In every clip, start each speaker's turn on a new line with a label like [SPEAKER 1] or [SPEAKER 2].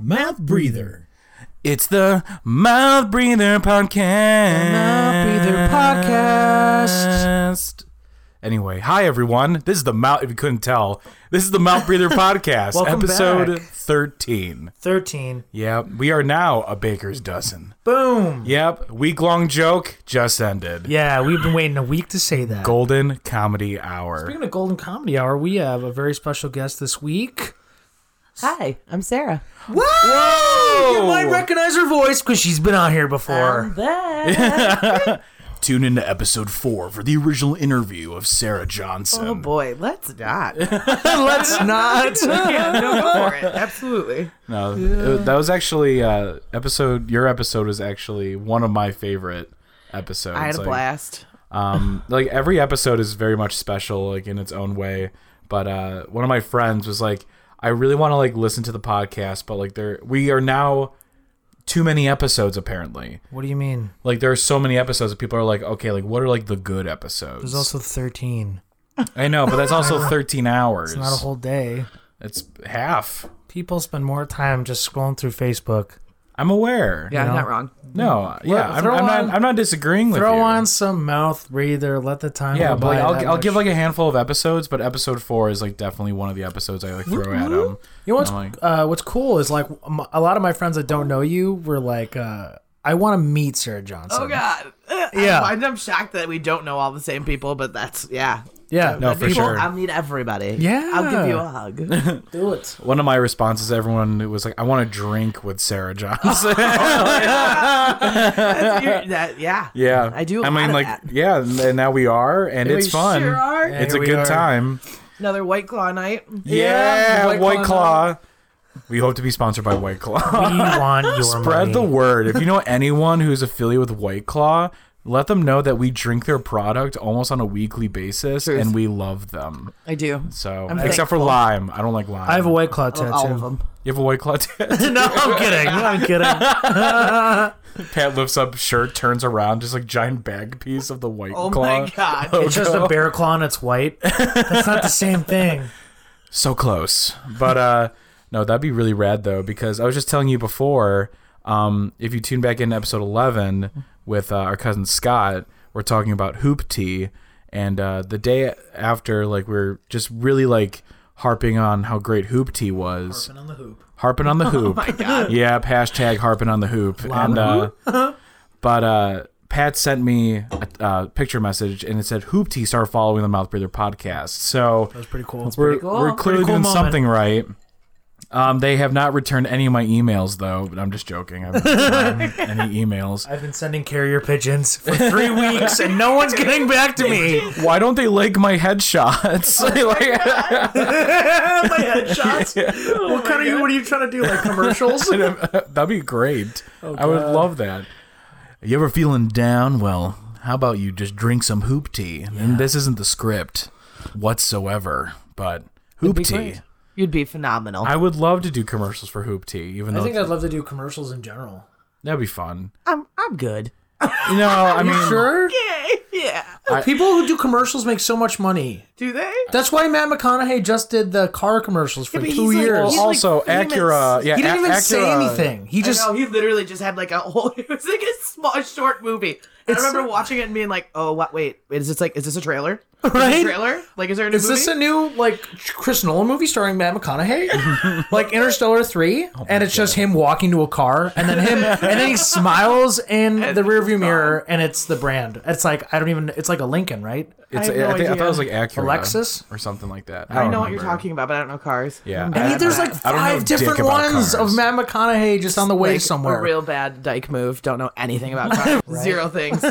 [SPEAKER 1] mouth breather.
[SPEAKER 2] It's the Mouth Breather Podcast.
[SPEAKER 3] Breather Podcast.
[SPEAKER 2] Anyway, hi everyone. This is the Mouth. If you couldn't tell, this is the Mouth Breather Podcast,
[SPEAKER 3] Welcome
[SPEAKER 2] episode
[SPEAKER 3] back.
[SPEAKER 2] thirteen.
[SPEAKER 3] 13.
[SPEAKER 2] Yep, we are now a baker's dozen.
[SPEAKER 3] Boom. Yeah.
[SPEAKER 2] Yep, week long joke just ended.
[SPEAKER 3] we've been waiting a week to say that.
[SPEAKER 2] Golden comedy hour.
[SPEAKER 3] Speaking of Golden Comedy Hour, we have a very special guest this week.
[SPEAKER 4] Hi, I'm Sarah.
[SPEAKER 3] Whoa! You might recognize her voice because she's been on here before.
[SPEAKER 4] back.
[SPEAKER 2] Tune into episode four for the original interview of Sarah Johnson.
[SPEAKER 4] oh boy, let's not.
[SPEAKER 3] Let's not.
[SPEAKER 4] yeah, no, go for it. Absolutely.
[SPEAKER 2] No, it- that was actually uh, episode. Your episode was actually one of my favorite episodes.
[SPEAKER 4] I had a
[SPEAKER 2] Like,
[SPEAKER 4] blast.
[SPEAKER 2] Um, like every episode is very much special, like in its own way. But uh, one of my friends was like, "I really want to like listen to the podcast, but like there we are now too many episodes apparently.
[SPEAKER 3] What do you mean?
[SPEAKER 2] Like there are so many episodes that people are like, okay, like what are like the good episodes?
[SPEAKER 3] There's also 13.
[SPEAKER 2] I know, but that's also thirteen hours.
[SPEAKER 3] Not a whole day.
[SPEAKER 2] It's half.
[SPEAKER 3] People spend more time just scrolling through Facebook.
[SPEAKER 2] I'm aware.
[SPEAKER 4] Yeah,
[SPEAKER 3] No.
[SPEAKER 4] I'm not wrong.
[SPEAKER 2] No, yeah, I'm,
[SPEAKER 3] throw
[SPEAKER 2] I'm
[SPEAKER 3] on-
[SPEAKER 2] not. I'm not disagreeing with
[SPEAKER 3] Throw
[SPEAKER 2] you.
[SPEAKER 3] on some mouth breather. Let the time.
[SPEAKER 2] Yeah,
[SPEAKER 3] go
[SPEAKER 2] but like,
[SPEAKER 3] by
[SPEAKER 2] I'll,
[SPEAKER 3] that
[SPEAKER 2] I'll give
[SPEAKER 3] much.
[SPEAKER 2] like a handful of episodes, but episode four is like definitely one of the episodes I like throw at them.
[SPEAKER 3] You know what's
[SPEAKER 2] I'm like-
[SPEAKER 3] uh, what's cool is like m- a lot of my friends that don't know you were like, uh, I want to meet Sarah Johnson.
[SPEAKER 4] Oh God.
[SPEAKER 3] Yeah.
[SPEAKER 4] I'm, I'm shocked that we don't know all the same people, but that's yeah.
[SPEAKER 3] Yeah,
[SPEAKER 2] No, for
[SPEAKER 4] People,
[SPEAKER 2] sure.
[SPEAKER 4] I'll meet everybody.
[SPEAKER 3] Yeah.
[SPEAKER 4] I'll give you a hug.
[SPEAKER 3] do it.
[SPEAKER 2] One of my responses, everyone was like, "I want to drink with Sarah Johnson."
[SPEAKER 4] You're- that- yeah.
[SPEAKER 2] yeah,
[SPEAKER 4] I do a
[SPEAKER 2] I
[SPEAKER 4] lot
[SPEAKER 2] mean,
[SPEAKER 4] of
[SPEAKER 2] like,
[SPEAKER 4] that.
[SPEAKER 2] yeah, and and now we are, and it's
[SPEAKER 4] We
[SPEAKER 2] fun.
[SPEAKER 4] Sure are.
[SPEAKER 3] Yeah.
[SPEAKER 2] It's a
[SPEAKER 3] Here we
[SPEAKER 2] good
[SPEAKER 3] are.
[SPEAKER 2] time.
[SPEAKER 4] Another White Claw night.
[SPEAKER 2] Yeah, White,
[SPEAKER 3] White Claw.
[SPEAKER 2] Claw. We hope to be sponsored by White Claw.
[SPEAKER 3] We want your
[SPEAKER 2] Spread the
[SPEAKER 3] money.
[SPEAKER 2] word. If you know anyone who's affiliated with White Claw, let them know that we drink their product almost on a weekly basis,
[SPEAKER 4] Truth.
[SPEAKER 2] and we love them.
[SPEAKER 4] I do.
[SPEAKER 2] So
[SPEAKER 4] I'm
[SPEAKER 2] except for
[SPEAKER 4] thankful.
[SPEAKER 2] lime, I don't like lime.
[SPEAKER 3] I have a white claw
[SPEAKER 4] Oh,
[SPEAKER 3] tattoo.
[SPEAKER 4] all of them.
[SPEAKER 2] you have a white claw. tattoo?
[SPEAKER 3] no, I'm kidding. I'm kidding.
[SPEAKER 2] Pat lifts up shirt, turns around, just like giant bag piece of the white
[SPEAKER 4] Oh
[SPEAKER 2] claw.
[SPEAKER 4] my God.
[SPEAKER 3] It's just a bear claw and it's white. That's not the same thing.
[SPEAKER 2] So close, but uh, no, that'd be really rad though because I was just telling you before. Um, if you tune back in to episode eleven with uh, our cousin Scott, we're talking about hoop tea, and uh, the day after, like we are just really like harping on how great hoop tea was.
[SPEAKER 3] on the hoop.
[SPEAKER 2] harping on
[SPEAKER 3] Oh
[SPEAKER 2] the hoop. Yeah, hashtag harping on the hoop. And uh, but uh, Pat sent me a uh, picture message and it said hoop tea start following the Mouth Breather podcast. So
[SPEAKER 3] That's pretty cool.
[SPEAKER 2] we're
[SPEAKER 4] pretty cool.
[SPEAKER 2] we're clearly
[SPEAKER 3] Pretty cool
[SPEAKER 2] doing
[SPEAKER 3] moment.
[SPEAKER 2] something right. Um, they have not returned any of my emails though, but I'm just joking. I haven't returned any emails.
[SPEAKER 3] I've been sending carrier pigeons for three weeks and no one's getting back to me.
[SPEAKER 2] Why don't they like my headshots?
[SPEAKER 3] Oh
[SPEAKER 2] Like,
[SPEAKER 3] my headshots. Oh What kind of you? What are you trying to do? Like commercials?
[SPEAKER 2] That'd be great. I would love that. You ever feeling down? Well, how about you just drink some hoop tea? And this isn't the script whatsoever, but hoop
[SPEAKER 4] Be
[SPEAKER 2] tea.
[SPEAKER 4] great. You'd be phenomenal.
[SPEAKER 2] I would love to do commercials for hoop tea, even
[SPEAKER 3] I
[SPEAKER 2] though
[SPEAKER 3] think I'd love to do commercials in general.
[SPEAKER 2] that'd be fun.
[SPEAKER 4] I'm I'm good.
[SPEAKER 2] You know, I mean,
[SPEAKER 3] Sure.
[SPEAKER 4] yeah.
[SPEAKER 3] People who do commercials make so much money.
[SPEAKER 4] Do they?
[SPEAKER 3] That's why Matt McConaughey just did the car commercials for
[SPEAKER 4] Yeah, but
[SPEAKER 3] two
[SPEAKER 4] he's like-
[SPEAKER 3] years.
[SPEAKER 4] he's-
[SPEAKER 2] also
[SPEAKER 4] famous.
[SPEAKER 2] Acura. Yeah,
[SPEAKER 3] he didn't
[SPEAKER 2] A-
[SPEAKER 3] even say
[SPEAKER 2] Acura-
[SPEAKER 3] anything. He
[SPEAKER 4] Just,
[SPEAKER 3] just
[SPEAKER 4] I know he literally just had like a whole. It was like a small, a short movie. I
[SPEAKER 3] It's
[SPEAKER 4] remember
[SPEAKER 3] so-
[SPEAKER 4] watching it and being like, "Oh, what? Wait, is this like? Is this a trailer? Is this
[SPEAKER 3] Right?
[SPEAKER 4] a trailer? Like, is there a new
[SPEAKER 3] is
[SPEAKER 4] movie?
[SPEAKER 3] this a new like Chris Nolan movie starring Matt McConaughey, like Interstellar three,
[SPEAKER 2] Oh
[SPEAKER 3] and it's just him walking to a car, and then him, and then he smiles in the rearview mirror, and it's the brand. It's like I don't even. It's like a Lincoln, right?
[SPEAKER 2] It's, I,
[SPEAKER 4] I have no
[SPEAKER 2] think, I thought it
[SPEAKER 4] idea.
[SPEAKER 2] was like Acura,
[SPEAKER 3] Lexus?
[SPEAKER 2] or something like that.
[SPEAKER 4] I
[SPEAKER 2] don't
[SPEAKER 4] know what you're
[SPEAKER 2] remember.
[SPEAKER 4] talking about, but I don't know cars.
[SPEAKER 2] Yeah,
[SPEAKER 3] I mean, there's
[SPEAKER 4] about
[SPEAKER 3] like
[SPEAKER 2] I don't know
[SPEAKER 3] five
[SPEAKER 2] dick
[SPEAKER 3] different
[SPEAKER 2] about cars.
[SPEAKER 3] ones of Matt McConaughey just on the way
[SPEAKER 4] Like,
[SPEAKER 3] somewhere.
[SPEAKER 4] A real bad dyke move. Don't know anything about cars. Zero things.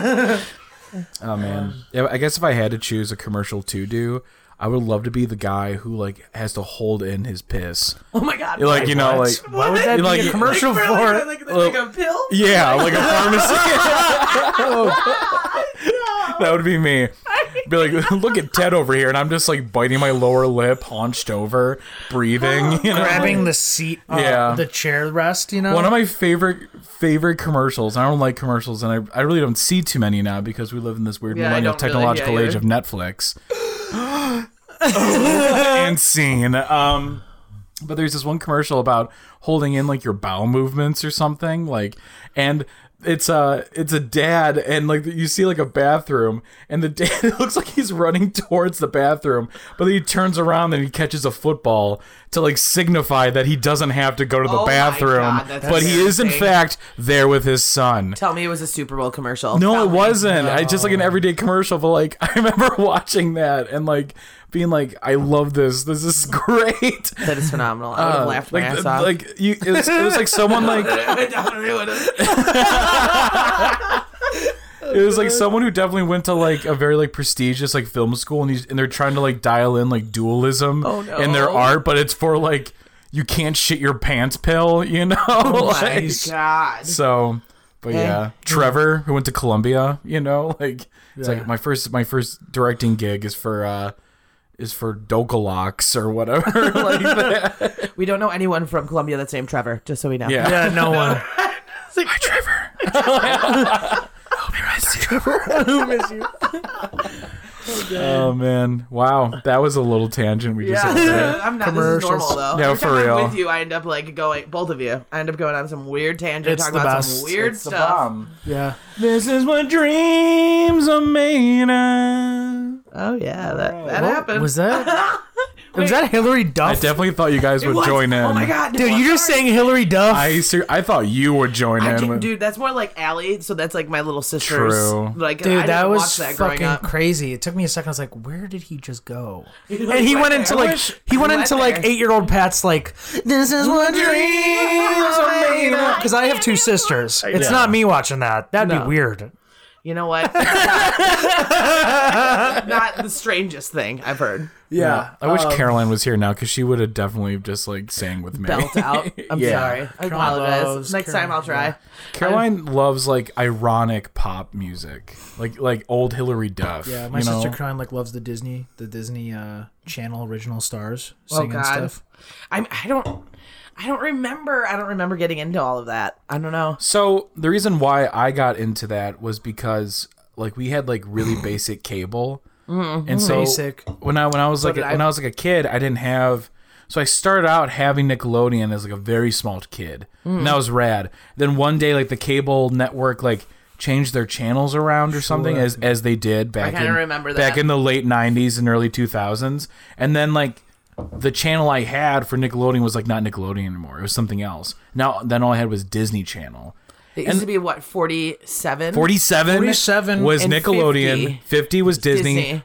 [SPEAKER 2] Oh man. Yeah, I guess if I had to choose a commercial to do, I would love to be the guy who like has to hold in his piss.
[SPEAKER 4] Oh my god.
[SPEAKER 2] Like, you know, like
[SPEAKER 3] Why would
[SPEAKER 2] You're
[SPEAKER 3] that be
[SPEAKER 2] like-
[SPEAKER 3] a commercial
[SPEAKER 4] like,
[SPEAKER 3] for?
[SPEAKER 4] like, like, like a pill.
[SPEAKER 2] Uh, yeah, like a pharmacy. that would be me. Be like, look at Ted over here, and I'm just like biting my lower lip, haunched over, breathing. You know?
[SPEAKER 3] grabbing the seat, uh,
[SPEAKER 2] Yeah.
[SPEAKER 3] the chair rest. You know,
[SPEAKER 2] One of my favorite favorite commercials. I don't like commercials, and I, I really don't see too many now because we live in this weird
[SPEAKER 4] Yeah, I
[SPEAKER 2] millennial
[SPEAKER 4] don't really-
[SPEAKER 2] technological
[SPEAKER 4] yeah,
[SPEAKER 2] age
[SPEAKER 4] either.
[SPEAKER 2] of Netflix. and scene. Um, But there's this one commercial about holding in like your bowel movements or something like, and it's a it's a dad and like you see like a bathroom and the dad it looks like he's running towards the bathroom but then he turns around and he catches a football to like signify that he doesn't have to go to the
[SPEAKER 4] Oh my
[SPEAKER 2] bathroom
[SPEAKER 4] God, that's
[SPEAKER 2] but he is in
[SPEAKER 4] disgusting.
[SPEAKER 2] fact there with his son
[SPEAKER 4] Tell me it was a Super Bowl commercial.
[SPEAKER 2] no, it wasn't. I just like an everyday commercial, but like I remember watching that and like being like, I love this. This is great.
[SPEAKER 4] That is phenomenal. I would have laughed my
[SPEAKER 2] Uh, like,
[SPEAKER 4] ass
[SPEAKER 2] the-
[SPEAKER 4] off.
[SPEAKER 2] like you, it was, it was like someone like it was like someone who definitely went to like a very like prestigious like film school, and he's, and they're trying to like dial in like dualism
[SPEAKER 4] Oh, no.
[SPEAKER 2] in their art, but it's for like you can't shit your pants pill, you know?
[SPEAKER 4] oh my
[SPEAKER 2] Like,
[SPEAKER 4] god. Eh.
[SPEAKER 2] So, but
[SPEAKER 4] Yeah.
[SPEAKER 2] yeah, Trevor, who went to Columbia, you know, like it's
[SPEAKER 3] Yeah.
[SPEAKER 2] like my first my first directing gig is for uh is for Dokalocks or whatever. like that.
[SPEAKER 4] We don't know anyone from Columbia that's named Trevor, just so we know.
[SPEAKER 2] Yeah.
[SPEAKER 3] Yeah, Uh, no one.
[SPEAKER 2] Hi, Trevor. I'll be right there, Trevor. Oh man, wow, that was a little tangent we just. had there.
[SPEAKER 4] I'm not. This is normal
[SPEAKER 3] Commercials.
[SPEAKER 4] though.
[SPEAKER 2] No,
[SPEAKER 4] Every
[SPEAKER 2] for
[SPEAKER 4] time I'm
[SPEAKER 2] real.
[SPEAKER 4] With you, I end up like going. Both of you, I end up going on some weird tangent,
[SPEAKER 3] It's
[SPEAKER 4] talking
[SPEAKER 3] the
[SPEAKER 4] about
[SPEAKER 3] best.
[SPEAKER 4] some weird
[SPEAKER 2] It's the
[SPEAKER 4] stuff.
[SPEAKER 2] bomb.
[SPEAKER 3] Yeah.
[SPEAKER 2] This is what dreams are made of.
[SPEAKER 4] Oh yeah, that, that
[SPEAKER 3] What
[SPEAKER 4] happened.
[SPEAKER 3] Was that? was that Hillary
[SPEAKER 2] I
[SPEAKER 3] Duff?
[SPEAKER 2] definitely thought you guys
[SPEAKER 4] It
[SPEAKER 2] would
[SPEAKER 4] was-
[SPEAKER 2] join in.
[SPEAKER 4] Oh my god,
[SPEAKER 3] Dude,
[SPEAKER 4] no,
[SPEAKER 3] you just
[SPEAKER 4] sorry.
[SPEAKER 3] saying Hillary Duff.
[SPEAKER 2] I ser- I thought you would join
[SPEAKER 4] I
[SPEAKER 2] in.
[SPEAKER 4] didn't-
[SPEAKER 2] with-
[SPEAKER 4] dude, that's more like Allie. So that's like my little sister's.
[SPEAKER 2] True.
[SPEAKER 4] Like, I
[SPEAKER 3] Dude,
[SPEAKER 4] didn't
[SPEAKER 3] that
[SPEAKER 4] watch
[SPEAKER 3] was
[SPEAKER 4] that growing
[SPEAKER 3] fucking
[SPEAKER 4] up.
[SPEAKER 3] crazy. It took me a second. I was like, "Where did he just go?"
[SPEAKER 4] know,
[SPEAKER 3] and
[SPEAKER 4] he
[SPEAKER 3] he
[SPEAKER 4] went
[SPEAKER 3] went into
[SPEAKER 4] there. I
[SPEAKER 3] like
[SPEAKER 4] wish-
[SPEAKER 3] he went
[SPEAKER 4] he went
[SPEAKER 3] into like
[SPEAKER 4] there.
[SPEAKER 3] eight year old Pat's like, "This is what dreams are made of." Because I have two sisters. It's
[SPEAKER 2] Yeah.
[SPEAKER 3] not me watching that. That'd
[SPEAKER 4] No.
[SPEAKER 3] be weird.
[SPEAKER 4] You know what? Not the strangest thing I've heard.
[SPEAKER 2] Yeah. I wish Caroline was here now because she would have definitely just like sang with me.
[SPEAKER 4] Belt out. I'm
[SPEAKER 2] Yeah.
[SPEAKER 4] sorry.
[SPEAKER 3] loves
[SPEAKER 4] I apologize. Next
[SPEAKER 3] Karen,
[SPEAKER 4] time I'll try.
[SPEAKER 2] Caroline loves like ironic pop music, like like old Hillary Duff.
[SPEAKER 3] Yeah, my
[SPEAKER 2] you know?
[SPEAKER 3] sister Crime like loves the Disney, the Disney uh, Channel original stars singing
[SPEAKER 4] Oh,
[SPEAKER 2] Oh,
[SPEAKER 4] God.
[SPEAKER 3] stuff.
[SPEAKER 4] I'm. I don't. I don't remember. I don't remember getting into all of that. I don't know.
[SPEAKER 2] So the reason why I got into that was because like we had like really basic cable, and so
[SPEAKER 3] Basic.
[SPEAKER 2] when I when I was like
[SPEAKER 4] did I.
[SPEAKER 2] when I was like a kid, I didn't have. So I started out having Nickelodeon as like a very small kid, and that was rad. Then one day, like the cable network, like changed their channels around or something, as as they did back
[SPEAKER 4] kinda
[SPEAKER 2] in
[SPEAKER 4] remember that.
[SPEAKER 2] back in the late '90s and early 2000s, and then like the channel I had for Nickelodeon was like not Nickelodeon anymore; it was something else. Now then, all I had was Disney Channel.
[SPEAKER 4] It used to be what 47.
[SPEAKER 2] 47,
[SPEAKER 3] 47
[SPEAKER 2] was
[SPEAKER 4] and
[SPEAKER 2] Nickelodeon, 50,
[SPEAKER 4] 50
[SPEAKER 2] was Disney,
[SPEAKER 4] Disney.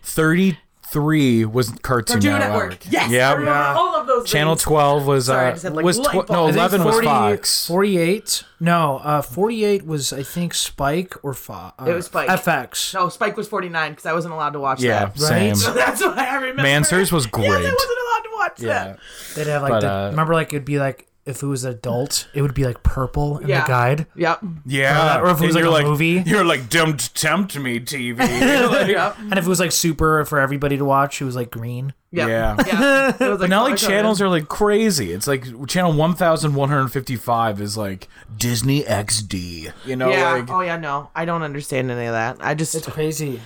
[SPEAKER 2] 33 was Cartoon,
[SPEAKER 4] Cartoon
[SPEAKER 2] Network.
[SPEAKER 4] Network. Yes. I
[SPEAKER 2] Yep.
[SPEAKER 4] remember all of those.
[SPEAKER 2] Channel
[SPEAKER 4] things.
[SPEAKER 2] 12 was
[SPEAKER 4] Sorry, I
[SPEAKER 2] uh,
[SPEAKER 4] just had, like,
[SPEAKER 2] was
[SPEAKER 4] light
[SPEAKER 2] tw-
[SPEAKER 4] bulb.
[SPEAKER 2] no
[SPEAKER 4] I think
[SPEAKER 2] 11 was
[SPEAKER 3] 40
[SPEAKER 2] Fox.
[SPEAKER 3] 48 no uh 48 was i think spike or uh, Fox.
[SPEAKER 4] It was Spike.
[SPEAKER 3] fx
[SPEAKER 4] No, Oh, Spike was 49 because I wasn't allowed to watch
[SPEAKER 2] yeah,
[SPEAKER 4] that.
[SPEAKER 2] same.
[SPEAKER 4] So that's why I remember.
[SPEAKER 2] Mansers was
[SPEAKER 4] Yes, I
[SPEAKER 2] great.
[SPEAKER 4] wasn't allowed to watch
[SPEAKER 2] Yeah.
[SPEAKER 4] that.
[SPEAKER 3] they'd have like
[SPEAKER 2] But,
[SPEAKER 3] the,
[SPEAKER 2] uh,
[SPEAKER 3] remember like it'd be like if it was adult it would be like purple in
[SPEAKER 4] Yeah.
[SPEAKER 3] the guide
[SPEAKER 4] Yep.
[SPEAKER 2] Yeah.
[SPEAKER 3] Or if it was,
[SPEAKER 2] And you're
[SPEAKER 3] like, a movie.
[SPEAKER 2] You're like, don't tempt me, TV. Like,
[SPEAKER 4] Yep.
[SPEAKER 3] and if it was like super for everybody to watch it was like green
[SPEAKER 4] Yep.
[SPEAKER 2] Yeah.
[SPEAKER 4] Yeah. Oh, It was like
[SPEAKER 2] now, like,
[SPEAKER 4] color-coded.
[SPEAKER 2] channels are like crazy. It's like channel 1155 is like Disney XD. You know,
[SPEAKER 4] yeah.
[SPEAKER 2] like.
[SPEAKER 4] oh yeah. No, I don't understand any of that. I just
[SPEAKER 3] crazy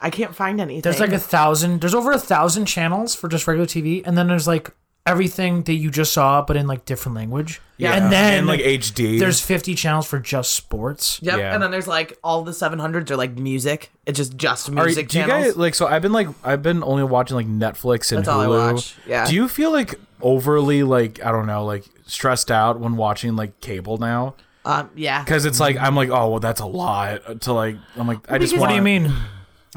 [SPEAKER 4] I can't find anything.
[SPEAKER 3] there's like a thousand there's over a thousand channels for just regular tv and then there's like everything that you just saw but in like different language
[SPEAKER 4] Yeah.
[SPEAKER 3] and then
[SPEAKER 2] and like HD.
[SPEAKER 3] there's 50 channels for just sports
[SPEAKER 4] Yep.
[SPEAKER 2] Yeah.
[SPEAKER 4] And then there's like all the 700s are like music. It's just just
[SPEAKER 2] Are-
[SPEAKER 4] music
[SPEAKER 2] do you
[SPEAKER 4] channels.
[SPEAKER 2] guys like so i've been like i've been only watching like netflix and
[SPEAKER 4] That's
[SPEAKER 2] hulu
[SPEAKER 4] all I watch, yeah.
[SPEAKER 2] do you feel like overly like i don't know like stressed out when watching like cable now
[SPEAKER 4] um, yeah.
[SPEAKER 2] because it's like i'm like oh well that's a lot to like i'm like i just want
[SPEAKER 4] Because-
[SPEAKER 3] what do you mean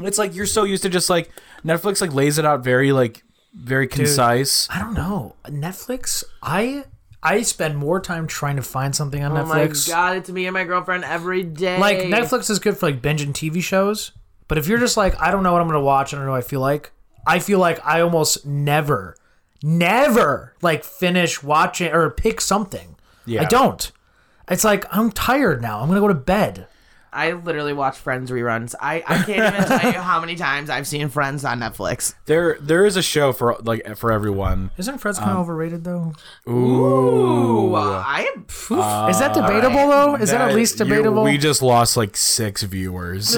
[SPEAKER 2] it's like you're so used to just like netflix like lays it out very like very concise
[SPEAKER 3] I don't know. Netflix, I I spend more time trying to find something on
[SPEAKER 4] Oh my
[SPEAKER 3] Netflix.
[SPEAKER 4] god, it's me and my girlfriend every day.
[SPEAKER 3] Like Netflix is good for like binging TV shows, but if you're just like I don't know what I'm going to watch, I don't know what I feel like. I feel like I almost never never like finish watching or pick something.
[SPEAKER 2] Yeah.
[SPEAKER 3] I don't. It's like I'm tired now. I'm going to go to bed.
[SPEAKER 4] I literally watch Friends reruns. I, I can't even tell you how many times I've seen Friends on Netflix.
[SPEAKER 2] there there is a show for like for everyone
[SPEAKER 3] Isn't Friends
[SPEAKER 2] Um,
[SPEAKER 3] kind of overrated though?
[SPEAKER 4] Ooh, uh, I am. phew.
[SPEAKER 2] Uh,
[SPEAKER 3] is that debatable though? Is that, at least
[SPEAKER 2] you-
[SPEAKER 3] debatable?
[SPEAKER 2] we just lost like six viewers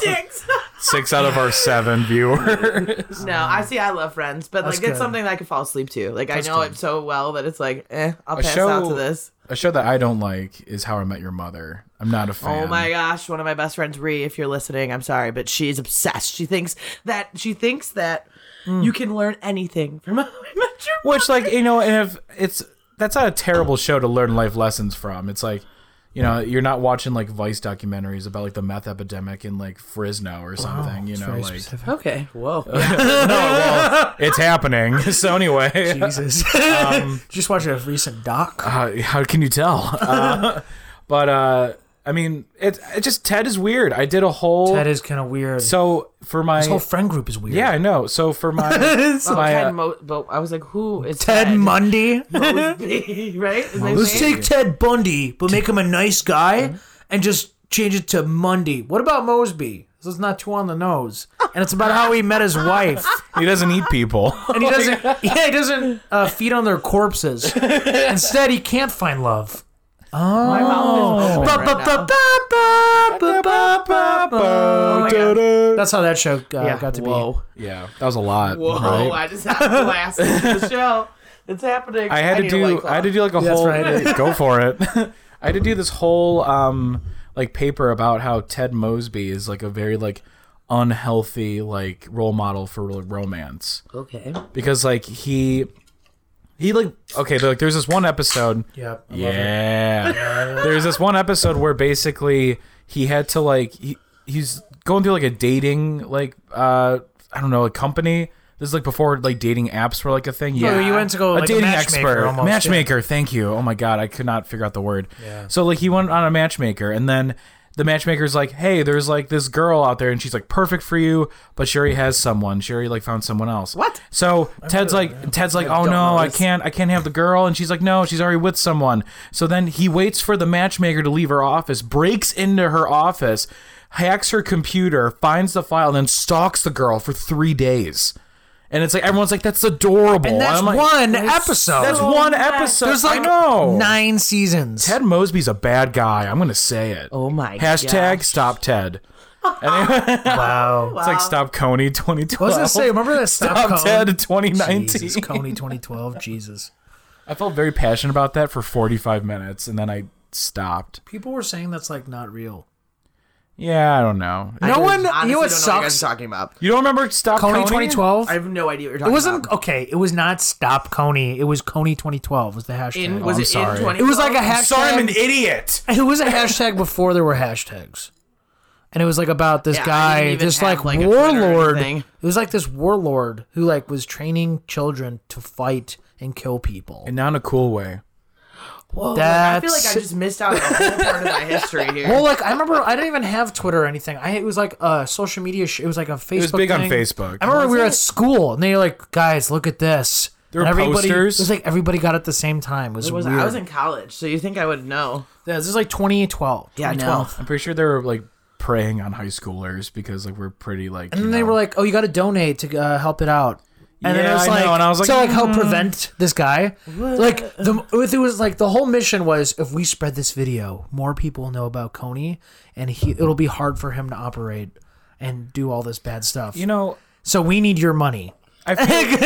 [SPEAKER 4] six.
[SPEAKER 2] six out of our seven viewers.
[SPEAKER 4] No, I see. I love Friends, but
[SPEAKER 3] That's
[SPEAKER 4] like it's
[SPEAKER 3] good.
[SPEAKER 4] something that I could fall asleep to. Like I know it so well that it's like, eh, I'll pass
[SPEAKER 2] show-
[SPEAKER 4] out to this.
[SPEAKER 2] A show that I don't like is How I Met Your Mother. I'm not a fan.
[SPEAKER 4] Oh my gosh, one of my best friends, Ree, if you're listening, I'm sorry, but she's obsessed. She thinks that she thinks that
[SPEAKER 3] Hmm.
[SPEAKER 4] you can learn anything from How I Met Your
[SPEAKER 2] Which, like, you know, and if it's that's not a terrible show to learn life lessons from. It's like, you know, you're not watching like Vice documentaries about like the meth epidemic in like Frisno or something. you know, like
[SPEAKER 1] Specific. Okay. Whoa.
[SPEAKER 2] Oh, it's happening. So anyway,
[SPEAKER 1] Jesus.
[SPEAKER 3] Just watch a recent doc.
[SPEAKER 2] um, Uh, how can you tell? Uh, but uh, I mean, it, it just Ted is weird. I did a whole
[SPEAKER 3] that is kind of weird. So,
[SPEAKER 2] so for my
[SPEAKER 3] this whole friend group is weird.
[SPEAKER 2] yeah, I know. So for my
[SPEAKER 4] Oh,
[SPEAKER 2] my
[SPEAKER 4] Ted
[SPEAKER 2] uh,
[SPEAKER 4] Mo- but I was like, who is
[SPEAKER 3] Ted Mundy.
[SPEAKER 4] Mosby, right? Is that
[SPEAKER 3] Let's
[SPEAKER 4] his name?
[SPEAKER 3] take Ted Bundy, but make him a nice
[SPEAKER 2] Uh-huh.
[SPEAKER 3] guy and just change it to Mundy. What about Mosby? This is not too on the nose. And it's about how he met his wife.
[SPEAKER 2] uh, he doesn't eat people.
[SPEAKER 3] And he doesn't yeah, he doesn't uh, feed on their corpses. Instead, he can't find love.
[SPEAKER 4] My mouth is open
[SPEAKER 3] Ba-
[SPEAKER 4] right
[SPEAKER 3] ba- ba-
[SPEAKER 4] now.
[SPEAKER 3] ba- ba- ba- ba- ba-
[SPEAKER 2] Da-da.
[SPEAKER 3] That's how that show uh,
[SPEAKER 4] Yeah,
[SPEAKER 3] got to
[SPEAKER 4] whoa.
[SPEAKER 3] be.
[SPEAKER 2] Yeah, that was a lot.
[SPEAKER 4] Whoa,
[SPEAKER 2] right?
[SPEAKER 4] I just had a blast into the show. It's happening.
[SPEAKER 2] I had to
[SPEAKER 4] need a White
[SPEAKER 2] do
[SPEAKER 4] Claw.
[SPEAKER 2] I had to do like a
[SPEAKER 3] That's
[SPEAKER 2] whole
[SPEAKER 3] right.
[SPEAKER 2] go for it. I had to do this whole um like paper about how Ted Mosby is like a very like unhealthy like role model for romance.
[SPEAKER 1] okay.
[SPEAKER 2] because like he he like okay like there's this one episode
[SPEAKER 3] Yep. I love it.
[SPEAKER 2] yeah there's this one episode where basically he had to like he, he's going through like a dating like uh i don't know a company this is like before like dating apps were like a thing yeah
[SPEAKER 3] Oh, you went to go
[SPEAKER 2] a
[SPEAKER 3] like
[SPEAKER 2] dating
[SPEAKER 3] matchmaker
[SPEAKER 2] expert
[SPEAKER 3] almost, yeah.
[SPEAKER 2] matchmaker thank you oh my god i could not figure out the word so like he went on a matchmaker and then the matchmaker's like hey there's like this girl out there and she's like perfect for you but she already has someone she already like found someone else
[SPEAKER 4] What?
[SPEAKER 2] so ted's like ted's like oh
[SPEAKER 1] don't
[SPEAKER 2] no
[SPEAKER 1] know
[SPEAKER 2] i
[SPEAKER 1] this."
[SPEAKER 2] can't i can't have the girl and she's like no she's already with someone so then he waits for the matchmaker to leave her office breaks into her office hacks her computer finds the file and then stalks the girl for three days and it's like everyone's like that's adorable
[SPEAKER 3] And that's
[SPEAKER 2] I'm like,
[SPEAKER 3] one episode.
[SPEAKER 2] that's one episode.
[SPEAKER 3] There's like
[SPEAKER 2] I know.
[SPEAKER 3] nine seasons.
[SPEAKER 2] Ted Mosby's a bad guy. I'm gonna say it.
[SPEAKER 4] Oh my
[SPEAKER 2] Hashtag
[SPEAKER 4] gosh.
[SPEAKER 2] stop Ted. Anyway,
[SPEAKER 3] wow.
[SPEAKER 2] It's like stop Coney 2012.
[SPEAKER 3] I was gonna say, remember that stop,
[SPEAKER 2] stop
[SPEAKER 3] cone?
[SPEAKER 2] Ted 2019.
[SPEAKER 3] Jesus, Coney 2012. Jesus,
[SPEAKER 2] I felt very passionate about that for 45 minutes, and then I stopped.
[SPEAKER 3] people were saying that's like not real.
[SPEAKER 2] Yeah, I don't know.
[SPEAKER 4] I
[SPEAKER 3] No
[SPEAKER 4] honestly
[SPEAKER 3] one- you know
[SPEAKER 4] don't
[SPEAKER 3] what
[SPEAKER 4] Know what you
[SPEAKER 3] sucks?
[SPEAKER 4] guys are talking about.
[SPEAKER 2] You don't remember stop
[SPEAKER 3] Coney
[SPEAKER 2] Coney
[SPEAKER 3] 2012.
[SPEAKER 4] I have no idea what you're
[SPEAKER 3] It
[SPEAKER 4] talking
[SPEAKER 3] wasn't
[SPEAKER 4] about.
[SPEAKER 3] okay. It was not stop Coney. It was Coney 2012 was the hashtag. Um,
[SPEAKER 4] In,
[SPEAKER 2] I'm
[SPEAKER 4] was it
[SPEAKER 2] sorry.
[SPEAKER 4] in 20?
[SPEAKER 3] it was like a hashtag.
[SPEAKER 2] Sorry, I'm an idiot.
[SPEAKER 3] it was a hashtag before there were hashtags. And it was like about this
[SPEAKER 4] Yeah, I didn't
[SPEAKER 3] guy,
[SPEAKER 4] even
[SPEAKER 3] this
[SPEAKER 4] have,
[SPEAKER 3] like,
[SPEAKER 4] like, a Twitter or
[SPEAKER 3] warlord.
[SPEAKER 4] anything.
[SPEAKER 3] It was like this warlord who like was training children to fight and kill people.
[SPEAKER 2] And not in a cool way.
[SPEAKER 4] Whoa, I feel like I
[SPEAKER 3] That's-
[SPEAKER 4] just missed out on a whole part of my history here.
[SPEAKER 3] Well, like I remember, I didn't even have Twitter or anything. I it was like a social media. Sh- it was like a Facebook.
[SPEAKER 2] big on
[SPEAKER 3] thing.
[SPEAKER 2] Facebook.
[SPEAKER 3] I remember we were at school and they were like, guys, look at this.
[SPEAKER 2] There were
[SPEAKER 3] And everybody,
[SPEAKER 2] posters.
[SPEAKER 3] It was like everybody got it at the same time. It was,
[SPEAKER 4] It was-
[SPEAKER 3] weird.
[SPEAKER 4] I was in college, so you think I would know?
[SPEAKER 3] yeah, this is like 2012.
[SPEAKER 4] Yeah, I know.
[SPEAKER 3] 2012.
[SPEAKER 2] I'm pretty sure they were like preying on high schoolers because like we're pretty like.
[SPEAKER 3] And then they were like, oh, you got to donate to uh, help it out. And then
[SPEAKER 2] Yeah,
[SPEAKER 3] it was
[SPEAKER 2] I
[SPEAKER 3] like,
[SPEAKER 2] know, and I was like, "Mm."
[SPEAKER 3] to like help prevent this guy. Like the it was like the whole mission was if we spread this video, more people will know about Coney, and he it'll be hard for him to operate and do all this bad stuff.
[SPEAKER 2] you know,
[SPEAKER 3] So we need your money.
[SPEAKER 2] I feel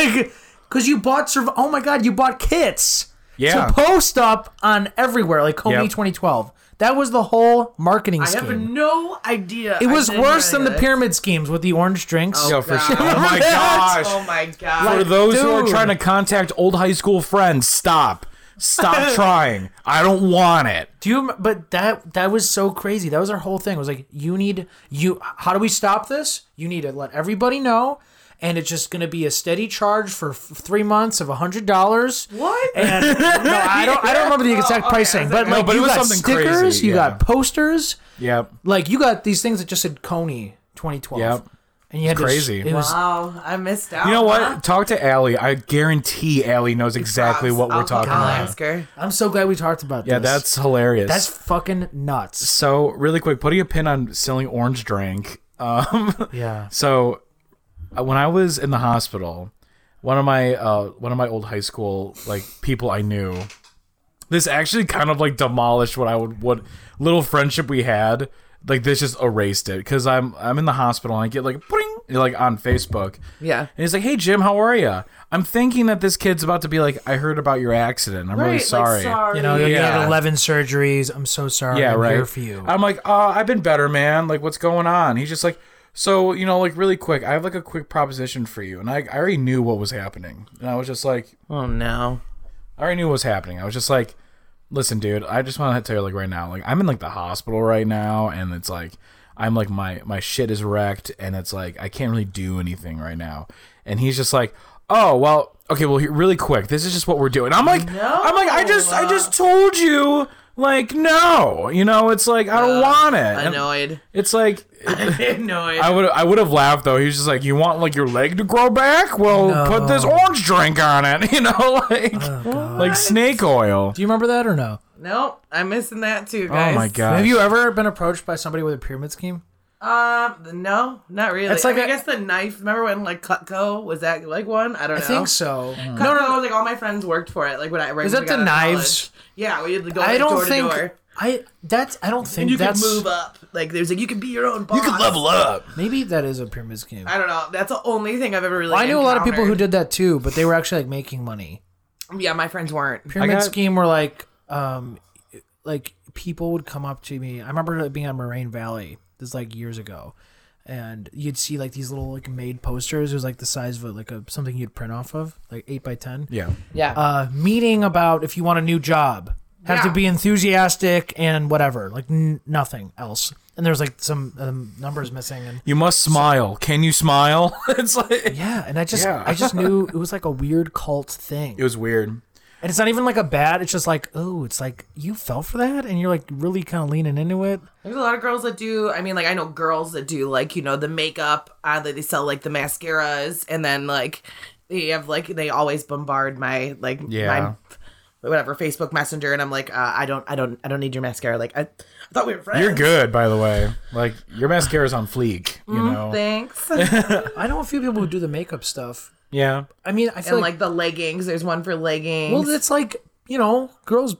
[SPEAKER 3] Because you bought, surv- oh my God, you bought kits
[SPEAKER 2] Yeah.
[SPEAKER 3] to post up on everywhere, like Comey
[SPEAKER 2] Yep.
[SPEAKER 3] 2012. That was the whole marketing
[SPEAKER 4] I have
[SPEAKER 3] scheme.
[SPEAKER 4] no idea.
[SPEAKER 3] It was
[SPEAKER 4] I didn't
[SPEAKER 3] worse than the
[SPEAKER 4] realize.
[SPEAKER 3] pyramid schemes with the orange drinks.
[SPEAKER 2] Yo, for
[SPEAKER 4] God.
[SPEAKER 2] sure. Oh my
[SPEAKER 3] That-
[SPEAKER 2] gosh.
[SPEAKER 4] Oh my god!
[SPEAKER 2] For those who are
[SPEAKER 3] dude.
[SPEAKER 2] trying to contact old high school friends, stop. Stop trying. I don't want it.
[SPEAKER 3] Do you? rem- But that that was so crazy. That was our whole thing. It was like you need you. How do we stop this? You need to let everybody know, and it's just going to be a steady charge for f- three months of a hundred dollars.
[SPEAKER 4] What?
[SPEAKER 3] And no, I don't. I don't remember the exact
[SPEAKER 4] okay,
[SPEAKER 3] pricing,
[SPEAKER 4] I was
[SPEAKER 3] but
[SPEAKER 4] like,
[SPEAKER 3] like
[SPEAKER 2] Oh, No, but it
[SPEAKER 3] you
[SPEAKER 2] was
[SPEAKER 3] got
[SPEAKER 2] something crazy,
[SPEAKER 3] stickers, you
[SPEAKER 2] yeah.
[SPEAKER 3] got posters,
[SPEAKER 2] Yep.
[SPEAKER 3] like you got these things that just said Coney 2012.
[SPEAKER 2] Yep.
[SPEAKER 3] And you had
[SPEAKER 2] crazy.
[SPEAKER 3] To, it was
[SPEAKER 4] wow, I missed out.
[SPEAKER 2] You know
[SPEAKER 4] huh?
[SPEAKER 3] Uh-huh.
[SPEAKER 2] what? Talk to Allie. I guarantee Allie knows exactly
[SPEAKER 4] Props.
[SPEAKER 2] what we're
[SPEAKER 3] Oh,
[SPEAKER 4] I'll-
[SPEAKER 2] talking
[SPEAKER 4] I'll
[SPEAKER 2] about.
[SPEAKER 4] ask her.
[SPEAKER 3] I'm so glad we talked about
[SPEAKER 2] Yeah,
[SPEAKER 3] this.
[SPEAKER 2] that's hilarious.
[SPEAKER 3] that's fucking nuts.
[SPEAKER 2] so really quick, putting a pin on selling orange drink. Um
[SPEAKER 3] Yeah.
[SPEAKER 2] So uh, when I was in the hospital, one of my uh, one of my old high school like people I knew, this actually kind of like demolished what I would what little friendship we had. like this just erased it because I'm I'm in the hospital and I get like bring like on Facebook.
[SPEAKER 4] Yeah.
[SPEAKER 2] And he's like, "Hey Jim, how are you?" I'm thinking that this kid's about to be like, "I heard about your accident. I'm really
[SPEAKER 4] Right,
[SPEAKER 2] sorry."
[SPEAKER 4] Like, sorry.
[SPEAKER 3] You know, you
[SPEAKER 2] Yeah.
[SPEAKER 3] had 11 surgeries. I'm so sorry.
[SPEAKER 2] Yeah,
[SPEAKER 3] I'm
[SPEAKER 2] right.
[SPEAKER 3] here for you.
[SPEAKER 2] I'm like, "Uh, I've been better, man. Like, what's going on?" He's just like, "So, you know, like really quick, I have like a quick proposition for you." And I I already knew what was happening. And I was just like,
[SPEAKER 4] oh no.
[SPEAKER 2] I already knew what was happening. I was just like, listen, dude, I just want to tell you like right now, like I'm in like the hospital right now, and it's like I'm like my my shit is wrecked, and it's like I can't really do anything right now. And he's just like, oh well, okay, well here, really quick, this is just what we're doing. I'm like, I'm like, I just I just told you. Like no, you know it's like I don't want it.
[SPEAKER 4] Annoyed.
[SPEAKER 2] It's like
[SPEAKER 4] Annoyed.
[SPEAKER 2] I would I would have laughed though. He's just like, you want like your leg to grow back? Well, put this orange drink on it. You know, like like snake oil.
[SPEAKER 3] Oh, Do you remember that or no?
[SPEAKER 4] nope. I'm missing that too,
[SPEAKER 2] Oh
[SPEAKER 4] guys.
[SPEAKER 2] my god!
[SPEAKER 3] Have you ever been approached by somebody with a pyramid scheme?
[SPEAKER 4] Um, no, not really.
[SPEAKER 3] It's
[SPEAKER 4] It's
[SPEAKER 3] like
[SPEAKER 4] like I,
[SPEAKER 3] a-
[SPEAKER 4] guess the knife. Remember when like Cutco was that like one? I don't know.
[SPEAKER 3] I think so.
[SPEAKER 4] Cutco, like all my friends worked for it. Like when I right
[SPEAKER 3] Is
[SPEAKER 4] when
[SPEAKER 3] it
[SPEAKER 4] we got
[SPEAKER 3] the
[SPEAKER 4] out of
[SPEAKER 3] knives?
[SPEAKER 4] college. Yeah, we had to go.
[SPEAKER 3] I
[SPEAKER 4] like,
[SPEAKER 3] don't
[SPEAKER 4] door
[SPEAKER 3] think
[SPEAKER 4] To door.
[SPEAKER 3] I that's I don't think
[SPEAKER 4] And you could
[SPEAKER 3] that's
[SPEAKER 4] move up. Like there's like you could be your own boss.
[SPEAKER 2] up.
[SPEAKER 3] maybe that is a pyramid scheme. I,
[SPEAKER 4] I don't know. That's the only thing I've ever really.
[SPEAKER 3] knew a lot of people who
[SPEAKER 4] encountered.
[SPEAKER 3] did that too, but they were actually like making money.
[SPEAKER 4] Yeah, my friends weren't.
[SPEAKER 3] Pyramid
[SPEAKER 2] got-
[SPEAKER 3] scheme were like um like people would come up to me. I remember it being on Moraine Valley this is, like years ago. And you'd see like these little like made posters. It was like the size of a, like a something you'd print off of, like eight by ten.
[SPEAKER 2] Yeah.
[SPEAKER 4] Yeah.
[SPEAKER 3] uh, meeting about if you want a new job. Have to
[SPEAKER 4] Yeah.
[SPEAKER 3] be enthusiastic and whatever, like n- nothing else. And there's like some um, numbers missing, and
[SPEAKER 2] You must smile. Can you smile? it's like
[SPEAKER 3] yeah, and I just
[SPEAKER 2] Yeah.
[SPEAKER 3] I just knew it was like a weird cult thing,
[SPEAKER 2] it was weird.
[SPEAKER 3] and it's not even like a bad. It's just like oh, it's like you fell for that, and you're like really kind of leaning into it.
[SPEAKER 4] There's a lot of girls that do. I mean, like I know girls that do like you know the makeup. Uh, they they sell like the mascaras, and then like they have like they always bombard my like
[SPEAKER 2] Yeah.
[SPEAKER 4] my whatever Facebook Messenger, and I'm like, uh, I don't, I don't, I don't need your mascara. Like I, I thought we were friends.
[SPEAKER 2] You're good, by the way. Like your mascara's on fleek. You know.
[SPEAKER 4] Thanks. and
[SPEAKER 3] I know a few people who do the makeup stuff.
[SPEAKER 2] yeah.
[SPEAKER 3] I mean, I feel like,
[SPEAKER 4] like the leggings, there's one for leggings.
[SPEAKER 3] well, it's like you know, girls,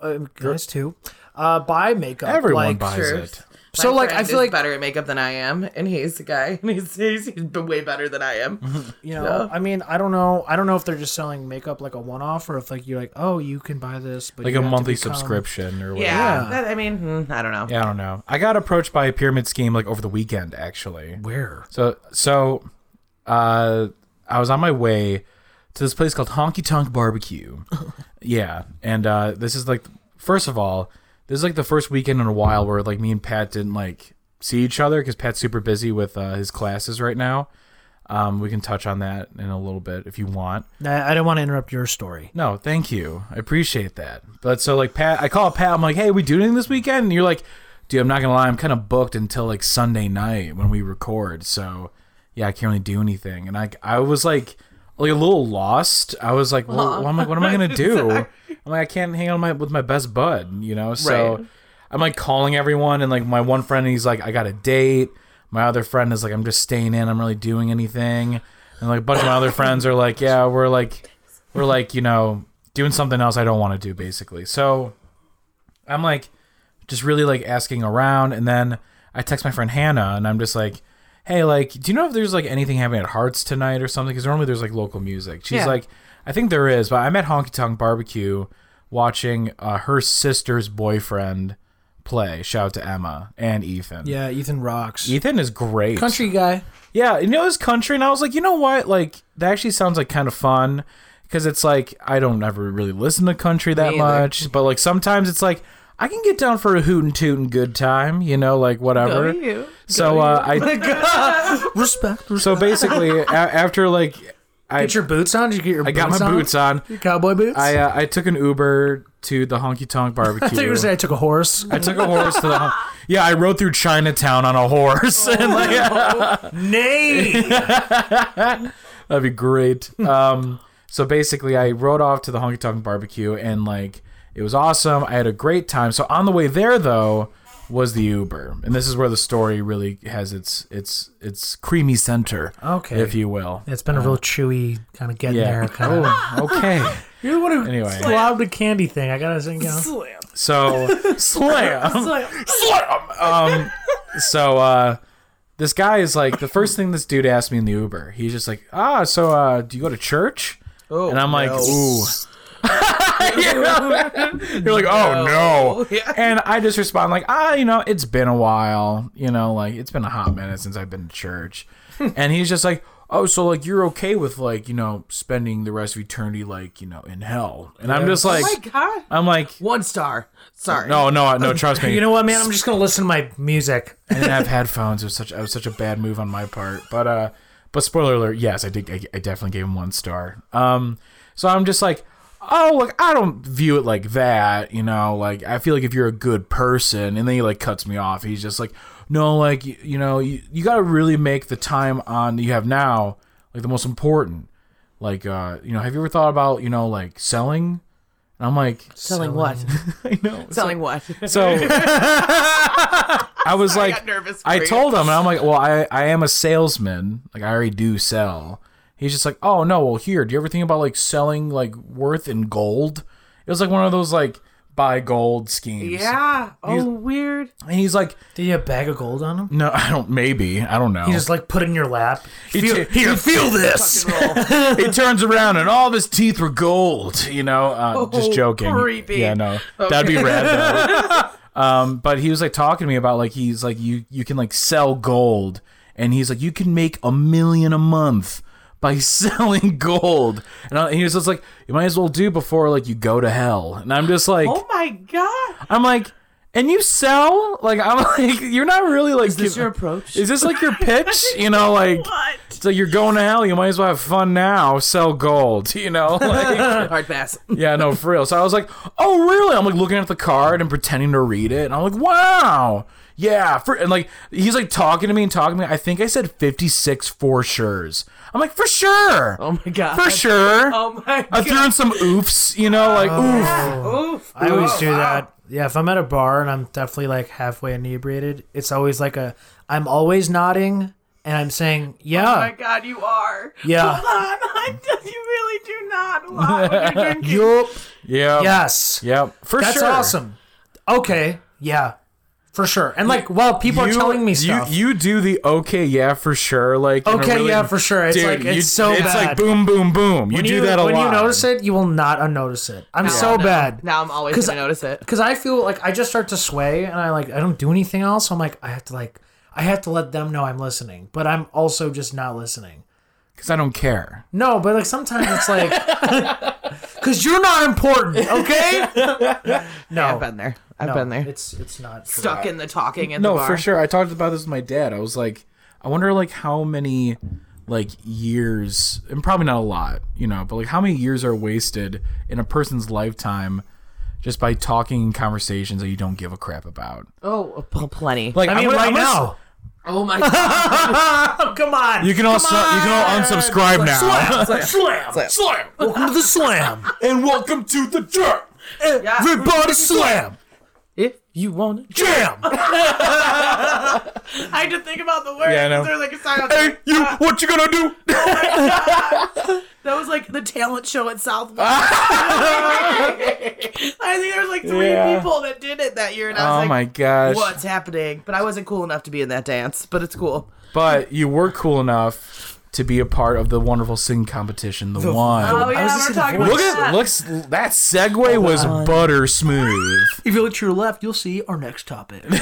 [SPEAKER 3] uh, guys too, uh, buy makeup.
[SPEAKER 2] Everyone
[SPEAKER 3] like,
[SPEAKER 2] buys
[SPEAKER 4] sure.
[SPEAKER 2] it.
[SPEAKER 4] My
[SPEAKER 3] so, like, I
[SPEAKER 4] friend
[SPEAKER 3] feel
[SPEAKER 4] is
[SPEAKER 3] like-
[SPEAKER 4] better at makeup than I am, and he's a guy, and he's he's, he's been way better than I am.
[SPEAKER 3] You know, I mean, I don't know. I don't know if they're just selling makeup like a one off or if like you're like, oh, you can buy this, but
[SPEAKER 2] Like
[SPEAKER 3] you
[SPEAKER 2] a
[SPEAKER 3] have to
[SPEAKER 2] monthly
[SPEAKER 3] become-
[SPEAKER 2] subscription or whatever.
[SPEAKER 4] yeah,
[SPEAKER 3] Yeah.
[SPEAKER 4] That, I mean, hmm, I don't know.
[SPEAKER 2] Yeah, I don't know. I got approached by a pyramid scheme like over the weekend actually.
[SPEAKER 3] Where?
[SPEAKER 2] So so uh I was on my way to this place called Honky Tonk Barbecue. yeah. And uh this is like first of all, this is like the first weekend in a while where like me and Pat didn't like see each other cuz Pat's super busy with uh, his classes right now. Um we can touch on that in a little bit if you want.
[SPEAKER 3] I, I don't want to interrupt your story.
[SPEAKER 2] No, thank you. I appreciate that. But so like Pat, I call Pat. I'm like, hey, we doing anything this weekend? And you're like, dude, I'm not gonna lie, I'm kind of booked until like Sunday night when we record. So yeah, I can't really do anything. And I I was like, like a little lost. I was like, well, I'm like, what am I gonna do? I'm like, I can't hang out my, with my best bud, you know. So
[SPEAKER 4] Right.
[SPEAKER 2] I'm like calling everyone, and like my one friend, he's like, I got a date. My other friend is like, I'm just staying in. I'm really doing anything. And like a bunch of my other friends are like, yeah, we're like, we're
[SPEAKER 3] Mm-hmm.
[SPEAKER 2] like, you know, doing something else I don't want to do, basically. So I'm like, just really like asking around, and then I text my friend Hannah, and I'm just like, hey, like, do you know if there's like anything happening at Hearts tonight or something? Because normally there's like local music. She's
[SPEAKER 4] Yeah.
[SPEAKER 2] like, I think there is, but I'm at Honky Tonk Barbecue watching uh, her sister's boyfriend play. Shout out to Emma and Ethan.
[SPEAKER 3] Yeah, Ethan rocks.
[SPEAKER 2] Ethan is great.
[SPEAKER 3] Country guy.
[SPEAKER 2] Yeah, you know, it was country, and I was like, you know what? Like, that actually sounds like kind of fun because it's like I don't ever really listen to country that
[SPEAKER 4] either.
[SPEAKER 2] much, but like sometimes it's like I can get down for a hoot and toot and good time, you know, like whatever.
[SPEAKER 4] you.
[SPEAKER 2] So uh, I
[SPEAKER 3] Respect.
[SPEAKER 2] so basically a- after like I
[SPEAKER 3] Get your boots on. Did you get your
[SPEAKER 2] I got my
[SPEAKER 3] boots on?
[SPEAKER 2] boots on,
[SPEAKER 3] Your cowboy boots.
[SPEAKER 2] I uh, I took an Uber to the honky tonk barbecue.
[SPEAKER 3] thought you were gonna say I took a horse.
[SPEAKER 2] I took a horse to the. hon- Yeah, I rode through Chinatown on a horse, and like,
[SPEAKER 3] Nay.
[SPEAKER 2] That'd be great. Um, so basically, I rode off to the Honky Tonk Barbecue, and like it was awesome. I had a great time. So on the way there, though, was the Uber, and this is where the story really has its its its creamy center,
[SPEAKER 3] Okay.
[SPEAKER 2] if you will.
[SPEAKER 3] it's been a real chewy kind of getting
[SPEAKER 2] Yeah.
[SPEAKER 3] there. Kind of.
[SPEAKER 2] Okay.
[SPEAKER 3] You're the one who
[SPEAKER 2] Anyway.
[SPEAKER 3] slobbed a candy thing. I gotta say, you know.
[SPEAKER 4] Slam.
[SPEAKER 2] So slam,
[SPEAKER 4] Slam.
[SPEAKER 2] slam. Um, so uh this guy is like the first thing this dude asked me in the Uber. He's just like, "Ah, so uh do you go to church?"
[SPEAKER 4] Oh,
[SPEAKER 2] and I'm like,
[SPEAKER 4] no.
[SPEAKER 2] "Ooh." You know? You're like, "Oh no."
[SPEAKER 4] Yeah.
[SPEAKER 2] And I just respond like, "Ah, you know, it's been a while. You know, like it's been a hot minute since I've been to church." and he's just like, "Oh, so like you're okay with like, you know, spending the rest of eternity like, you know, in hell." And I'm just like
[SPEAKER 4] Oh my god.
[SPEAKER 2] I'm like,
[SPEAKER 4] One star. Sorry.
[SPEAKER 2] "No, no, no, trust me."
[SPEAKER 3] You know what, man? I'm just gonna listen to my music.
[SPEAKER 2] I didn't have headphones. It was such it was such a bad move on my part. But uh, but spoiler alert, yes, I did. I, I definitely gave him one star. Um, so I'm just like, oh, look, I don't view it like that. You know, like I feel like if you're a good person, and then he like cuts me off. He's just like, no, like you, you know, you, you got to really make the time on that you have now like the most important. Like uh, you know, have you ever thought about you know like selling? And I'm like,
[SPEAKER 4] Selling what?
[SPEAKER 2] I know.
[SPEAKER 4] Selling what?
[SPEAKER 2] So I was like,
[SPEAKER 4] got nervous for
[SPEAKER 2] I
[SPEAKER 4] you.
[SPEAKER 2] told him, and I'm like, well, I, I am a salesman. Like, I already do sell. He's just like, oh, no, well, here, do you ever think about like selling like worth in gold? It was like one of those like buy gold schemes.
[SPEAKER 4] Yeah. Oh, weird.
[SPEAKER 2] And he's like,
[SPEAKER 3] Did you have a bag of gold on him?
[SPEAKER 2] no, I don't, maybe. I don't know.
[SPEAKER 3] You just like put it in your lap.
[SPEAKER 2] He
[SPEAKER 3] Feel-
[SPEAKER 2] ta-
[SPEAKER 3] here, feel this.
[SPEAKER 2] he turns around and all of his teeth were gold. You know, uh, just joking.
[SPEAKER 4] Oh, creepy.
[SPEAKER 2] Yeah, no, that'd be rad though. um, but he was like talking to me about like he's like you you can like sell gold, and he's like you can make a million a month by selling gold, and, I, and he was just like you might as well do before like you go to hell, and I'm just like
[SPEAKER 4] Oh my god.
[SPEAKER 2] I'm like. And you sell like I'm like you're not really like is
[SPEAKER 4] this your approach?
[SPEAKER 2] Is this like your pitch? You know like
[SPEAKER 4] What?
[SPEAKER 2] so you're going to hell. You might as well have fun now. Sell gold, you know. Like,
[SPEAKER 4] Hard pass.
[SPEAKER 2] yeah, no, for real. So I was like, oh, really? I'm like looking at the card and pretending to read it, and I'm like, wow, yeah. For and like he's like talking to me and talking to me. I think I said 56 for sure's. I'm like, for sure,
[SPEAKER 4] Oh my god.
[SPEAKER 2] for sure.
[SPEAKER 4] Oh my
[SPEAKER 2] I threw
[SPEAKER 4] god. Oh.
[SPEAKER 2] in some oofs, you know, like oof.
[SPEAKER 4] Oof.
[SPEAKER 3] Oh,
[SPEAKER 4] Oh
[SPEAKER 3] I always
[SPEAKER 4] Oof.
[SPEAKER 3] do that. Yeah, if I'm at a bar and I'm definitely like halfway inebriated, it's always like a I'm always nodding and I'm saying,
[SPEAKER 4] Oh my
[SPEAKER 3] yeah,
[SPEAKER 4] god, you are.
[SPEAKER 3] Yeah.
[SPEAKER 4] Hold on. I just- you really do not lie when you're drinking.
[SPEAKER 3] yup,
[SPEAKER 2] Yeah.
[SPEAKER 3] yes,
[SPEAKER 2] Yep. For
[SPEAKER 3] that's
[SPEAKER 2] sure.
[SPEAKER 3] awesome. Okay, yeah, for sure. And like, while people are telling me stuff.
[SPEAKER 2] You, you do the okay, yeah, for sure. Like in a
[SPEAKER 3] Okay,
[SPEAKER 2] really-
[SPEAKER 3] yeah, for sure. It's
[SPEAKER 2] Dude,
[SPEAKER 3] like it's
[SPEAKER 2] you-
[SPEAKER 3] so
[SPEAKER 2] it's
[SPEAKER 3] bad.
[SPEAKER 2] like boom, boom, boom. You
[SPEAKER 3] when
[SPEAKER 2] do
[SPEAKER 3] you,
[SPEAKER 2] that a
[SPEAKER 3] when
[SPEAKER 2] lot.
[SPEAKER 3] you notice it, you will not unnotice it. I'm so
[SPEAKER 4] No.
[SPEAKER 3] bad.
[SPEAKER 4] Now I'm always
[SPEAKER 3] 'Cause
[SPEAKER 4] gonna notice it.
[SPEAKER 3] because I feel like I just start to sway and I like I don't do anything else. I'm like I have to like I have to let them know I'm listening, but I'm also just not listening.
[SPEAKER 2] because I don't care.
[SPEAKER 3] No, but like sometimes it's like because you're not important, okay? No,
[SPEAKER 4] I've been there. I've
[SPEAKER 3] no,
[SPEAKER 4] been there.
[SPEAKER 3] It's it's not true.
[SPEAKER 4] Stuck in the talking in the
[SPEAKER 2] No,
[SPEAKER 4] bar.
[SPEAKER 2] for sure. I talked about this with my dad. I was like, I wonder like how many like years, and probably not a lot, you know, but like how many years are wasted in a person's lifetime just by talking in conversations that you don't give a crap about.
[SPEAKER 4] Oh, pl- plenty.
[SPEAKER 2] Like
[SPEAKER 3] I mean,
[SPEAKER 2] I'm gonna-
[SPEAKER 3] right
[SPEAKER 2] I'm gonna-
[SPEAKER 3] now.
[SPEAKER 4] oh my god.
[SPEAKER 3] Oh come on!
[SPEAKER 2] You can all su- you can all unsubscribe now.
[SPEAKER 3] slam, Uh-huh. slam, slam, Welcome to the slam.
[SPEAKER 2] And welcome to the jerk.
[SPEAKER 3] Everybody slam,
[SPEAKER 4] if you want to.
[SPEAKER 3] jam.
[SPEAKER 4] I had to think about the word.
[SPEAKER 2] Yeah, I know.
[SPEAKER 4] 'cause There's like a sign out
[SPEAKER 2] Hey,
[SPEAKER 4] there.
[SPEAKER 2] you, what you gonna do?
[SPEAKER 4] That was like the talent show at Southwest. I think there was like three
[SPEAKER 2] Yeah.
[SPEAKER 4] people that did it that year, and I was
[SPEAKER 2] Oh
[SPEAKER 4] like,
[SPEAKER 2] my gosh.
[SPEAKER 4] "What's happening?" But I wasn't cool enough to be in that dance. But it's cool.
[SPEAKER 2] But you were cool enough to be a part of the wonderful singing competition, the, one.
[SPEAKER 4] Oh yeah,
[SPEAKER 3] just
[SPEAKER 4] we're
[SPEAKER 3] gonna
[SPEAKER 4] talking
[SPEAKER 3] voice
[SPEAKER 4] about
[SPEAKER 2] Look at
[SPEAKER 4] that.
[SPEAKER 2] looks that segue was butter smooth.
[SPEAKER 3] If you look to your left, you'll see our next topic.
[SPEAKER 4] that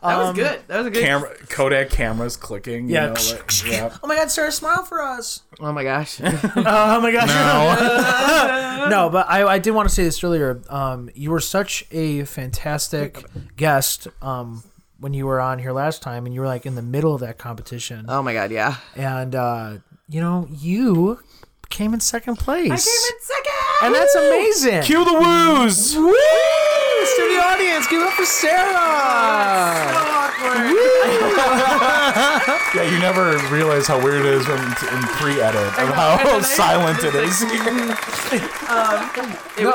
[SPEAKER 4] was good. That was a good.
[SPEAKER 2] um, Camera Kodak cameras clicking.
[SPEAKER 3] Yeah.
[SPEAKER 2] You know, like, yeah.
[SPEAKER 3] Oh my God, Sarah, smile for us.
[SPEAKER 4] Oh my gosh.
[SPEAKER 3] Oh my gosh.
[SPEAKER 2] No.
[SPEAKER 3] no, but I, I did want to say this earlier. Um, you were such a fantastic guest um, when you were on here last time, and you were like in the middle of that competition.
[SPEAKER 4] oh my god. Yeah.
[SPEAKER 3] And, uh, you know, you came in second place.
[SPEAKER 4] second.
[SPEAKER 3] and that's amazing.
[SPEAKER 2] Cue the woos.
[SPEAKER 3] Woo! Let's do the audience. Give it up for Sarah.
[SPEAKER 2] Yeah, you never realize how weird it is when in pre-edit of how
[SPEAKER 4] then I-
[SPEAKER 2] silent it is.
[SPEAKER 4] It was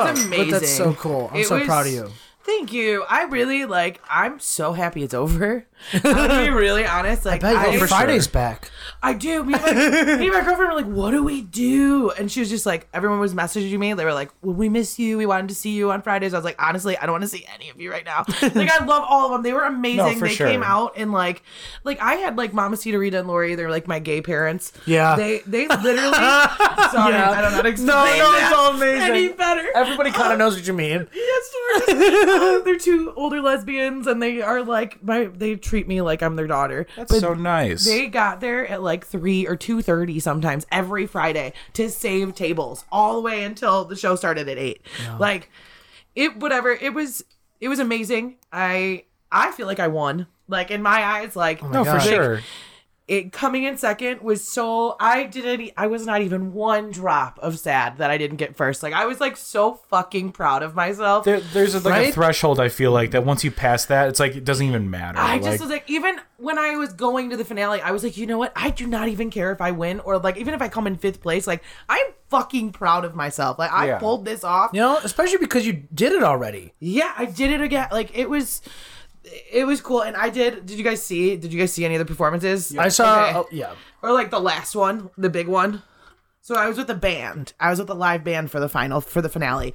[SPEAKER 3] No,
[SPEAKER 4] amazing.
[SPEAKER 3] But that's so cool. I'm
[SPEAKER 4] It
[SPEAKER 3] so
[SPEAKER 4] was-
[SPEAKER 3] proud of you.
[SPEAKER 4] Thank you. I really like. I'm so happy it's over. I'm gonna be really honest. Like,
[SPEAKER 3] But
[SPEAKER 4] I,
[SPEAKER 3] oh, Friday's back.
[SPEAKER 4] I do. Me and, my, me and my girlfriend were like, "What do we do?" And she was just like, "Everyone was messaging me. They were like, well, we miss you. We wanted to see you on Fridays.' I was like, honestly, I don't want to see any of you right now. like, I love all of them. They were amazing.
[SPEAKER 3] for
[SPEAKER 4] they
[SPEAKER 3] sure.
[SPEAKER 4] came out and like, like I had like Mama Rita and Lori. They're like my gay parents.
[SPEAKER 3] Yeah.
[SPEAKER 4] They they literally. sorry, I don't know how to explain
[SPEAKER 3] Oh,
[SPEAKER 4] that any better.
[SPEAKER 3] Everybody kind of knows what you mean.
[SPEAKER 4] Yes, Doris. Uh, they're two older lesbians, and they are like my. They treat me like I'm their daughter.
[SPEAKER 2] That's so nice.
[SPEAKER 4] They got there at like three or two thirty sometimes every Friday to save tables all the way until the show started at eight. Like it, whatever. It was it was amazing. I I feel like I won. Like in Oh my eyes, like
[SPEAKER 2] no, for
[SPEAKER 3] God.
[SPEAKER 2] sure.
[SPEAKER 4] it coming in second was so I didn't I was not even one drop of sad that I didn't get first. Like I was like so fucking proud of myself.
[SPEAKER 2] There, there's a, like a
[SPEAKER 3] Right?
[SPEAKER 2] threshold I feel like that once you pass that, it's like it doesn't even matter.
[SPEAKER 4] I
[SPEAKER 2] like,
[SPEAKER 4] just was like, even when I was going to the finale, I was like, you know what? I do not even care if I win or like even if I come in fifth place. Like I'm fucking proud of myself. Like I
[SPEAKER 2] Yeah.
[SPEAKER 4] pulled this off.
[SPEAKER 3] You know, especially because you did it already.
[SPEAKER 4] Yeah, I did it again. Like it was, it was cool. And I did. Did you guys see? Did you guys see any of the performances?
[SPEAKER 3] I saw.
[SPEAKER 4] Okay.
[SPEAKER 3] Oh, yeah.
[SPEAKER 4] or like the last one, the big one. So I was with the band. I was with the live band for the final for the finale,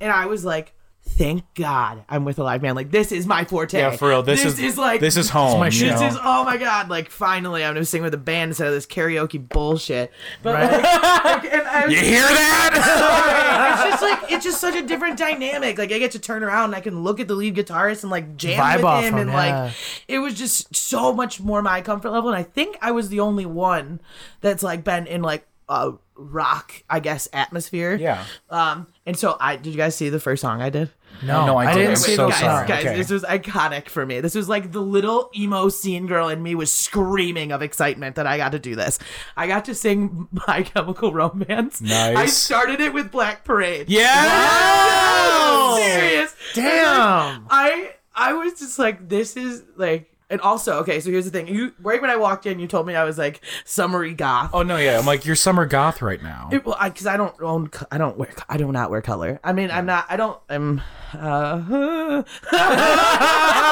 [SPEAKER 4] and I was like. Thank God I'm with a live band. Like this is my forte.
[SPEAKER 2] yeah, for real. This,
[SPEAKER 4] is like
[SPEAKER 2] this is home.
[SPEAKER 3] my
[SPEAKER 2] you
[SPEAKER 3] shit.
[SPEAKER 2] know?
[SPEAKER 4] this is oh my god! Like finally, I'm gonna sing with a band instead of this karaoke bullshit. But
[SPEAKER 3] Right.
[SPEAKER 4] like, like, and I was
[SPEAKER 2] you hear that?
[SPEAKER 4] sorry. it's just like it's just such a different dynamic. Like I get to turn around and I can look at the lead guitarist and like jam
[SPEAKER 3] Vibe
[SPEAKER 4] with
[SPEAKER 3] off
[SPEAKER 4] him,
[SPEAKER 3] him,
[SPEAKER 4] and
[SPEAKER 3] yeah.
[SPEAKER 4] like it was just so much more my comfort level. And I think I was the only one that's like been in like a rock, I guess, atmosphere.
[SPEAKER 2] yeah.
[SPEAKER 4] Um. And so I did. You guys see the first song I did?
[SPEAKER 3] No,
[SPEAKER 2] No, I
[SPEAKER 3] I,
[SPEAKER 2] didn't.
[SPEAKER 3] didn't
[SPEAKER 2] I'm
[SPEAKER 3] see
[SPEAKER 2] so
[SPEAKER 3] those.
[SPEAKER 2] sorry.
[SPEAKER 4] guys,
[SPEAKER 3] songs.
[SPEAKER 4] guys,
[SPEAKER 2] Okay.
[SPEAKER 4] this was iconic for me. This was like the little emo scene girl in me was screaming of excitement that I got to do this. I got to sing My Chemical Romance.
[SPEAKER 2] Nice.
[SPEAKER 4] I started it with Black Parade.
[SPEAKER 2] Yeah.
[SPEAKER 4] I'm serious.
[SPEAKER 3] Damn.
[SPEAKER 4] I I was just like, this is like. And also, okay, so here's the thing. You right when I walked in, you told me I was like summery goth.
[SPEAKER 2] Oh no, yeah. I'm like you're summer goth right now.
[SPEAKER 4] It- well, because I, don't own, co- I don't wear, co- I do not wear color. I mean, I'm not, I don't, I'm, uh,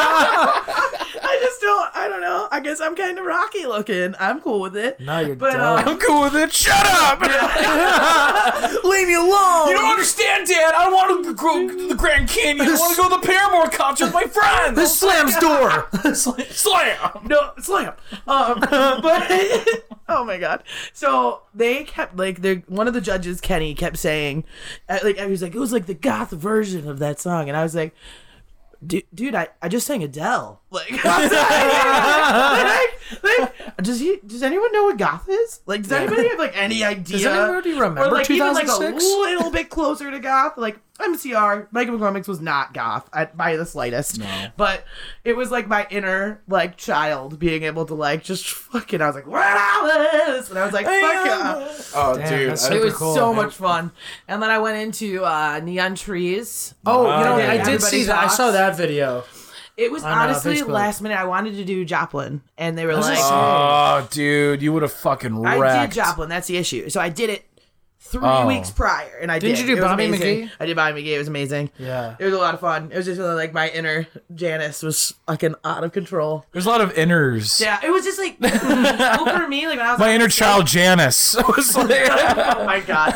[SPEAKER 4] I just don't, I don't know. I guess I'm kind of rocky looking. I'm cool with it.
[SPEAKER 3] No, you're
[SPEAKER 4] But,
[SPEAKER 3] dumb.
[SPEAKER 4] um,
[SPEAKER 2] I'm cool with it. Shut up.
[SPEAKER 3] Leave me alone.
[SPEAKER 2] Oh, You don't understand, Dad. I want to go to the Grand Canyon. I want to go to the Paramore concert with my friends.
[SPEAKER 3] this slams door.
[SPEAKER 2] slam.
[SPEAKER 4] no, slam. Um, but, oh my God. So they kept, like, they one of the judges, Kenny, kept saying, uh, like, I was like, it was like the goth version of that song. And I was like, dude, dude I, I just sang Adele. Like, like, like, does he? Does anyone know what goth is? Like, does anybody have like any idea?
[SPEAKER 3] anybody remember
[SPEAKER 4] Or like even like a
[SPEAKER 3] 2006?
[SPEAKER 4] little bit closer to goth? Like MCR, Michael McCormick's was not goth at, by the slightest, but it was like my inner like child being able to like just fucking. I was like, what Alice? And I was like, fuck yeah.
[SPEAKER 2] Oh,
[SPEAKER 3] Damn,
[SPEAKER 2] dude.
[SPEAKER 3] that's
[SPEAKER 2] I-
[SPEAKER 3] so-
[SPEAKER 4] It was
[SPEAKER 3] cool,
[SPEAKER 4] so
[SPEAKER 3] man.
[SPEAKER 4] much fun. And then I went into uh, Neon Trees.
[SPEAKER 3] Oh, you know,
[SPEAKER 2] Okay.
[SPEAKER 3] I did
[SPEAKER 4] Everybody
[SPEAKER 3] see that. I
[SPEAKER 4] talks.
[SPEAKER 3] saw that video.
[SPEAKER 4] It was
[SPEAKER 3] On, uh,
[SPEAKER 4] honestly
[SPEAKER 3] Facebook.
[SPEAKER 4] last minute. I wanted to do Joplin, and they were
[SPEAKER 3] That's
[SPEAKER 4] like,
[SPEAKER 3] insane.
[SPEAKER 2] Oh, dude, you would have fucking wrecked.
[SPEAKER 4] I did Joplin. That's the issue. So I did it three
[SPEAKER 2] Oh.
[SPEAKER 4] weeks prior, and I
[SPEAKER 3] Didn't
[SPEAKER 4] did.
[SPEAKER 3] you do
[SPEAKER 4] It was
[SPEAKER 3] Bobby
[SPEAKER 4] amazing.
[SPEAKER 3] McGee?
[SPEAKER 4] I did Bobby McGee. It was amazing.
[SPEAKER 3] Yeah.
[SPEAKER 4] It was a lot of fun. It was just really, like my inner Janice was fucking out of control.
[SPEAKER 2] There's a lot of inners.
[SPEAKER 4] Yeah, it was just like well, for me, like when I was
[SPEAKER 2] My
[SPEAKER 4] like,
[SPEAKER 2] inner child Janice was like,
[SPEAKER 4] Oh my god!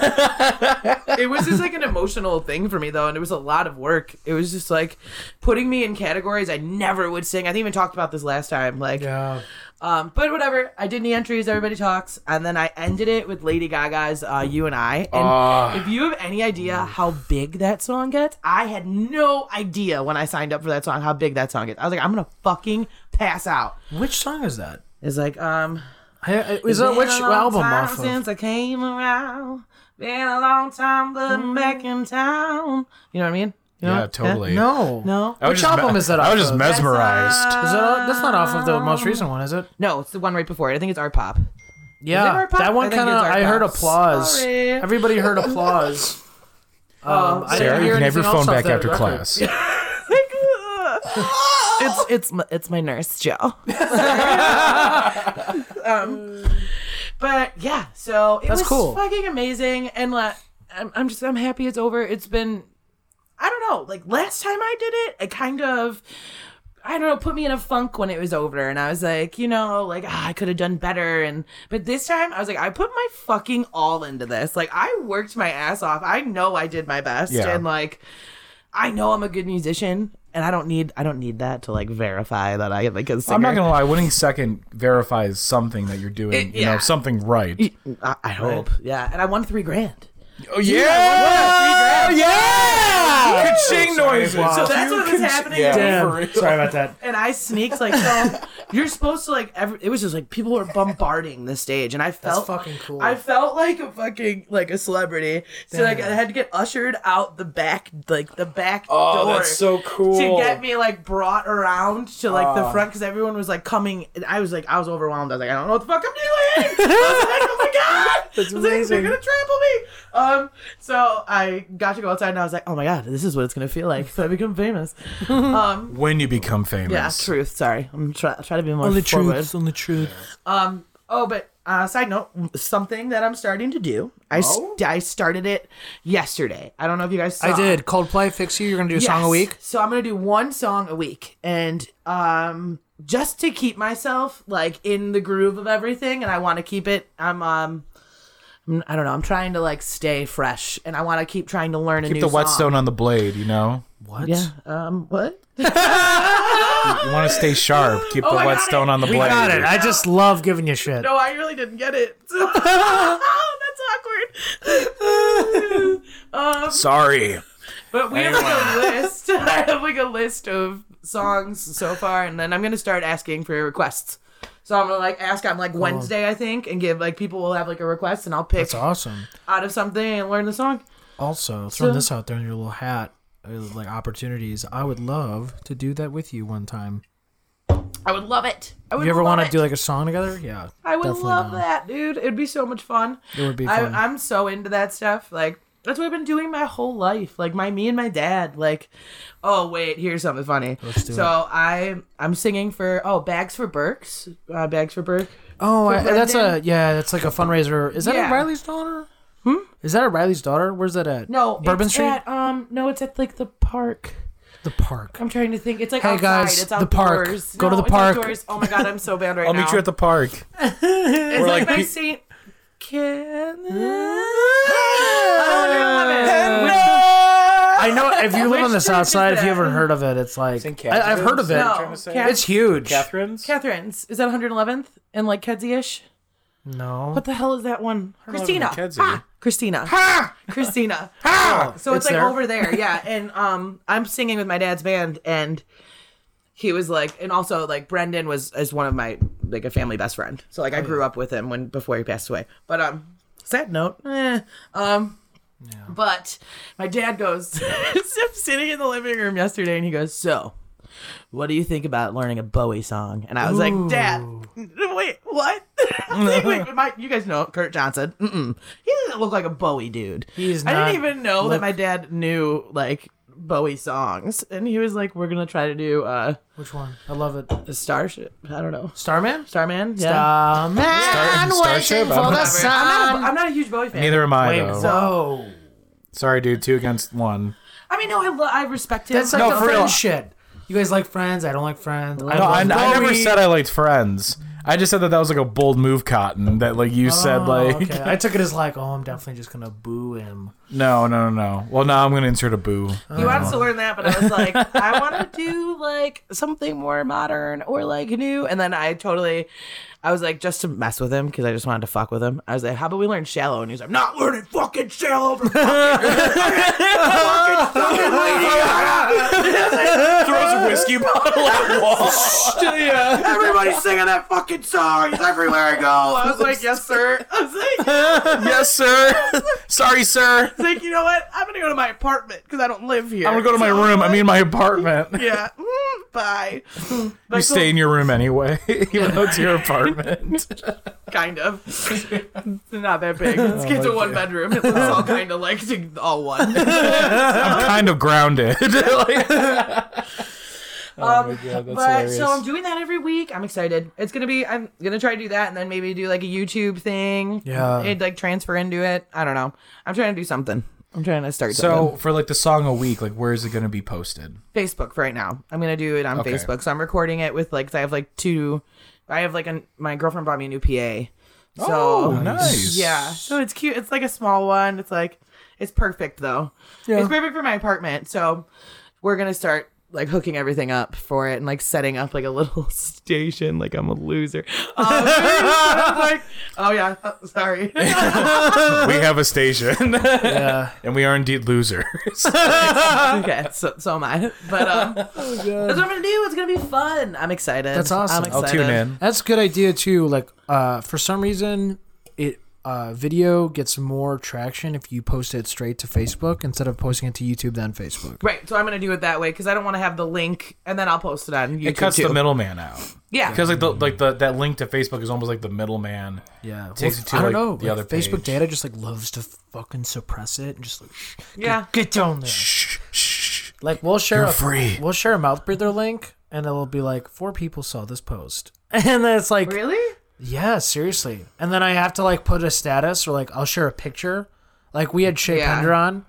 [SPEAKER 4] it was just like an emotional thing for me though, and it was a lot of work. It was just like putting me in categories I never would sing. I think I even talked about this last time. Like,
[SPEAKER 3] Yeah.
[SPEAKER 4] Um, but whatever. I did the entries. Everybody talks, and then I ended it with Lady Gaga's uh, "You and I." And
[SPEAKER 2] Ah.
[SPEAKER 4] if you have any idea how big that song gets, I had no idea when I signed up for that song how big that song gets. I was like, I'm gonna fucking pass out.
[SPEAKER 3] Which song is that?
[SPEAKER 4] It's like, um,
[SPEAKER 3] I, I, is that
[SPEAKER 4] been
[SPEAKER 3] which
[SPEAKER 4] a long
[SPEAKER 3] album
[SPEAKER 4] time
[SPEAKER 3] off of?
[SPEAKER 4] Since I came around, been a long time, but I'm back in town. You know what I mean? You know
[SPEAKER 2] Yeah,
[SPEAKER 4] what-
[SPEAKER 2] totally.
[SPEAKER 3] No.
[SPEAKER 4] No.
[SPEAKER 2] I was
[SPEAKER 3] Which
[SPEAKER 2] just
[SPEAKER 3] album is that
[SPEAKER 2] I
[SPEAKER 3] off
[SPEAKER 2] was just
[SPEAKER 3] of?
[SPEAKER 2] mesmerized.
[SPEAKER 3] Is that, that's not off of the most recent one, is it?
[SPEAKER 4] No, it's the one right before it. I think it's Art Pop. it
[SPEAKER 3] Yeah,
[SPEAKER 4] Art Pop?
[SPEAKER 3] that
[SPEAKER 4] I
[SPEAKER 3] one
[SPEAKER 4] think
[SPEAKER 3] kind of.
[SPEAKER 4] it's Art
[SPEAKER 3] I heard
[SPEAKER 4] Pop.
[SPEAKER 3] applause.
[SPEAKER 4] Sorry.
[SPEAKER 3] Everybody heard applause. Um, I didn't
[SPEAKER 2] Sarah, you
[SPEAKER 3] hear
[SPEAKER 2] can have your
[SPEAKER 3] anything
[SPEAKER 2] phone
[SPEAKER 3] else off
[SPEAKER 2] back
[SPEAKER 3] that
[SPEAKER 2] after
[SPEAKER 3] record.
[SPEAKER 2] class.
[SPEAKER 4] it's it's my, it's my nurse, Joe. um, but yeah, so it
[SPEAKER 3] That's
[SPEAKER 4] was
[SPEAKER 3] cool.
[SPEAKER 4] fucking amazing, and like, I'm, I'm just I'm happy it's over. It's been I don't don't know. Like last time I did it, it kind of I don't know, put me in a funk when it was over and I was like, you know, like ah, I could have done better and but this time I was like I put my fucking all into this. Like I worked my ass off. I know I did my best
[SPEAKER 2] Yeah.
[SPEAKER 4] and like I know I'm a good musician and I don't need I don't need that to like verify that I like a singer.
[SPEAKER 2] I'm not gonna lie. Winning second verifies something that you're doing.
[SPEAKER 4] It-
[SPEAKER 2] You know,
[SPEAKER 4] yeah.
[SPEAKER 2] something right.
[SPEAKER 4] I, I hope. Yeah, and I won 3 grand.
[SPEAKER 2] Oh yeah, yeah. Ka-ching noises.
[SPEAKER 3] Wow.
[SPEAKER 4] So that's what was happening.
[SPEAKER 2] yeah.
[SPEAKER 3] Damn.
[SPEAKER 2] For real.
[SPEAKER 3] Sorry about that.
[SPEAKER 4] and I sneaked like so. You're supposed to like. Every, it was just like people were bombarding the stage, and I felt
[SPEAKER 3] fucking cool.
[SPEAKER 4] I felt like a fucking like a celebrity. So like I had to get ushered out the back, like the back
[SPEAKER 2] Oh,
[SPEAKER 4] door.
[SPEAKER 2] that's so cool.
[SPEAKER 4] To get me like brought around to like the front because everyone was like coming. And I was like, I was overwhelmed. I was like, I don't know what the fuck I'm doing. I was like, oh my god, that's
[SPEAKER 3] amazing.
[SPEAKER 4] They're gonna trample me. Um, so I got to go outside and I was like, oh my god, this is what it's gonna feel like if I become famous. Um,
[SPEAKER 2] When you become famous.
[SPEAKER 4] yeah, truth. Sorry, I'm try try to be more forward.
[SPEAKER 3] on the truth.
[SPEAKER 4] Um. Oh, but uh, side note, something that I'm starting to do. I s- I started it yesterday. I don't know if you guys. saw.
[SPEAKER 3] I did. Coldplay, Fix You. You're going to do a song a
[SPEAKER 4] Yes.
[SPEAKER 3] week.
[SPEAKER 4] So I'm gonna do one song a week, and um, just to keep myself like in the groove of everything, and I want to keep it. I'm um. I'm- I don't know. I'm trying to like stay fresh, and I want to keep trying to learn a
[SPEAKER 2] Keep
[SPEAKER 4] new
[SPEAKER 2] the
[SPEAKER 4] song.
[SPEAKER 2] whetstone on the blade. You know.
[SPEAKER 3] What?
[SPEAKER 4] Yeah. Um. What?
[SPEAKER 2] You want to stay sharp. Keep
[SPEAKER 4] I
[SPEAKER 2] the
[SPEAKER 4] got
[SPEAKER 2] whetstone
[SPEAKER 4] it.
[SPEAKER 2] on the
[SPEAKER 3] We
[SPEAKER 2] blade.
[SPEAKER 3] got Oh, it. I just love giving you shit.
[SPEAKER 4] No, I really didn't get it. oh, that's awkward. um,
[SPEAKER 2] Sorry.
[SPEAKER 4] But we have like a list. I have like a list of songs so far, and then I'm gonna start asking for requests. So I'm gonna like ask on like Wednesday, I think, and give like people will have like a request, and I'll pick
[SPEAKER 3] Oh. That's awesome.
[SPEAKER 4] out of something and learn the song.
[SPEAKER 3] Also, throwing this out there in your little hat, uh, like opportunities. I would love to do that with you one time.
[SPEAKER 4] I would love it. I would
[SPEAKER 3] You ever
[SPEAKER 4] want
[SPEAKER 3] to do like a song together? Yeah.
[SPEAKER 4] I would
[SPEAKER 3] definitely
[SPEAKER 4] love
[SPEAKER 3] not.
[SPEAKER 4] that, dude. It'd be so much fun.
[SPEAKER 3] It would be
[SPEAKER 4] I,
[SPEAKER 3] fun.
[SPEAKER 4] I'm so into that stuff. Like that's what I've been doing my whole life. Like my me and my dad. Like, oh wait, here's something funny. Let's
[SPEAKER 3] do
[SPEAKER 4] so I I'm singing for oh bags for Burks, uh, bags for Burke.
[SPEAKER 3] Oh, I,
[SPEAKER 4] For
[SPEAKER 3] that's a
[SPEAKER 4] Brendan?
[SPEAKER 3] yeah. That's like a fundraiser. Is that
[SPEAKER 4] Yeah.
[SPEAKER 3] a Riley's daughter? Hmm. Is that a Riley's daughter? Where's that at?
[SPEAKER 4] No,
[SPEAKER 3] Bourbon
[SPEAKER 4] it's
[SPEAKER 3] Street,
[SPEAKER 4] At, um, no, it's at like the park.
[SPEAKER 3] the park.
[SPEAKER 4] I'm trying to think. It's like
[SPEAKER 3] Hey,
[SPEAKER 4] outside.
[SPEAKER 3] guys,
[SPEAKER 4] it's
[SPEAKER 3] the park.
[SPEAKER 4] outdoors.
[SPEAKER 3] Go to
[SPEAKER 4] No,
[SPEAKER 3] the
[SPEAKER 4] it's
[SPEAKER 3] park.
[SPEAKER 4] outdoors. Oh my god, I'm so bad right
[SPEAKER 2] I'll
[SPEAKER 4] now.
[SPEAKER 2] meet you at the park.
[SPEAKER 4] It's
[SPEAKER 2] We're
[SPEAKER 4] like
[SPEAKER 2] like
[SPEAKER 4] by
[SPEAKER 2] pe-
[SPEAKER 4] Saint Ken. Oh, I
[SPEAKER 3] I know. If you live on the
[SPEAKER 4] Which church
[SPEAKER 3] south
[SPEAKER 4] is
[SPEAKER 3] side, if you
[SPEAKER 4] that?
[SPEAKER 3] haven't heard of it, it's like
[SPEAKER 2] St.
[SPEAKER 3] I, I've heard of it.
[SPEAKER 4] No.
[SPEAKER 3] It's huge.
[SPEAKER 2] Catherine's.
[SPEAKER 4] Catherine's is that 111th and like Kedzie ish.
[SPEAKER 3] No.
[SPEAKER 4] What the hell is that one? Christina.
[SPEAKER 2] Kedzie.
[SPEAKER 4] Ah, Christina. Christina. Oh, So it's,
[SPEAKER 3] It's
[SPEAKER 4] like
[SPEAKER 3] there.
[SPEAKER 4] over there, yeah. And um, I'm singing with my dad's band, and he was like, and also like Brendan was is one of my like a family best friend. So like I grew up with him when before he passed away. But um, sad note. eh, um, but my dad goes. so I'm sitting in the living room yesterday, and he goes, so. What do you think about learning a Bowie song? And I was like, Dad, wait, what? I was like, wait, my, you guys know Kurt Johnson. Mm-mm. He doesn't look like a Bowie dude.
[SPEAKER 3] He's
[SPEAKER 4] I
[SPEAKER 3] not
[SPEAKER 4] didn't even know
[SPEAKER 3] look-
[SPEAKER 4] that my dad knew like Bowie songs, and he was like, "We're gonna try to do uh,
[SPEAKER 3] Which one? I love it.
[SPEAKER 4] a Starship." I don't know,
[SPEAKER 3] Starman.
[SPEAKER 4] Starman. Yeah,
[SPEAKER 3] Starman.
[SPEAKER 2] Starship? I don't know.
[SPEAKER 4] Whatever. I'm, not a, I'm not a huge Bowie fan.
[SPEAKER 2] Neither am I
[SPEAKER 3] Wait,
[SPEAKER 2] though.
[SPEAKER 3] whoa.
[SPEAKER 2] Sorry, dude. Two against one.
[SPEAKER 4] I mean, no, I lo- I respect him.
[SPEAKER 3] That's like
[SPEAKER 2] No,
[SPEAKER 3] the
[SPEAKER 2] for real.
[SPEAKER 3] friend shit. You guys like friends? I don't like friends. I
[SPEAKER 2] No, I,
[SPEAKER 3] love
[SPEAKER 2] I never
[SPEAKER 3] Bowie.
[SPEAKER 2] said I liked Friends. I just said that that was like a bold move, Cotton. That like you said, like
[SPEAKER 3] Oh, okay. I took it as like, oh, I'm definitely just gonna boo him.
[SPEAKER 2] no, no, no, no. Well, now I'm gonna insert a boo.
[SPEAKER 4] He wants
[SPEAKER 2] Uh-huh.
[SPEAKER 4] to learn that, but I was like, I want to do like something more modern or like new. And then I totally, I was like, just to mess with him because I just wanted to fuck with him. I was like, how about we learn shallow? And he was like, not learning fucking shallow. For fucking, fucking, fucking Lady Gaga."
[SPEAKER 2] Throws a whiskey bottle at wall. yeah.
[SPEAKER 4] Everybody's singing that fucking song. He's everywhere I go. I was like, yes, sir. I was like,
[SPEAKER 2] Yes, sir. Sorry, sir.
[SPEAKER 4] I was like, you know what? I'm gonna go to my apartment because I don't live here.
[SPEAKER 2] I'm gonna go to my
[SPEAKER 4] So,
[SPEAKER 2] room. I mean, my apartment.
[SPEAKER 4] yeah. Mm, bye. But
[SPEAKER 2] You
[SPEAKER 4] cool.
[SPEAKER 2] stay in your room anyway, even though it's your apartment.
[SPEAKER 4] kind of. It's not that big.
[SPEAKER 2] Oh
[SPEAKER 4] Let's get to one bedroom. It's all kind of like to- all one.
[SPEAKER 2] I'm kind of grounded. Like-
[SPEAKER 4] um,
[SPEAKER 2] Oh God, that's
[SPEAKER 4] but
[SPEAKER 2] hilarious.
[SPEAKER 4] so I'm doing that every week. I'm excited. It's gonna be. I'm gonna try to do that, and then maybe do like a YouTube thing.
[SPEAKER 3] Yeah.
[SPEAKER 4] and like transfer into it. I don't know. I'm trying to do something. I'm trying to start. something.
[SPEAKER 2] So for like the song a week, like where is it going to be posted?
[SPEAKER 4] Facebook for right now. I'm gonna do it on
[SPEAKER 2] Okay.
[SPEAKER 4] Facebook. So I'm recording it with like 'cause I have like two. I have like an my girlfriend bought me a new PA. So
[SPEAKER 2] Oh, nice.
[SPEAKER 4] Yeah, so it's cute. It's like a small one. It's like it's perfect though. It's perfect for my apartment. So we're gonna start like hooking everything up for it and like setting up like a little station. Like I'm a loser. Um, like oh yeah, uh, sorry.
[SPEAKER 2] we have a station,
[SPEAKER 3] Yeah.
[SPEAKER 2] and we are indeed losers.
[SPEAKER 4] okay, so so am I. But um, that's what I'm gonna do. It's gonna be fun. I'm excited.
[SPEAKER 3] That's awesome.
[SPEAKER 4] I'm
[SPEAKER 2] I'll
[SPEAKER 4] excited.
[SPEAKER 2] tune in.
[SPEAKER 3] That's a good idea too. Like, uh, for some reason, it uh, video gets more traction if you post it straight to Facebook instead of posting it to YouTube then Facebook.
[SPEAKER 4] Right, so I'm gonna do it that way because I don't want to have the link and then I'll post it on YouTube
[SPEAKER 2] It cuts
[SPEAKER 4] too.
[SPEAKER 2] the middleman out
[SPEAKER 4] yeah,
[SPEAKER 2] because like the like the that link to Facebook is almost like the middleman.
[SPEAKER 3] Yeah,
[SPEAKER 2] Takes it to,
[SPEAKER 3] I don't
[SPEAKER 2] like,
[SPEAKER 3] know.
[SPEAKER 2] the
[SPEAKER 3] like,
[SPEAKER 2] other
[SPEAKER 3] Facebook
[SPEAKER 2] page.
[SPEAKER 3] data just like loves to fucking suppress it and just like shh,
[SPEAKER 4] Yeah.
[SPEAKER 3] get, get down there.
[SPEAKER 2] Shh, shh.
[SPEAKER 3] Like we'll share
[SPEAKER 2] You're
[SPEAKER 3] a,
[SPEAKER 2] free.
[SPEAKER 3] We'll share a mouth breather link and it'll be like four people saw this post. And then it's like
[SPEAKER 4] really?
[SPEAKER 3] Yeah, seriously. And then I have to like put a status or like I'll share a picture. Like we had Shea
[SPEAKER 4] Yeah.
[SPEAKER 3] Pender on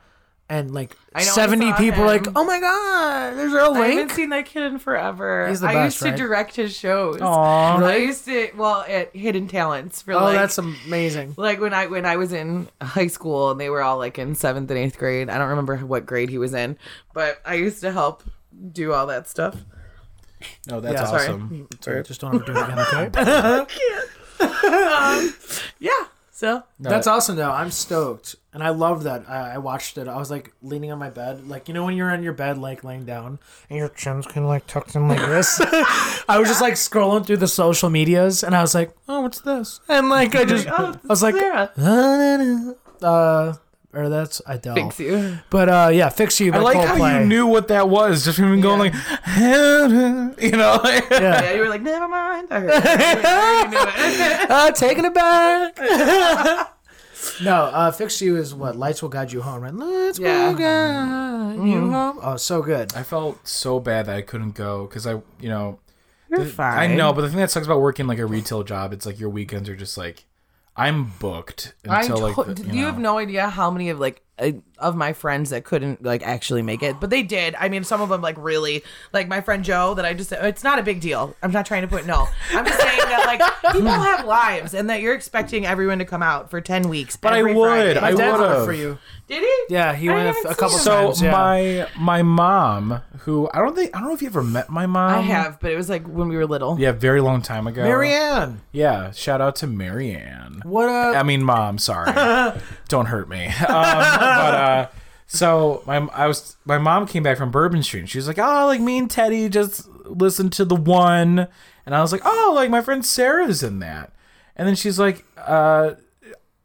[SPEAKER 3] and like
[SPEAKER 4] I know, I
[SPEAKER 3] seventy
[SPEAKER 4] saw
[SPEAKER 3] people
[SPEAKER 4] him.
[SPEAKER 3] like, Oh my god, there's a
[SPEAKER 4] I haven't
[SPEAKER 3] link.
[SPEAKER 4] seen that kid in forever.
[SPEAKER 3] He's the
[SPEAKER 4] I
[SPEAKER 3] best,
[SPEAKER 4] used
[SPEAKER 3] right?
[SPEAKER 4] to direct his shows.
[SPEAKER 2] Aw.
[SPEAKER 4] I used to well at Hidden Talents for
[SPEAKER 3] Oh,
[SPEAKER 4] like
[SPEAKER 3] that's amazing.
[SPEAKER 4] like when I when I was in high school and they were all like in seventh and eighth grade. I don't remember what grade he was in, but I used to help do all that stuff.
[SPEAKER 2] No, that's
[SPEAKER 3] Yeah,
[SPEAKER 4] sorry.
[SPEAKER 2] awesome.
[SPEAKER 3] Sorry, just don't ever do it again, okay?
[SPEAKER 4] Yeah. So
[SPEAKER 3] That's awesome though. I'm stoked. And I love that. I, I watched it. I was like leaning on my bed. Like, you know when you're on your bed, like laying down and your chin's kinda like tucked in like this. I was just like scrolling through the social medias and I was like, Oh, what's this? And like I just
[SPEAKER 4] oh,
[SPEAKER 3] I was like,
[SPEAKER 4] Sarah
[SPEAKER 3] uh, or that's Adele.
[SPEAKER 4] thanks you.
[SPEAKER 3] But uh, yeah, fix you. By
[SPEAKER 2] I like how
[SPEAKER 3] Coldplay.
[SPEAKER 2] you knew what that was just from even going like, you know. like-
[SPEAKER 4] Yeah, you were like, never mind. I heard it. I knew it.
[SPEAKER 3] Uh, taking it back. no, uh, fix you is what lights will guide you home, right? Lights
[SPEAKER 4] Yeah.
[SPEAKER 3] will guide you home. Oh, so good.
[SPEAKER 2] I felt so bad that I couldn't go because I, you know,
[SPEAKER 4] You're
[SPEAKER 2] the-
[SPEAKER 4] fine.
[SPEAKER 2] I know, but the thing that sucks about working like a retail job, it's like your weekends are just like, I'm booked until
[SPEAKER 4] I
[SPEAKER 2] like,
[SPEAKER 4] to-
[SPEAKER 2] the-
[SPEAKER 4] you,
[SPEAKER 2] you know.
[SPEAKER 4] have no idea how many of like uh, of my friends that couldn't like actually make it, but they did. I mean, some of them like really like my friend Joe that I just it's not a big deal. I'm not trying to put no. I'm just saying that like people have lives and that you're expecting everyone to come out for ten weeks. But
[SPEAKER 2] I would. I
[SPEAKER 3] My dad
[SPEAKER 2] would've.
[SPEAKER 3] went for you.
[SPEAKER 4] did he?
[SPEAKER 3] Yeah, he
[SPEAKER 4] I
[SPEAKER 3] went a
[SPEAKER 4] haven't
[SPEAKER 3] f- a
[SPEAKER 4] seen
[SPEAKER 3] couple
[SPEAKER 4] him.
[SPEAKER 2] So
[SPEAKER 3] times, yeah.
[SPEAKER 2] my my mom, who I don't think I don't know if you ever met my mom.
[SPEAKER 4] I have, but it was like when we were little.
[SPEAKER 2] um, Yeah, very long time ago.
[SPEAKER 3] Marianne,
[SPEAKER 2] Yeah, shout out to Marianne.
[SPEAKER 3] what uh, up?
[SPEAKER 2] I mean, mom, sorry. Don't hurt me. Um, but uh, so my I was my mom came back from Bourbon Street. And she was like, "Oh, like me and Teddy just listened to the one," and I was like, "Oh, like my friend Sarah's in that." And then she's like, uh,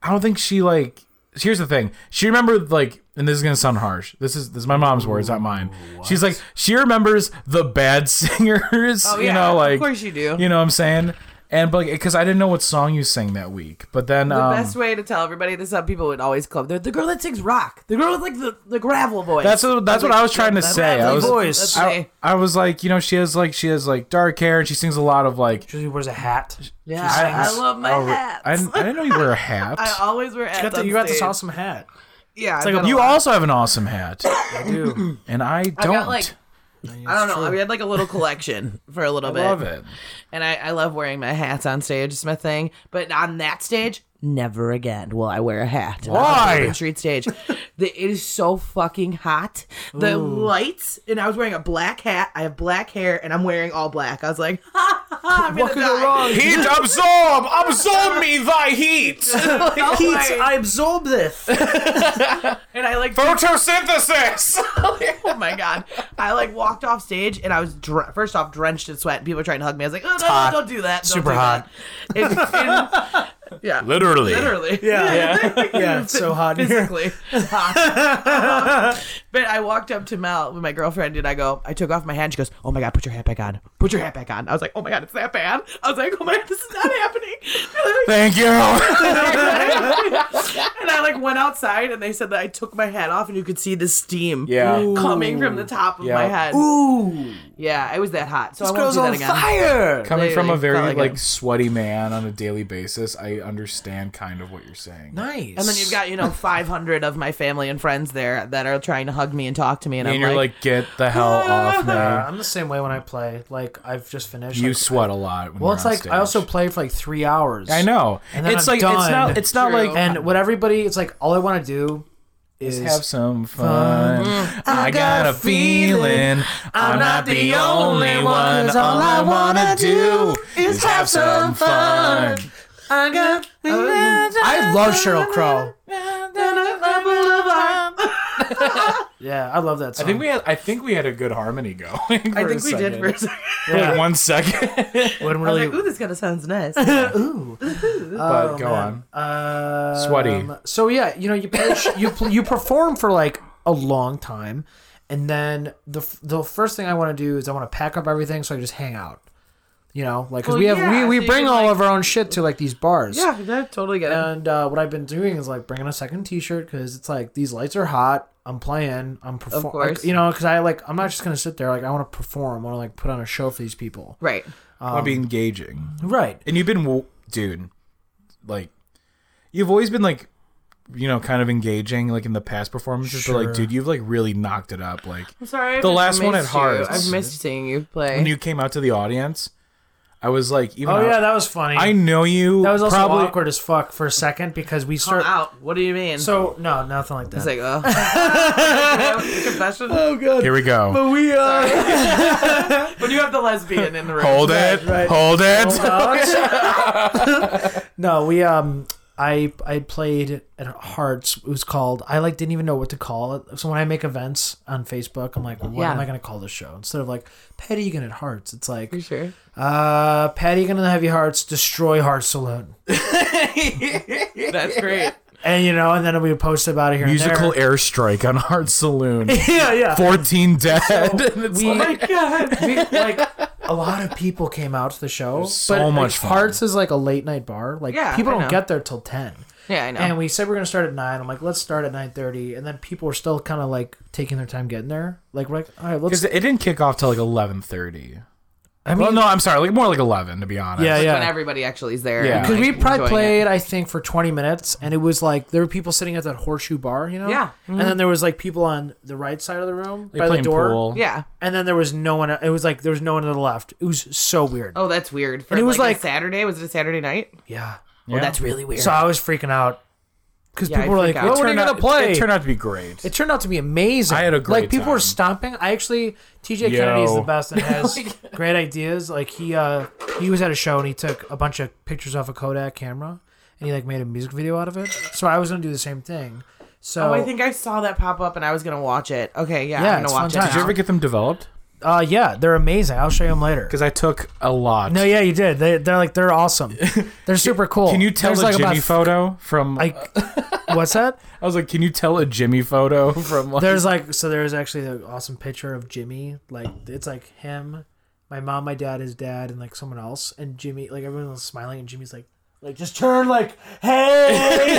[SPEAKER 2] "I don't think she like." Here's the thing. She remembered like, and this is gonna sound harsh. This is this is my mom's words, not mine. She's like, she remembers the bad singers.
[SPEAKER 4] Oh,
[SPEAKER 2] you
[SPEAKER 4] yeah,
[SPEAKER 2] know,
[SPEAKER 4] of
[SPEAKER 2] like
[SPEAKER 4] course you do.
[SPEAKER 2] You know what I'm saying? And but because I didn't know what song you sang that week, but then
[SPEAKER 4] The
[SPEAKER 2] um,
[SPEAKER 4] best way to tell everybody this up, people would always club. They're the girl that sings rock. The girl with like the, the gravel voice.
[SPEAKER 2] That's what- that's what I was trying to
[SPEAKER 4] That's
[SPEAKER 2] say. I
[SPEAKER 4] the
[SPEAKER 2] was-
[SPEAKER 3] voice.
[SPEAKER 4] That's
[SPEAKER 2] I,
[SPEAKER 4] me.
[SPEAKER 2] I was like, you know, she has like she has like dark hair and she sings a lot of like.
[SPEAKER 3] She wears a hat.
[SPEAKER 4] yeah,
[SPEAKER 3] She
[SPEAKER 4] I,
[SPEAKER 3] sings-
[SPEAKER 4] love my
[SPEAKER 2] oh,
[SPEAKER 4] hats.
[SPEAKER 2] I, didn't- I didn't know you wear a hat.
[SPEAKER 4] I always wear
[SPEAKER 3] You
[SPEAKER 4] hats.
[SPEAKER 3] got, the,
[SPEAKER 4] on
[SPEAKER 3] you got this
[SPEAKER 4] stage.
[SPEAKER 3] awesome hat.
[SPEAKER 4] Yeah,
[SPEAKER 3] like
[SPEAKER 4] I've
[SPEAKER 3] a-
[SPEAKER 4] got
[SPEAKER 2] you
[SPEAKER 4] lot.
[SPEAKER 2] also have an awesome hat,
[SPEAKER 3] I do.
[SPEAKER 2] and I don't.
[SPEAKER 4] I got like I don't know. We had like a little collection for a little bit.
[SPEAKER 2] love it.
[SPEAKER 4] And I, I love wearing my hats on stage. It's my thing. But on that stage, never again will I wear a hat. on the
[SPEAKER 2] Why?
[SPEAKER 4] Bourbon Street stage. the, it is so fucking hot. The lights, and I was wearing a black hat. I have black hair, and I'm wearing all black. I was like, ha ha ha. I'm
[SPEAKER 3] What
[SPEAKER 4] gonna
[SPEAKER 3] could
[SPEAKER 4] die.
[SPEAKER 3] go wrong?
[SPEAKER 2] Heat absorb, absorb me thy heat.
[SPEAKER 4] Don't
[SPEAKER 3] Heat,
[SPEAKER 4] worry.
[SPEAKER 3] I absorb this.
[SPEAKER 4] and I like
[SPEAKER 2] Photosynthesis.
[SPEAKER 4] oh my god! I like walked off stage and I was dr- first off drenched in sweat. And people were trying to hug me. I was like, oh, no, no, don't do that. Don't
[SPEAKER 3] Super
[SPEAKER 4] do
[SPEAKER 3] hot.
[SPEAKER 4] That. It- it- yeah,
[SPEAKER 2] Literally.
[SPEAKER 4] literally.
[SPEAKER 3] Yeah, yeah, it's so hot in here.
[SPEAKER 4] physically. hot. Um, but I walked up to Mel with my girlfriend and I go, I took off my hat. She goes, Oh my god, put your hat back on. Put your hat back on. I was like, Oh my god, it's that bad. I was like, Oh my god, this is not happening.
[SPEAKER 2] Thank you.
[SPEAKER 4] and I like went outside and they said that I took my hat off and you could see the steam
[SPEAKER 2] Yeah. Ooh.
[SPEAKER 4] coming from the top of
[SPEAKER 2] Yeah.
[SPEAKER 4] my head.
[SPEAKER 3] Ooh,
[SPEAKER 4] Yeah, it was that hot. So
[SPEAKER 3] this
[SPEAKER 4] I won't
[SPEAKER 3] girl's
[SPEAKER 4] do that
[SPEAKER 3] on
[SPEAKER 4] again.
[SPEAKER 3] fire.
[SPEAKER 2] Coming from a very
[SPEAKER 4] Literally, felt like
[SPEAKER 2] like
[SPEAKER 4] it.
[SPEAKER 2] sweaty man on a daily basis, I I understand kind of what you're saying.
[SPEAKER 3] Nice.
[SPEAKER 4] And then you've got, you know, 500 of my family and friends there that are trying to hug me and talk to me. And,
[SPEAKER 2] And
[SPEAKER 4] I'm "Ah!"
[SPEAKER 2] you're like, get the hell off me.
[SPEAKER 3] Uh, I'm the same way when I play. Like I've just finished.
[SPEAKER 2] You
[SPEAKER 3] like,
[SPEAKER 2] sweat a lot. When
[SPEAKER 3] well,
[SPEAKER 2] you're
[SPEAKER 3] it's
[SPEAKER 2] on
[SPEAKER 3] like
[SPEAKER 2] stage.
[SPEAKER 3] I also play for like three hours.
[SPEAKER 2] I know.
[SPEAKER 3] And then
[SPEAKER 2] it's
[SPEAKER 3] I'm
[SPEAKER 2] like it's
[SPEAKER 3] done.
[SPEAKER 2] not. It's not
[SPEAKER 4] True.
[SPEAKER 2] like
[SPEAKER 3] And what everybody, it's like all I want to do is
[SPEAKER 2] have some fun. Mm. I got a feeling I'm not the only one.
[SPEAKER 3] 'Cause
[SPEAKER 2] All I wanna do is have some fun.
[SPEAKER 4] I got
[SPEAKER 3] I love Cheryl Crow.
[SPEAKER 4] I
[SPEAKER 3] Yeah, I love that song.
[SPEAKER 2] I think we had. I think we had a good harmony going. I
[SPEAKER 4] think we did for a second.
[SPEAKER 2] like one second.
[SPEAKER 3] when
[SPEAKER 4] I was
[SPEAKER 3] really
[SPEAKER 4] like, ooh, this kind of sounds nice. Oh,
[SPEAKER 2] but go on.
[SPEAKER 3] Um,
[SPEAKER 2] Sweaty.
[SPEAKER 3] So yeah, you know you play, you pl- you perform for like a long time, and then the f- the first thing I want to do is I want to pack up everything so I just hang out. You know, like 'cause
[SPEAKER 4] Well,
[SPEAKER 3] we have
[SPEAKER 4] yeah,
[SPEAKER 3] we,
[SPEAKER 4] so
[SPEAKER 3] we
[SPEAKER 4] you
[SPEAKER 3] bring
[SPEAKER 4] can,
[SPEAKER 3] all
[SPEAKER 4] like-
[SPEAKER 3] of our own shit to like these bars.
[SPEAKER 4] yeah, I totally get it.
[SPEAKER 3] And uh, what I've been doing is like bringing a second T-shirt because it's like these lights are hot. I'm playing. I'm performing.
[SPEAKER 4] course.
[SPEAKER 3] you know, because I like I'm not just gonna sit there. Like I want to perform. I want to like put on a show for these people.
[SPEAKER 4] Right.
[SPEAKER 2] I'll
[SPEAKER 4] Um,
[SPEAKER 2] be engaging.
[SPEAKER 3] Right.
[SPEAKER 2] And you've been, wo- dude. Like, you've always been like, you know, kind of engaging, like in the past performances. But
[SPEAKER 3] Sure.
[SPEAKER 2] like, dude, you've like really knocked it up. Like,
[SPEAKER 4] I'm sorry. I've
[SPEAKER 2] The
[SPEAKER 4] just
[SPEAKER 2] last one
[SPEAKER 4] missed
[SPEAKER 2] at
[SPEAKER 4] you.
[SPEAKER 2] Hearts.
[SPEAKER 4] I've missed seeing you play.
[SPEAKER 2] when you came out to the audience, I was like, even
[SPEAKER 3] Oh
[SPEAKER 2] out-
[SPEAKER 3] yeah, that was funny.
[SPEAKER 2] I know you.
[SPEAKER 3] that was also
[SPEAKER 2] probably
[SPEAKER 3] awkward as fuck for a second because we
[SPEAKER 4] Come
[SPEAKER 3] start.
[SPEAKER 4] out. What do you mean?
[SPEAKER 3] So no, nothing like that.
[SPEAKER 4] it's like, oh. Confession.
[SPEAKER 3] oh god.
[SPEAKER 2] Here we go.
[SPEAKER 3] But we are.
[SPEAKER 4] When you have the lesbian in the room.
[SPEAKER 2] Hold it.
[SPEAKER 3] right.
[SPEAKER 2] Hold it.
[SPEAKER 3] no, we um. I I played at Hearts. It was called. I like didn't even know what to call it. So when I make events on Facebook, I'm like, what
[SPEAKER 4] Yeah.
[SPEAKER 3] am I gonna call this show? Instead of like Pat Egan at Hearts, it's like
[SPEAKER 4] You sure?
[SPEAKER 3] uh Pat Egan and the Heavy Hearts destroy Heart Saloon.
[SPEAKER 4] That's great.
[SPEAKER 3] And you know, and then we would post about it here.
[SPEAKER 2] Musical
[SPEAKER 3] And
[SPEAKER 2] airstrike on Heart Saloon.
[SPEAKER 3] there. yeah, yeah.
[SPEAKER 2] 14 dead. And it's
[SPEAKER 3] we-
[SPEAKER 2] like-
[SPEAKER 4] Oh God.
[SPEAKER 3] We- like a lot of people came out to the show.
[SPEAKER 2] so
[SPEAKER 3] but, like,
[SPEAKER 2] much fun.
[SPEAKER 3] Hearts is like a late night bar. Like
[SPEAKER 4] Yeah,
[SPEAKER 3] people
[SPEAKER 4] I
[SPEAKER 3] don't
[SPEAKER 4] know.
[SPEAKER 3] get there till ten.
[SPEAKER 4] Yeah, I know.
[SPEAKER 3] And we said we are gonna start at nine. I'm like, let's start at nine thirty, and then people were still kind of like taking their time getting there. Like, we're like, all right, let's.
[SPEAKER 2] 'Cause it didn't kick off till like 11:30.
[SPEAKER 3] I mean,
[SPEAKER 2] Well, no, I'm sorry. Like more like 11 to be honest.
[SPEAKER 3] yeah,
[SPEAKER 4] When
[SPEAKER 3] yeah.
[SPEAKER 4] everybody actually is there.
[SPEAKER 2] Yeah.
[SPEAKER 4] and,
[SPEAKER 3] Because
[SPEAKER 4] like,
[SPEAKER 3] we probably
[SPEAKER 4] enjoying it.
[SPEAKER 3] played, I think, for 20 minutes, and it was like there were people sitting at that horseshoe bar, you know.
[SPEAKER 4] Yeah.
[SPEAKER 3] And then there was like people on the right side of the room
[SPEAKER 2] Like
[SPEAKER 3] by the
[SPEAKER 2] playing
[SPEAKER 3] door,
[SPEAKER 2] pool.
[SPEAKER 4] Yeah.
[SPEAKER 3] and then there was no one. It was like there was no one to the left. It was so weird.
[SPEAKER 4] Oh, that's weird. For,
[SPEAKER 3] And it was
[SPEAKER 4] like, a
[SPEAKER 3] like-
[SPEAKER 4] Saturday. Was it a Saturday night?
[SPEAKER 3] Yeah.
[SPEAKER 4] Well, that's really weird.
[SPEAKER 3] So I was freaking out because
[SPEAKER 4] Yeah,
[SPEAKER 3] people
[SPEAKER 4] I
[SPEAKER 3] were
[SPEAKER 4] freak
[SPEAKER 3] like,
[SPEAKER 4] out.
[SPEAKER 3] "What
[SPEAKER 4] It
[SPEAKER 3] are you
[SPEAKER 2] Turned
[SPEAKER 3] gonna
[SPEAKER 2] out-
[SPEAKER 3] play?"
[SPEAKER 2] It turned out to be great.
[SPEAKER 3] It turned out to be amazing.
[SPEAKER 2] I had a great
[SPEAKER 3] like people were
[SPEAKER 2] time.
[SPEAKER 3] stomping. I actually TJ Kennedy
[SPEAKER 2] Yo.
[SPEAKER 3] is
[SPEAKER 2] Oh
[SPEAKER 3] the best and has great ideas. Like he uh he was at a show and he took a bunch of pictures off a Kodak camera and he like made a music video out of it. So I was gonna do the same thing. So
[SPEAKER 4] Oh, I think I saw that pop up and I was gonna watch it. Okay, yeah,
[SPEAKER 3] Yeah,
[SPEAKER 4] I'm
[SPEAKER 3] it's
[SPEAKER 4] gonna watch
[SPEAKER 3] fun
[SPEAKER 4] it.
[SPEAKER 3] time.
[SPEAKER 2] Did you ever get them developed?
[SPEAKER 3] uh yeah, they're amazing. I'll show you them later.
[SPEAKER 2] Because I took a lot.
[SPEAKER 3] No, yeah, you did. They they're like they're awesome. They're super cool.
[SPEAKER 2] Can you tell
[SPEAKER 3] There's,
[SPEAKER 2] a
[SPEAKER 3] like
[SPEAKER 2] Jimmy
[SPEAKER 3] about f-
[SPEAKER 2] photo from? I,
[SPEAKER 3] I, what's that?
[SPEAKER 2] was like, can you tell a Jimmy photo from? Like,
[SPEAKER 3] There's like so there's actually an awesome picture of Jimmy. Like it's like him, my mom, my dad, his dad, and like someone else. And Jimmy, like everyone was smiling, and Jimmy's like, like just turn like, hey.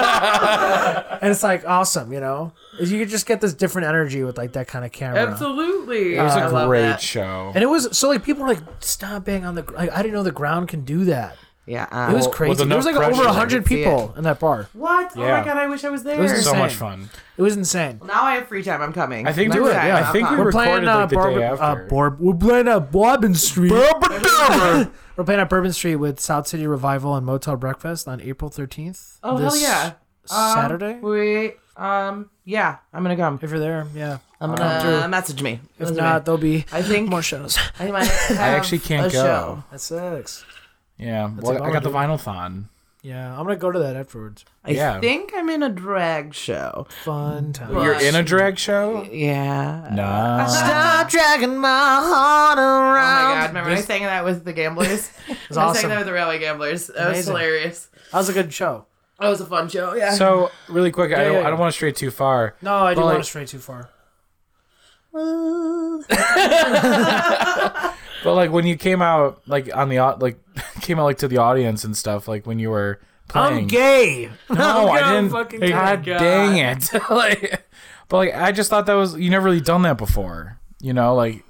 [SPEAKER 3] and it's like awesome, you know. You could just get this different energy with like that kind of camera.
[SPEAKER 4] Absolutely,
[SPEAKER 2] it was
[SPEAKER 4] I
[SPEAKER 2] a
[SPEAKER 4] love
[SPEAKER 2] great
[SPEAKER 4] that.
[SPEAKER 2] show.
[SPEAKER 3] And it was so like people were like stomping on the gr- like I didn't know the ground can do that.
[SPEAKER 4] Yeah,
[SPEAKER 3] It was
[SPEAKER 4] uh,
[SPEAKER 3] crazy. There
[SPEAKER 2] enough
[SPEAKER 3] was like
[SPEAKER 2] pressure,
[SPEAKER 3] over
[SPEAKER 2] I
[SPEAKER 3] hundred
[SPEAKER 4] could see
[SPEAKER 3] people in that bar.
[SPEAKER 4] what? Oh
[SPEAKER 2] Yeah.
[SPEAKER 4] my god, I wish I was there.
[SPEAKER 3] was
[SPEAKER 2] so
[SPEAKER 3] insane.
[SPEAKER 2] much fun.
[SPEAKER 3] It was insane.
[SPEAKER 4] now I have free time. I'm coming.
[SPEAKER 2] I think
[SPEAKER 4] Next
[SPEAKER 2] we were-
[SPEAKER 4] time,
[SPEAKER 2] yeah, I
[SPEAKER 4] I'll
[SPEAKER 2] think we
[SPEAKER 4] come.
[SPEAKER 2] were-
[SPEAKER 3] We're playing
[SPEAKER 2] recorded,
[SPEAKER 3] uh,
[SPEAKER 2] like, the day
[SPEAKER 3] Bourbon,
[SPEAKER 2] after.
[SPEAKER 3] uh, Bourb- we're playing uh, Bourbon Street. We're playing at Bourbon Street with South City Revival and Motel Breakfast on April 13th.
[SPEAKER 4] Oh hell
[SPEAKER 3] this
[SPEAKER 4] yeah! Um,
[SPEAKER 3] Saturday?
[SPEAKER 4] Wait. Um. Yeah, I'm gonna come.
[SPEAKER 3] If you're there, yeah.
[SPEAKER 4] I'm
[SPEAKER 3] Come through.
[SPEAKER 4] gonna uh, message me.
[SPEAKER 3] If
[SPEAKER 4] Message
[SPEAKER 3] not,
[SPEAKER 4] me.
[SPEAKER 3] there'll be
[SPEAKER 4] I think-
[SPEAKER 3] more shows.
[SPEAKER 4] I, might have
[SPEAKER 2] I actually
[SPEAKER 4] a
[SPEAKER 2] can't go.
[SPEAKER 4] Show.
[SPEAKER 3] That sucks.
[SPEAKER 2] Yeah,
[SPEAKER 3] a
[SPEAKER 2] well, I
[SPEAKER 3] bummer,
[SPEAKER 2] got the
[SPEAKER 3] dude.
[SPEAKER 2] vinyl thon.
[SPEAKER 3] Yeah, I'm going to go to that afterwards.
[SPEAKER 4] I
[SPEAKER 2] Yeah.
[SPEAKER 4] think I'm in a drag show.
[SPEAKER 3] Fun time.
[SPEAKER 4] You're-
[SPEAKER 2] You're in a drag show?
[SPEAKER 4] Yeah.
[SPEAKER 2] Nah.
[SPEAKER 3] Stop dragging my heart
[SPEAKER 4] Oh my god!
[SPEAKER 3] around.
[SPEAKER 4] Remember I sang that with the Gamblers?
[SPEAKER 3] was
[SPEAKER 4] I
[SPEAKER 3] awesome.
[SPEAKER 4] sang that with the Railway Gamblers. That was
[SPEAKER 3] Amazing.
[SPEAKER 4] hilarious.
[SPEAKER 3] That was a good show.
[SPEAKER 4] That was a fun show. Yeah.
[SPEAKER 2] So really quick, I don't,
[SPEAKER 3] yeah, yeah.
[SPEAKER 2] I don't want to stray too far.
[SPEAKER 3] No, I
[SPEAKER 2] But,
[SPEAKER 3] didn't want
[SPEAKER 2] like-
[SPEAKER 3] to stray too far.
[SPEAKER 2] But like when you came out, like on the au- like came out like to the audience and stuff, like when you were playing.
[SPEAKER 3] I'm gay.
[SPEAKER 2] No, I didn't.
[SPEAKER 3] fucking
[SPEAKER 2] Oh, God,
[SPEAKER 3] gay.
[SPEAKER 2] dang it! like, but like I just thought that was you never really done that before. You know, like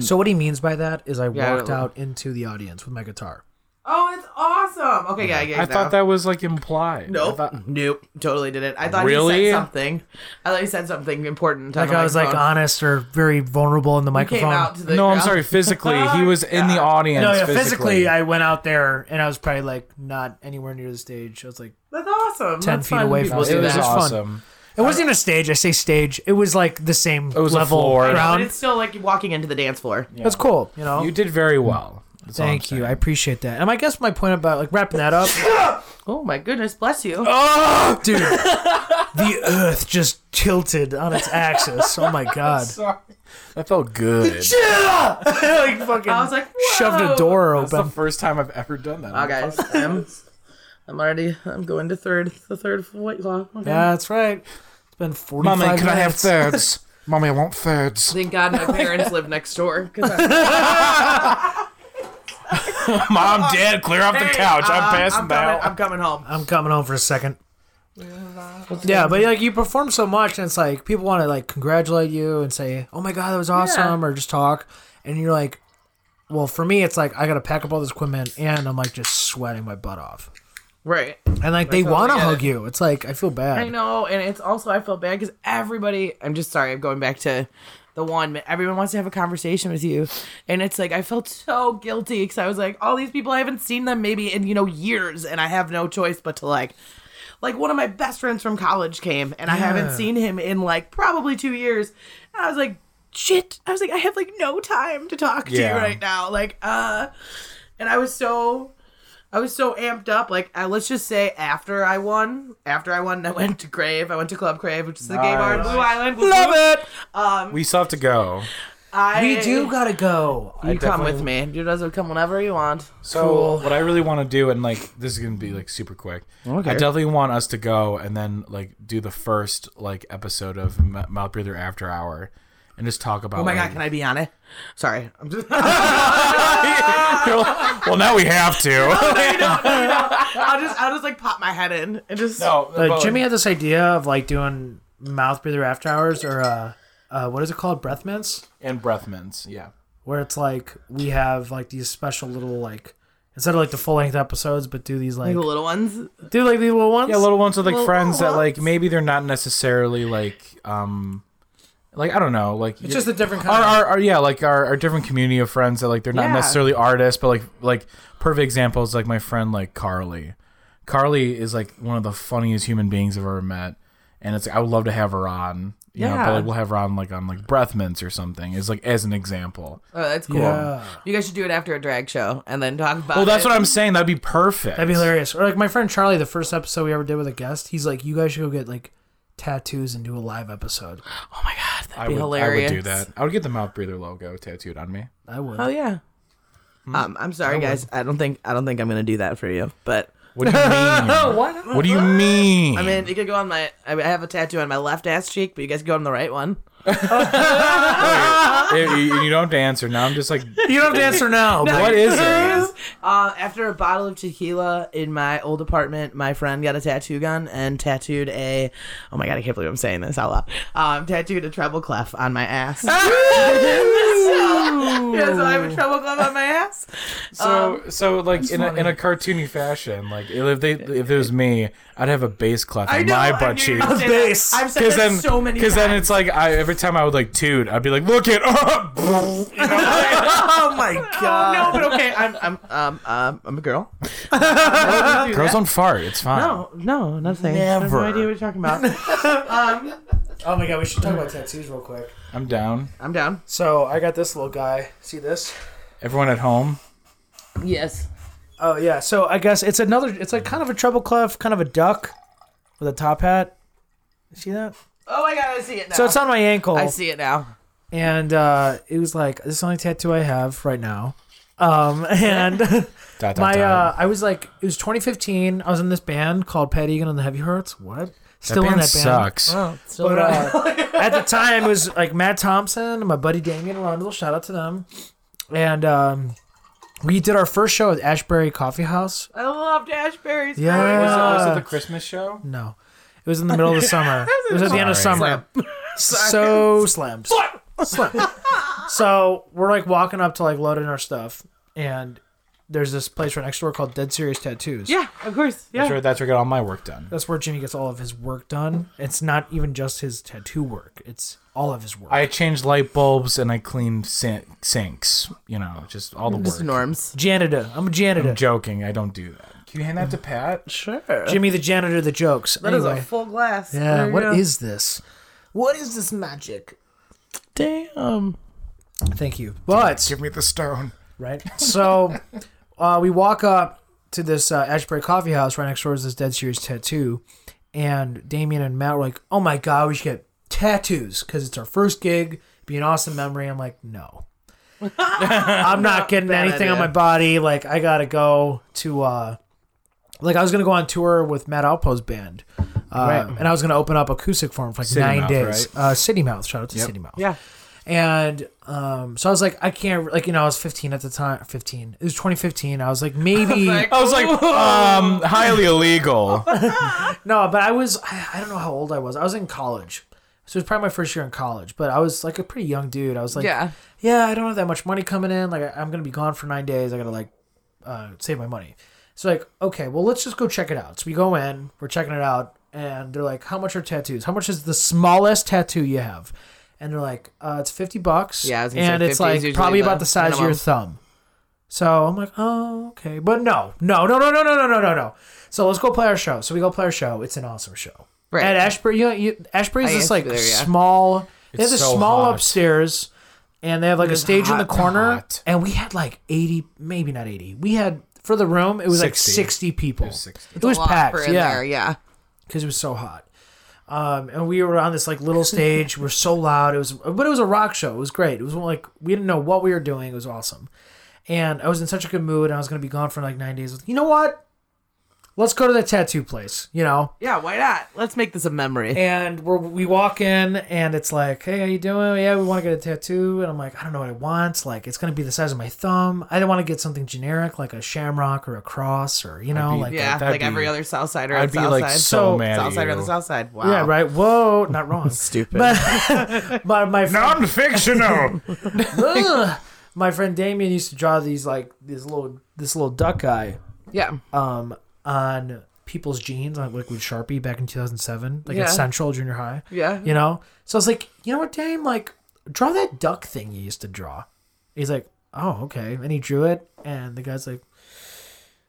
[SPEAKER 3] So what he means by that is I
[SPEAKER 4] Yeah, I
[SPEAKER 3] walked
[SPEAKER 4] don't-
[SPEAKER 3] out into the audience with my guitar.
[SPEAKER 4] Oh, it's awesome. Okay, yeah, yeah.
[SPEAKER 2] I thought that was like implied.
[SPEAKER 4] Nope.
[SPEAKER 2] I thought-
[SPEAKER 4] nope. Totally didn't. I thought he
[SPEAKER 2] Really?
[SPEAKER 4] said something. I thought he said something important.
[SPEAKER 3] Like I was like honest or very vulnerable in the
[SPEAKER 4] came
[SPEAKER 3] microphone.
[SPEAKER 4] out to the
[SPEAKER 2] no, I'm
[SPEAKER 4] ground.
[SPEAKER 2] sorry. Physically, he was in the audience.
[SPEAKER 3] no, yeah,
[SPEAKER 2] physically.
[SPEAKER 3] physically, I went out there and I was probably like not anywhere near the stage. I was like,
[SPEAKER 4] That's
[SPEAKER 3] 10
[SPEAKER 4] awesome. That's
[SPEAKER 3] feet
[SPEAKER 4] fun
[SPEAKER 3] away
[SPEAKER 4] when
[SPEAKER 3] from
[SPEAKER 4] people
[SPEAKER 3] us.
[SPEAKER 2] it
[SPEAKER 4] do
[SPEAKER 2] was
[SPEAKER 4] that.
[SPEAKER 3] It's fun.
[SPEAKER 2] awesome.
[SPEAKER 3] it wasn't even a stage. I say stage. It was like the same
[SPEAKER 2] was a
[SPEAKER 3] level
[SPEAKER 2] floor.
[SPEAKER 4] But
[SPEAKER 3] ground.
[SPEAKER 4] it's still like walking into the dance floor.
[SPEAKER 3] That's cool. You know.
[SPEAKER 2] You did very well. That's all I'm
[SPEAKER 3] Thank you.
[SPEAKER 2] saying.
[SPEAKER 3] I appreciate that. And I guess my point about like wrapping that up,
[SPEAKER 4] Oh my goodness, bless you.
[SPEAKER 2] Ah!
[SPEAKER 3] dude, the earth just tilted on its axis. Oh my god.
[SPEAKER 2] That felt good.
[SPEAKER 3] Yeah! like fucking
[SPEAKER 4] I was like,
[SPEAKER 3] shoved a
[SPEAKER 4] "Whoa."
[SPEAKER 3] door
[SPEAKER 2] That's the
[SPEAKER 3] open.
[SPEAKER 2] first time I've ever done that.
[SPEAKER 4] Oh, guys, I'm, I'm already. I'm going to third. The third white claw. Okay.
[SPEAKER 3] Yeah, that's right. It's been 45 minutes.
[SPEAKER 2] thirds? Mommy, I want thirds.
[SPEAKER 4] Thank God my parents live next door. 'cause I-
[SPEAKER 2] Mom, Dad, clear off the couch. uh, I'm passing
[SPEAKER 4] I'm coming,
[SPEAKER 2] out.
[SPEAKER 4] I'm coming home.
[SPEAKER 3] I'm coming home for a second. Yeah, but like you perform so much, and it's like people want to like congratulate you and say, "Oh my god, that was awesome," or just talk, and you're like, "Well, for me, it's like I gotta pack up all this equipment, and I'm like just sweating my butt off,
[SPEAKER 4] Right.
[SPEAKER 3] and like they want to
[SPEAKER 4] get
[SPEAKER 3] hug you. It's like I feel bad.
[SPEAKER 4] I know, and it's also I feel bad because everybody. I'm just sorry. I'm going back to the one. but Everyone wants to have a conversation with you, and it's like I felt so guilty because I was like, all these people I haven't seen them maybe in you know years, and I have no choice but to like. Like one of my best friends from college came, and I haven't
[SPEAKER 3] Yeah.
[SPEAKER 4] seen him in like probably two years. And I was like, shit. I was like, I have like no time to talk to
[SPEAKER 2] Yeah.
[SPEAKER 4] you right now. Like, uh, and I was so I was so amped up. Like, I, let's just say after I won, after I won, I went to Crave. I went to Club Crave, which is the gay bar in
[SPEAKER 2] Nice.
[SPEAKER 4] Blue Island.
[SPEAKER 3] Love it.
[SPEAKER 2] we still have to go.
[SPEAKER 4] I,
[SPEAKER 3] We do gotta go.
[SPEAKER 4] You come
[SPEAKER 2] definitely-
[SPEAKER 4] with me. You guys will come whenever you want.
[SPEAKER 2] So what I really want to do, and like this is gonna be like super quick.
[SPEAKER 4] Okay.
[SPEAKER 2] I definitely want us to go and then like do the first like episode of M- Mouth Breather After Hour, and just talk about.
[SPEAKER 4] Oh my god, can I be on it? Sorry, I'm just.
[SPEAKER 2] well, now we have to.
[SPEAKER 4] I'll just I'll just like pop my head in and just.
[SPEAKER 2] no,
[SPEAKER 3] Uh,
[SPEAKER 2] but-
[SPEAKER 3] Jimmy had this idea of like doing mouth breather after hours or uh, uh, what is it called, breath mints,
[SPEAKER 2] and breath mints. Yeah.
[SPEAKER 3] where it's like we have like these special little like instead of like the full length episodes, but do these like
[SPEAKER 4] The little ones.
[SPEAKER 3] do like these little ones.
[SPEAKER 2] Yeah, little ones with like
[SPEAKER 4] Little
[SPEAKER 2] friends that like
[SPEAKER 4] ones.
[SPEAKER 2] maybe they're not necessarily like um like I don't know like
[SPEAKER 3] it's just a different
[SPEAKER 2] our,
[SPEAKER 3] kind. of,
[SPEAKER 2] our, our yeah like our, our different community of friends that like they're not
[SPEAKER 4] Yeah.
[SPEAKER 2] necessarily artists but like like perfect example is like my friend like Carly. Carly is like one of the funniest human beings I've ever met, and it's like I would love to have her on. You know,
[SPEAKER 4] Yeah.
[SPEAKER 2] but like, we'll have her on like on like breath mints or something. Is like as an example.
[SPEAKER 4] Oh, that's cool.
[SPEAKER 3] yeah.
[SPEAKER 4] You guys should do it after a drag show and then talk about.
[SPEAKER 2] Well, that's
[SPEAKER 4] it.
[SPEAKER 2] what I'm saying. That'd be perfect.
[SPEAKER 3] That'd be hilarious. Or like my friend Charlie, the first episode we ever did with a guest, he's like, "You guys should go get like tattoos and do a live episode."
[SPEAKER 4] Oh my god, that'd
[SPEAKER 2] I
[SPEAKER 4] be
[SPEAKER 2] would,
[SPEAKER 4] hilarious.
[SPEAKER 2] I would do that. I would get the mouth breather logo tattooed on me.
[SPEAKER 3] I would.
[SPEAKER 4] Oh yeah.
[SPEAKER 2] Hmm.
[SPEAKER 4] Um, I'm sorry, guys. I don't think I don't think I'm gonna do that for you, but.
[SPEAKER 2] What do you mean?
[SPEAKER 4] What?
[SPEAKER 2] What do you mean?
[SPEAKER 4] I mean, you could go on my. I, mean, I have a tattoo on my left ass cheek, but you guys go on the right one.
[SPEAKER 2] you, Eh, you- you don't have to answer. Now I'm just like,
[SPEAKER 3] You don't have to answer now. but
[SPEAKER 2] what is it?
[SPEAKER 4] Uh, after a bottle of tequila in my old apartment, my friend got a tattoo gun and tattooed a. Oh my god, I can't believe I'm saying this out loud. Um, tattooed a treble clef on my ass. so, yeah, so I have a treble clef on my ass.
[SPEAKER 2] So,
[SPEAKER 4] Um,
[SPEAKER 2] so like in a, in a cartoony fashion, like if they if it was me, I'd have a bass clef
[SPEAKER 4] I
[SPEAKER 2] on
[SPEAKER 4] know,
[SPEAKER 2] my
[SPEAKER 4] I
[SPEAKER 2] butt
[SPEAKER 4] knew
[SPEAKER 2] cheek.
[SPEAKER 4] you were gonna say that.
[SPEAKER 3] Bass.
[SPEAKER 4] I've said that
[SPEAKER 2] then,
[SPEAKER 4] so many.
[SPEAKER 2] because then
[SPEAKER 4] times.
[SPEAKER 2] it's like I, every time I would like toot, I'd be like, look at,
[SPEAKER 3] oh my god.
[SPEAKER 4] No, but okay. I'm I'm um, um I'm a girl.
[SPEAKER 2] girls don't fart. It's fine.
[SPEAKER 4] No, no, nothing. I have no
[SPEAKER 2] Never.
[SPEAKER 4] idea what you're talking about. um,
[SPEAKER 3] Oh my god. We should talk about tattoos real quick.
[SPEAKER 2] I'm down.
[SPEAKER 4] I'm down.
[SPEAKER 3] So I got this little guy. See this?
[SPEAKER 2] Everyone at home,
[SPEAKER 4] Yes.
[SPEAKER 3] Oh yeah. So I guess it's another. It's like kind of a treble clef, kind of a duck with a top hat. You See that?
[SPEAKER 4] Oh my god, I see it now.
[SPEAKER 3] So it's on my ankle.
[SPEAKER 4] I see it now.
[SPEAKER 3] And uh, it was like this is the only tattoo I have right now. Um, and
[SPEAKER 2] dot, dot,
[SPEAKER 3] my
[SPEAKER 2] dot.
[SPEAKER 3] uh, I was like it was 2015. I was in this band called Pat Egan and the Heavy Hearts. What? Still
[SPEAKER 2] band
[SPEAKER 3] in that band.
[SPEAKER 2] sucks.
[SPEAKER 4] Still
[SPEAKER 3] But uh, at the time, it was like Matt Thompson and my buddy Damien Rundle. Shout out to them. And um, we did our first show at Ashbury Coffee House.
[SPEAKER 4] I loved Ashbury's.
[SPEAKER 3] Yeah.
[SPEAKER 2] Was it, was oh, it
[SPEAKER 3] uh,
[SPEAKER 2] the Christmas show?
[SPEAKER 3] No, it was in the middle of the summer. it was at the end of
[SPEAKER 2] Sorry.
[SPEAKER 3] summer. so slammed. Slam. So we're like walking up to like loading our stuff, and there's this place right next door called Dead Serious Tattoos.
[SPEAKER 4] Yeah, of course. Yeah.
[SPEAKER 2] That's where, that's where I got all my work done.
[SPEAKER 3] That's where Jimmy gets all of his work done. It's not even just his tattoo work, it's all of his work.
[SPEAKER 2] I changed light bulbs and I cleaned sin- sinks. You know, just all the work.
[SPEAKER 4] Just norms.
[SPEAKER 3] janitor. I'm a janitor.
[SPEAKER 2] I'm joking. I don't do that. Can you hand that to Pat?
[SPEAKER 4] Sure.
[SPEAKER 3] Jimmy the janitor that jokes.
[SPEAKER 4] That is
[SPEAKER 3] Anyway.
[SPEAKER 4] a full glass.
[SPEAKER 3] yeah,
[SPEAKER 4] There you
[SPEAKER 3] What is
[SPEAKER 4] go.
[SPEAKER 3] this? What is this magic?
[SPEAKER 4] Damn.
[SPEAKER 3] Thank you. But
[SPEAKER 2] Give me the stone.
[SPEAKER 3] right? So uh, we walk up to this uh, Ashbury Coffee House right next door is this Dead Series tattoo, and Damien and Matt were like, "Oh my god, we should get tattoos because it's our first gig, be an awesome memory." I'm like, "No, I'm not getting
[SPEAKER 4] Bad
[SPEAKER 3] anything on
[SPEAKER 4] idea.
[SPEAKER 3] my body. Like, I gotta go to." Uh, like I was gonna go on tour with Matt Alpo's band, uh, and I was gonna open up acoustic for him for like
[SPEAKER 2] City
[SPEAKER 3] nine
[SPEAKER 2] Mouth,
[SPEAKER 3] days. Uh, City Mouth, shout out to City Mouth.
[SPEAKER 4] Yeah.
[SPEAKER 3] And um, so I was like, I can't, like, you know, I was 15 at the time. 15. It was 2015. I was like, maybe.
[SPEAKER 4] Like,
[SPEAKER 2] I was like, um, highly illegal.
[SPEAKER 3] no, but I was, I, I don't know how old I was. I was in college. So it was probably my first year in college, but I was like a pretty young dude. I was like,
[SPEAKER 4] Yeah.
[SPEAKER 3] yeah, I don't have that much money coming in. Like, I, I'm going to be gone for nine days. I got to, like, uh, save my money. So, like, okay, well, let's just go check it out. So we go in, we're checking it out, and they're like, how much are tattoos? How much is the smallest tattoo you have? And they're like, uh, it's 50 bucks.
[SPEAKER 4] Yeah, I was gonna say
[SPEAKER 3] And it's
[SPEAKER 4] 50 is
[SPEAKER 3] like
[SPEAKER 4] usually
[SPEAKER 3] probably
[SPEAKER 4] the
[SPEAKER 3] about the size of your
[SPEAKER 4] minimum.
[SPEAKER 3] thumb. So I'm like, oh, okay. But no, no, no, no, no, no, no, no, no, no. So let's go play our show. So we go play our show. It's an awesome show.
[SPEAKER 4] Right.
[SPEAKER 3] At Ashbury, you, you, Ashbury's
[SPEAKER 4] I
[SPEAKER 3] this
[SPEAKER 4] used
[SPEAKER 3] like
[SPEAKER 4] to be there, yeah.
[SPEAKER 3] small, they have
[SPEAKER 2] It's
[SPEAKER 3] this
[SPEAKER 2] so
[SPEAKER 3] small
[SPEAKER 2] hot.
[SPEAKER 3] upstairs and they have like a stage in the
[SPEAKER 2] hot,
[SPEAKER 3] corner
[SPEAKER 2] hot.
[SPEAKER 3] and we had like 80 maybe not 80 we had for the room it was like
[SPEAKER 2] 60.
[SPEAKER 3] 60 people it was,
[SPEAKER 2] 60.
[SPEAKER 4] Lot
[SPEAKER 3] packed
[SPEAKER 4] for in
[SPEAKER 3] yeah
[SPEAKER 4] there, yeah.
[SPEAKER 3] because it was so hot um, and we were on this like little stage we're so loud it was but it was a rock show it was great it was like we didn't know what we were doing it was awesome and i was in such a good mood and i was going to be gone for like nine days I was like, you know what let's go to the tattoo place you know
[SPEAKER 4] Yeah, why not? Let's make this a memory.
[SPEAKER 3] and we're, we walk in and it's like hey how you doing yeah we want to get a tattoo and i'm like i don't know what i want like it's going to be the size of my thumb i don't want to get something generic like a shamrock or a cross or you know
[SPEAKER 2] be-
[SPEAKER 3] like
[SPEAKER 4] yeah,
[SPEAKER 2] that'd
[SPEAKER 4] like
[SPEAKER 2] be-
[SPEAKER 4] every other South Sider on
[SPEAKER 2] I'd
[SPEAKER 4] the
[SPEAKER 2] be
[SPEAKER 4] South
[SPEAKER 2] like
[SPEAKER 4] Side.
[SPEAKER 2] so
[SPEAKER 3] So-
[SPEAKER 2] mad
[SPEAKER 4] South
[SPEAKER 2] at
[SPEAKER 4] Sider on the
[SPEAKER 2] you.
[SPEAKER 4] South Side. Wow.
[SPEAKER 3] yeah right whoa not wrong
[SPEAKER 4] Stupid.
[SPEAKER 3] but my friend,
[SPEAKER 2] Non-fictional.
[SPEAKER 3] Ugh. my friend damien used to draw these like this little this little duck guy
[SPEAKER 4] yeah.
[SPEAKER 3] um on people's jeans on liquid sharpie back in 2007 like
[SPEAKER 4] Yeah.
[SPEAKER 3] at central junior high
[SPEAKER 4] Yeah.
[SPEAKER 3] you know so i was like you know what dame like draw that duck thing you used to draw he's like oh okay and he drew it and the guy's like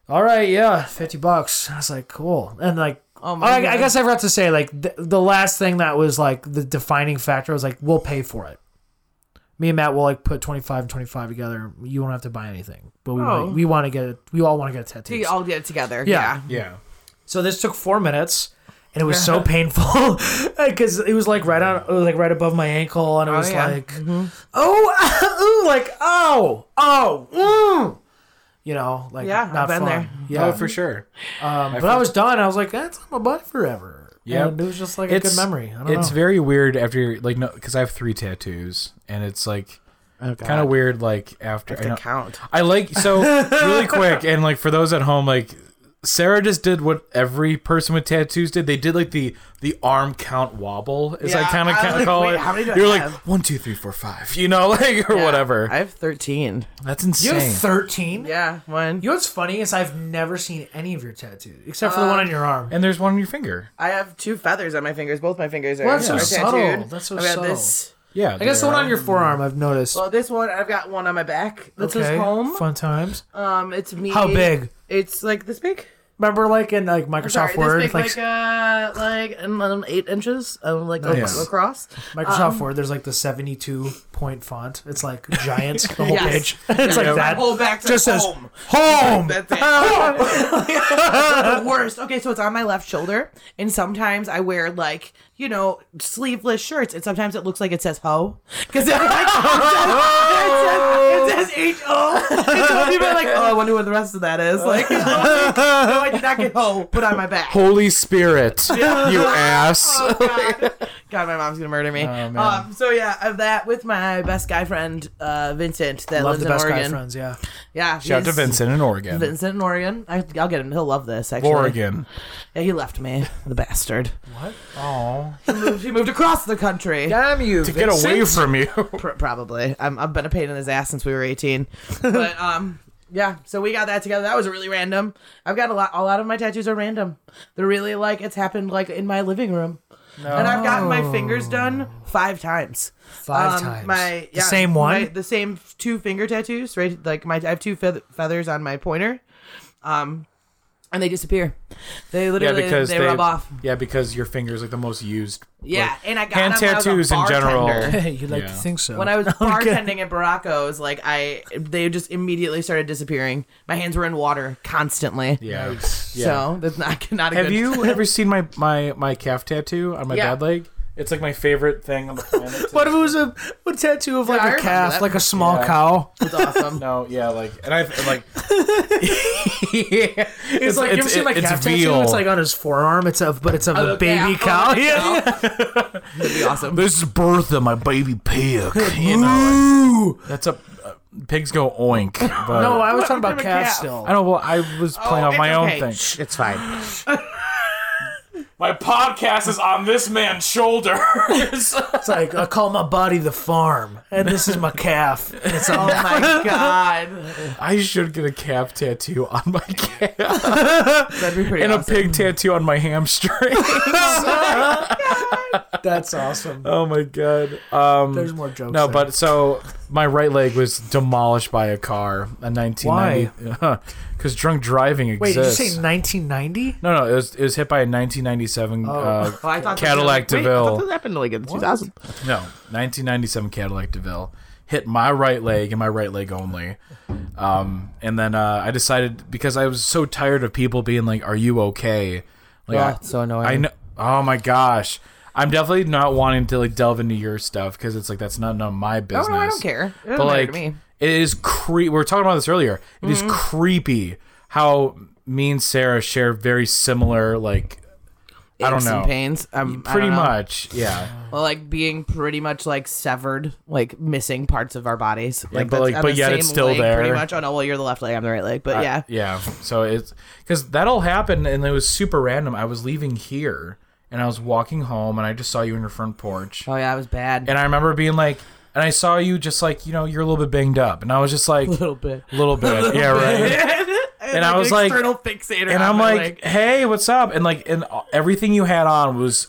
[SPEAKER 3] all right yeah 50 bucks i was like cool and like
[SPEAKER 4] Oh
[SPEAKER 3] oh
[SPEAKER 4] my
[SPEAKER 3] I, I
[SPEAKER 4] God.
[SPEAKER 3] guess i forgot to say like the, the last thing that was like the defining factor was like we'll pay for it me and matt will like put 25 and 25 together you won't have to buy anything but we,
[SPEAKER 4] Oh.
[SPEAKER 3] want we want to get it we all want to get a tattoo
[SPEAKER 4] We all get it together.
[SPEAKER 3] Yeah.
[SPEAKER 4] Yeah.
[SPEAKER 2] yeah.
[SPEAKER 3] so this took four minutes, and it was so painful because it was like right on, it was like right above my ankle, and it was
[SPEAKER 4] yeah. Mm-hmm.
[SPEAKER 3] like, oh, ooh, like oh, oh, mm. you know, like
[SPEAKER 4] Yeah, I've
[SPEAKER 3] not
[SPEAKER 4] been
[SPEAKER 3] fun.
[SPEAKER 4] there.
[SPEAKER 3] Yeah,
[SPEAKER 2] Oh, for sure.
[SPEAKER 3] um, but I was done. I was like, that's on my body forever.
[SPEAKER 2] Yep.
[SPEAKER 3] and it was just like a good memory. I don't
[SPEAKER 2] it's
[SPEAKER 3] know.
[SPEAKER 2] very weird after you're- like no, because I have three tattoos, and it's like kind of weird. Like after I
[SPEAKER 4] To
[SPEAKER 2] know-
[SPEAKER 4] count.
[SPEAKER 2] I like so really quick and like for those at home like Sarah just did what every person with tattoos did. They did like the the arm count wobble, as I
[SPEAKER 4] Yeah,
[SPEAKER 2] kind of
[SPEAKER 4] I was
[SPEAKER 2] kind of
[SPEAKER 4] like,
[SPEAKER 2] call
[SPEAKER 4] wait,
[SPEAKER 2] it.
[SPEAKER 4] how many do I
[SPEAKER 2] You're like
[SPEAKER 4] have?
[SPEAKER 2] one, two, three, four, five. You know, like or whatever.
[SPEAKER 4] I have 13.
[SPEAKER 2] That's
[SPEAKER 3] you
[SPEAKER 2] insane.
[SPEAKER 3] have thirteen.
[SPEAKER 4] Yeah. One.
[SPEAKER 3] You know what's funny is I've never seen any of your tattoos except for the
[SPEAKER 4] Uh,
[SPEAKER 3] one on your arm.
[SPEAKER 2] and there's one on your finger.
[SPEAKER 4] I have two feathers on my fingers. Both my fingers are,
[SPEAKER 3] Well, that's so
[SPEAKER 4] are
[SPEAKER 3] subtle.
[SPEAKER 4] tattooed.
[SPEAKER 3] That's so
[SPEAKER 4] I've got
[SPEAKER 3] subtle.
[SPEAKER 4] This,
[SPEAKER 2] Yeah.
[SPEAKER 3] I guess the one on your forearm I've noticed.
[SPEAKER 4] well, this one, I've got one on my back that
[SPEAKER 3] okay,
[SPEAKER 4] says home.
[SPEAKER 3] fun times.
[SPEAKER 4] Um, It's me.
[SPEAKER 3] How big?
[SPEAKER 4] It's like this big.
[SPEAKER 3] Remember, like in like Microsoft
[SPEAKER 4] Sorry,
[SPEAKER 3] Word,
[SPEAKER 4] this big,
[SPEAKER 3] like
[SPEAKER 4] like, uh, like um, um, eight inches, um, like
[SPEAKER 2] Nice.
[SPEAKER 4] across.
[SPEAKER 3] Microsoft
[SPEAKER 4] um,
[SPEAKER 3] Word, there's like the 72 point font. It's like giant, the whole
[SPEAKER 4] Yes.
[SPEAKER 3] page. It's like
[SPEAKER 2] Yeah.
[SPEAKER 3] that.
[SPEAKER 4] Whole back to
[SPEAKER 3] Just says
[SPEAKER 4] home.
[SPEAKER 3] home.
[SPEAKER 4] That's it.
[SPEAKER 3] Uh,
[SPEAKER 4] the worst. Okay, so it's on my left shoulder, and sometimes I wear like you know sleeveless shirts, and sometimes it looks like it says "ho" because it, like, it says H O. And so people are like, "Oh, I wonder what the rest of that is." Like, oh, no, I did not get "ho" put on my back.
[SPEAKER 2] Holy Spirit, you ass.
[SPEAKER 4] Oh, God. God, my mom's gonna murder
[SPEAKER 3] Oh,
[SPEAKER 4] me. um, so yeah, of that with my best guy friend uh, Vincent that
[SPEAKER 3] Love
[SPEAKER 4] lives
[SPEAKER 3] the
[SPEAKER 4] in
[SPEAKER 3] best guy
[SPEAKER 4] Oregon.
[SPEAKER 3] friends, yeah.
[SPEAKER 4] Yeah,
[SPEAKER 2] Shout out to
[SPEAKER 4] he's-
[SPEAKER 2] Vincent in Oregon.
[SPEAKER 4] Vincent in Oregon. I, I'll get him. He'll love this. Actually,
[SPEAKER 2] Oregon.
[SPEAKER 4] Yeah, he left me, the bastard.
[SPEAKER 3] What?
[SPEAKER 2] Oh,
[SPEAKER 4] moved, he moved across the country.
[SPEAKER 3] Damn you. To
[SPEAKER 2] get away from you.
[SPEAKER 4] Pr- probably. I'm, I've been a pain in his ass since we were 18. But um, yeah, so we got that together. That was really random. I've got a lot. A lot of my tattoos are random. They're really like it's happened like in my living room, and I've gotten my fingers done five times.
[SPEAKER 3] Five
[SPEAKER 4] Um,
[SPEAKER 3] times.
[SPEAKER 4] My
[SPEAKER 3] the
[SPEAKER 4] yeah,
[SPEAKER 3] same one.
[SPEAKER 4] my- the same f- two finger tattoos. Right, like my I have two feath- feathers on my pointer, um, and they disappear. They
[SPEAKER 2] Yeah,
[SPEAKER 4] literally
[SPEAKER 2] because
[SPEAKER 4] they, rub off.
[SPEAKER 2] Yeah, because your finger is like the most used.
[SPEAKER 4] Yeah,
[SPEAKER 2] like,
[SPEAKER 4] and I got
[SPEAKER 2] hand
[SPEAKER 4] them when I was
[SPEAKER 2] tattoos
[SPEAKER 4] a
[SPEAKER 2] in general. Oh,
[SPEAKER 4] bartender.
[SPEAKER 3] you like to
[SPEAKER 2] Yeah.
[SPEAKER 3] think so.
[SPEAKER 4] when I was
[SPEAKER 3] Okay.
[SPEAKER 4] bartending at Baracos, like I, they just immediately started disappearing. My hands were in water constantly.
[SPEAKER 2] Yeah, yeah.
[SPEAKER 4] So that's not not a
[SPEAKER 2] Have
[SPEAKER 4] good.
[SPEAKER 2] you ever seen my my my calf tattoo on my
[SPEAKER 4] Yeah.
[SPEAKER 2] bad leg? It's like my favorite thing on the planet.
[SPEAKER 3] What if it was a, a tattoo of like
[SPEAKER 4] I
[SPEAKER 3] a
[SPEAKER 4] remember
[SPEAKER 3] calf,
[SPEAKER 4] that.
[SPEAKER 3] like a small
[SPEAKER 2] Yeah.
[SPEAKER 3] cow?
[SPEAKER 4] That's awesome.
[SPEAKER 2] no, yeah, like, and I've and, like,
[SPEAKER 4] yeah.
[SPEAKER 3] It's, like you ever
[SPEAKER 2] it's-
[SPEAKER 3] seen like
[SPEAKER 2] it's
[SPEAKER 3] calf tattoo?
[SPEAKER 2] veal.
[SPEAKER 3] It's like on his forearm. It's of but it's of a
[SPEAKER 4] Oh,
[SPEAKER 3] baby
[SPEAKER 4] yeah.
[SPEAKER 3] cow.
[SPEAKER 4] Oh, my
[SPEAKER 3] yeah.
[SPEAKER 4] That'd be awesome.
[SPEAKER 2] this is Bertha, my baby pig. You know,
[SPEAKER 3] Ooh.
[SPEAKER 2] like, that's a uh, pigs go oink. But
[SPEAKER 3] No, I was
[SPEAKER 4] What
[SPEAKER 3] talking about
[SPEAKER 4] happened to
[SPEAKER 3] calf,
[SPEAKER 4] calf?
[SPEAKER 3] still.
[SPEAKER 2] I don't. Well, I was playing
[SPEAKER 4] Oh,
[SPEAKER 2] off my
[SPEAKER 4] it's
[SPEAKER 2] own
[SPEAKER 4] okay.
[SPEAKER 2] thing.
[SPEAKER 1] It's fine.
[SPEAKER 2] My podcast is on this man's shoulder.
[SPEAKER 3] It's like I call my body the farm, and this is my calf. And it's
[SPEAKER 4] Oh
[SPEAKER 3] all
[SPEAKER 4] my god,
[SPEAKER 2] I should get a calf tattoo on my calf
[SPEAKER 4] that'd be pretty.
[SPEAKER 2] and a
[SPEAKER 4] awesome.
[SPEAKER 2] pig tattoo on my hamstring.
[SPEAKER 3] that's awesome.
[SPEAKER 2] oh my god. Um,
[SPEAKER 3] There's more jokes.
[SPEAKER 2] No,
[SPEAKER 3] there.
[SPEAKER 2] but so my right leg was demolished by a car in 1990. Why? Because drunk driving
[SPEAKER 3] wait, did you
[SPEAKER 2] exists.
[SPEAKER 3] say 1990?
[SPEAKER 2] no, no, it was, it was hit by a 1997 uh,
[SPEAKER 4] Oh, I thought that
[SPEAKER 2] Cadillac
[SPEAKER 4] was- wait, I
[SPEAKER 2] DeVille.
[SPEAKER 4] thought that happened like in 2000.
[SPEAKER 2] No, 1997 Cadillac DeVille hit my right leg and my right leg only. Um, and then uh, I decided because I was so tired of people being like, "Are you okay?" Like,
[SPEAKER 1] Yeah,
[SPEAKER 2] I-
[SPEAKER 1] so annoying.
[SPEAKER 2] I know. Oh my gosh, I'm definitely not wanting to like delve into your stuff because it's like that's not none of my business.
[SPEAKER 4] Oh, no, I don't care. It doesn't
[SPEAKER 2] but
[SPEAKER 4] matter
[SPEAKER 2] like,
[SPEAKER 4] to me. Mm-hmm.
[SPEAKER 2] it is creepy. We were talking about this earlier. It is creepy how me and Sarah share very similar like. I don't
[SPEAKER 4] Aches and
[SPEAKER 2] know.
[SPEAKER 4] Pains. Um, I
[SPEAKER 2] Pretty
[SPEAKER 4] don't know.
[SPEAKER 2] much, yeah.
[SPEAKER 4] Well, like being pretty much like severed, like missing parts of our bodies. like,
[SPEAKER 2] but,
[SPEAKER 4] that's
[SPEAKER 2] like,
[SPEAKER 4] on
[SPEAKER 2] but
[SPEAKER 4] the
[SPEAKER 2] yet
[SPEAKER 4] same
[SPEAKER 2] it's still
[SPEAKER 4] leg, Pretty
[SPEAKER 2] there.
[SPEAKER 4] much. Oh no, well you're the left leg, I'm the right leg. But
[SPEAKER 2] I-
[SPEAKER 4] yeah,
[SPEAKER 2] yeah. So it's because that all happened and it was super random. I was leaving here and I was walking home and I just saw you in your front porch.
[SPEAKER 4] oh yeah, it was bad.
[SPEAKER 2] And I remember being like, and I saw you just like, you know, you're a little bit banged up. And I was just like,
[SPEAKER 4] little bit.
[SPEAKER 2] little bit. yeah, right.
[SPEAKER 4] and
[SPEAKER 2] I was like-
[SPEAKER 4] external fixator.
[SPEAKER 2] And
[SPEAKER 4] on
[SPEAKER 2] I'm
[SPEAKER 4] my
[SPEAKER 2] like,
[SPEAKER 4] leg.
[SPEAKER 2] hey, what's up? And like, and everything you had on was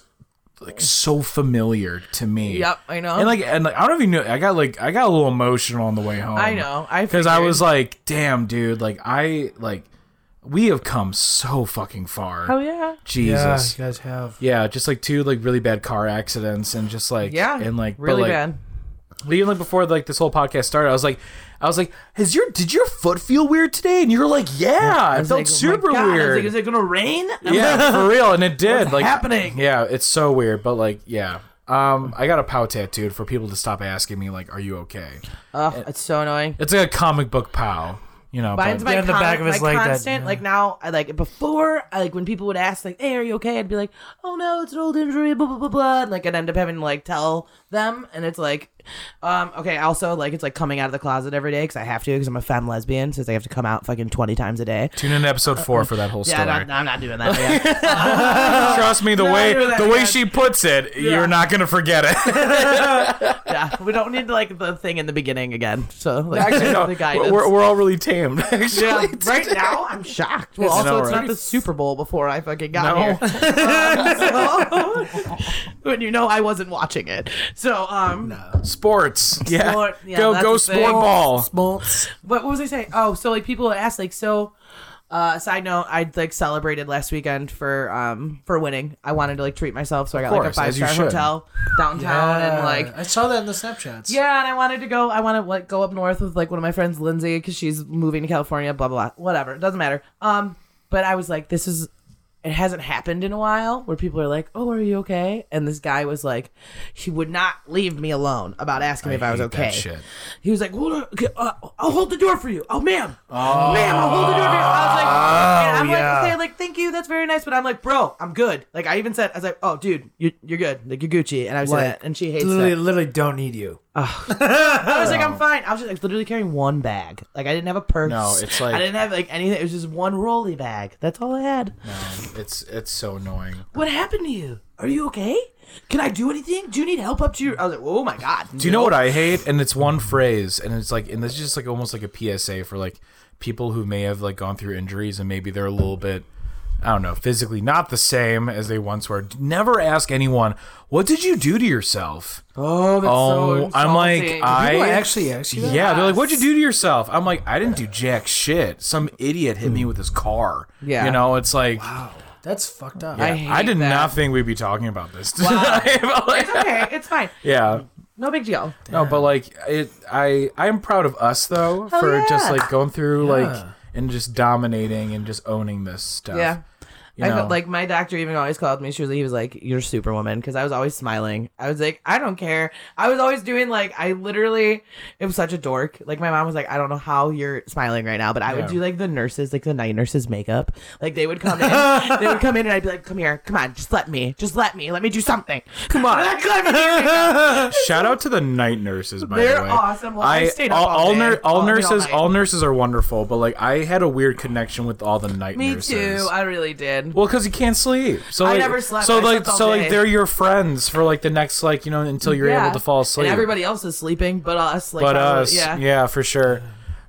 [SPEAKER 2] like so familiar to me.
[SPEAKER 4] Yep, I know.
[SPEAKER 2] And like, and like, I don't know if you knew. I got like, I got a little emotional on the way home.
[SPEAKER 4] I know. I
[SPEAKER 2] because um, I
[SPEAKER 4] figured.
[SPEAKER 2] was like, damn, dude. Like, I like, we have come so fucking far.
[SPEAKER 4] oh yeah,
[SPEAKER 2] Jesus.
[SPEAKER 3] Yeah,
[SPEAKER 2] Yeah.
[SPEAKER 3] you guys have.
[SPEAKER 2] just like two like really bad car accidents and just like
[SPEAKER 4] yeah,
[SPEAKER 2] and like but,
[SPEAKER 4] really
[SPEAKER 2] like,
[SPEAKER 4] bad.
[SPEAKER 2] but Even like before like this whole podcast started, I was like, I was like, has your did your foot feel weird today? And you were like, yeah, it
[SPEAKER 4] was
[SPEAKER 2] felt
[SPEAKER 4] like, oh my
[SPEAKER 2] super
[SPEAKER 4] God. I was like,
[SPEAKER 2] weird.
[SPEAKER 4] is it gonna rain? I'm
[SPEAKER 2] yeah, for real, and it did.
[SPEAKER 4] What's
[SPEAKER 2] like
[SPEAKER 4] happening?
[SPEAKER 2] Yeah, it's so weird, but like yeah. Um, I got a pow tattooed for people to stop asking me like, "Are you okay?"
[SPEAKER 4] Ugh, it's so annoying.
[SPEAKER 2] It's like a comic book pow, you know.
[SPEAKER 4] Mine's
[SPEAKER 2] but-
[SPEAKER 4] my,
[SPEAKER 3] Yeah, the back
[SPEAKER 4] con-
[SPEAKER 3] of his
[SPEAKER 4] my
[SPEAKER 3] leg that-
[SPEAKER 4] constant. Like now, I like before, I like when people would ask, like, "Hey, are you okay?" I'd be like, "Oh no, it's an old injury." Blah blah blah blah. And, like I'd end up having to like tell them, and it's like, um, okay. Also, like it's like coming out of the closet every day because I have to because I'm a femme lesbian, since I have to come out fucking twenty times a day.
[SPEAKER 2] tune in to episode four for that whole
[SPEAKER 4] Uh, Yeah,
[SPEAKER 2] story.
[SPEAKER 4] no, no, I'm not doing that. Yeah.
[SPEAKER 2] Trust me, the
[SPEAKER 4] No,
[SPEAKER 2] way
[SPEAKER 4] I knew that,
[SPEAKER 2] the way
[SPEAKER 4] yeah.
[SPEAKER 2] she puts it, you're not gonna forget it.
[SPEAKER 4] yeah, we don't need like the thing in the beginning again. So like,
[SPEAKER 2] Actually, no,
[SPEAKER 4] the
[SPEAKER 2] we're,
[SPEAKER 4] guidance.
[SPEAKER 2] we're- we're all really tamed. Actually,
[SPEAKER 4] yeah, right now I'm shocked. Well,
[SPEAKER 2] I
[SPEAKER 4] also
[SPEAKER 2] know,
[SPEAKER 4] it's
[SPEAKER 2] right?
[SPEAKER 4] not the Super Bowl before I fucking got
[SPEAKER 2] No.
[SPEAKER 4] here. Um, when you know I wasn't watching it. So, um,
[SPEAKER 2] sports. Yeah,
[SPEAKER 4] Sport, yeah,
[SPEAKER 2] go
[SPEAKER 4] that's
[SPEAKER 2] go
[SPEAKER 4] the
[SPEAKER 2] sport
[SPEAKER 4] thing.
[SPEAKER 2] ball.
[SPEAKER 4] what, what was I saying? Oh, so like people ask, like, so. Uh, side note, I like celebrated last weekend for um for winning. I wanted to like treat myself, so I got like a
[SPEAKER 2] course,
[SPEAKER 4] five
[SPEAKER 2] as you
[SPEAKER 4] star
[SPEAKER 2] should.
[SPEAKER 4] hotel downtown and like
[SPEAKER 3] Uh, I saw that in the Snapchats.
[SPEAKER 4] Yeah, and I wanted to go. I want to like go up north with like one of my friends, Lindsay, because she's moving to California. Blah blah blah. Whatever, it doesn't matter. Um, but I was like, this is. It hasn't happened in a while where people are like, "Oh, are you okay?" And this guy was like, he would not leave me alone about asking me if I was
[SPEAKER 2] hate that
[SPEAKER 4] okay.
[SPEAKER 2] shit.
[SPEAKER 4] He was like, "Hold on, okay, uh, I'll hold the door for you." Oh, ma'am, ma'am, I'll hold the door for you. I was like, and I'm
[SPEAKER 3] yeah.
[SPEAKER 4] like, okay, like, thank you, that's very nice, but I'm like, bro, I'm good. Like, I even said, I was like, "Oh, dude, you're, you're good, like you're Gucci," and I was
[SPEAKER 3] Like,
[SPEAKER 4] like, and she hates that.
[SPEAKER 3] Literally, literally don't need you.
[SPEAKER 4] I was like, I'm fine. I was just like literally carrying one bag. Like I didn't have a purse.
[SPEAKER 2] No, it's like-
[SPEAKER 4] I didn't have like anything. It was just one rolly bag. That's all I had.
[SPEAKER 2] It's it's so annoying.
[SPEAKER 4] What happened to you? Are you okay? Can I do anything? Do you need help up to your? I was like, oh my god.
[SPEAKER 2] Do you know what I hate? And it's one phrase, and it's like, and this is just like almost like a PSA for like people who may have like gone through injuries and maybe they're a little bit, I don't know, physically not the same as they once were. Never ask anyone, "What did you do to yourself?"
[SPEAKER 3] Oh, that's
[SPEAKER 2] Oh, I'm like,
[SPEAKER 4] insulting.
[SPEAKER 2] I
[SPEAKER 3] People actually ask you that?
[SPEAKER 2] Yeah, they're like, "What'd you do
[SPEAKER 4] Yes.
[SPEAKER 2] to yourself?" I'm like, "I didn't do jack shit. Some idiot hit me with his car."
[SPEAKER 4] Yeah.
[SPEAKER 2] you know, it's like.
[SPEAKER 3] That's fucked up.
[SPEAKER 2] I,
[SPEAKER 4] hate
[SPEAKER 2] did
[SPEAKER 4] that.
[SPEAKER 2] not think we'd be talking about this. tonight, but, like,
[SPEAKER 4] It's okay. It's fine.
[SPEAKER 2] yeah.
[SPEAKER 4] No big deal.
[SPEAKER 2] No, but like it, I I am proud of us though for just
[SPEAKER 4] yeah.
[SPEAKER 2] like going through like
[SPEAKER 3] Yeah.
[SPEAKER 2] and just dominating and just owning this stuff.
[SPEAKER 4] Yeah.
[SPEAKER 2] You
[SPEAKER 4] I
[SPEAKER 2] know?
[SPEAKER 4] felt like my doctor even always called me. She was, he was like, "You're Superwoman," because I was always smiling. I was like, "I don't care." I was always doing like I literally, it was such a dork. Like my mom was like, "I don't know how you're smiling right now," but I
[SPEAKER 2] Yeah.
[SPEAKER 4] would do like the nurses, like the night nurses makeup. Like they would come in, they would come in, and I'd be like, "Come here, come on, just let me, just let me, let me do something. Come on."
[SPEAKER 2] shout out to the night nurses. By the
[SPEAKER 4] They're
[SPEAKER 2] way,
[SPEAKER 4] awesome. Well, I stayed up
[SPEAKER 2] all,
[SPEAKER 4] all
[SPEAKER 2] all,
[SPEAKER 4] day,
[SPEAKER 2] nur- all
[SPEAKER 4] all day, all
[SPEAKER 2] nurses
[SPEAKER 4] night.
[SPEAKER 2] all, nurses are wonderful, but like I had a weird connection with all the night
[SPEAKER 4] me
[SPEAKER 2] nurses.
[SPEAKER 4] too. I really did.
[SPEAKER 2] Well, because you can't sleep. So
[SPEAKER 4] I
[SPEAKER 2] like,
[SPEAKER 4] never slept.
[SPEAKER 2] So
[SPEAKER 4] I
[SPEAKER 2] like,
[SPEAKER 4] slept all
[SPEAKER 2] so like,
[SPEAKER 4] day.
[SPEAKER 2] they're your friends for like the next like you know until you're
[SPEAKER 4] Yeah.
[SPEAKER 2] able to fall asleep.
[SPEAKER 4] And everybody else is sleeping, but us. Like,
[SPEAKER 2] but
[SPEAKER 4] I was-
[SPEAKER 2] us,
[SPEAKER 4] yeah,
[SPEAKER 2] yeah. for sure.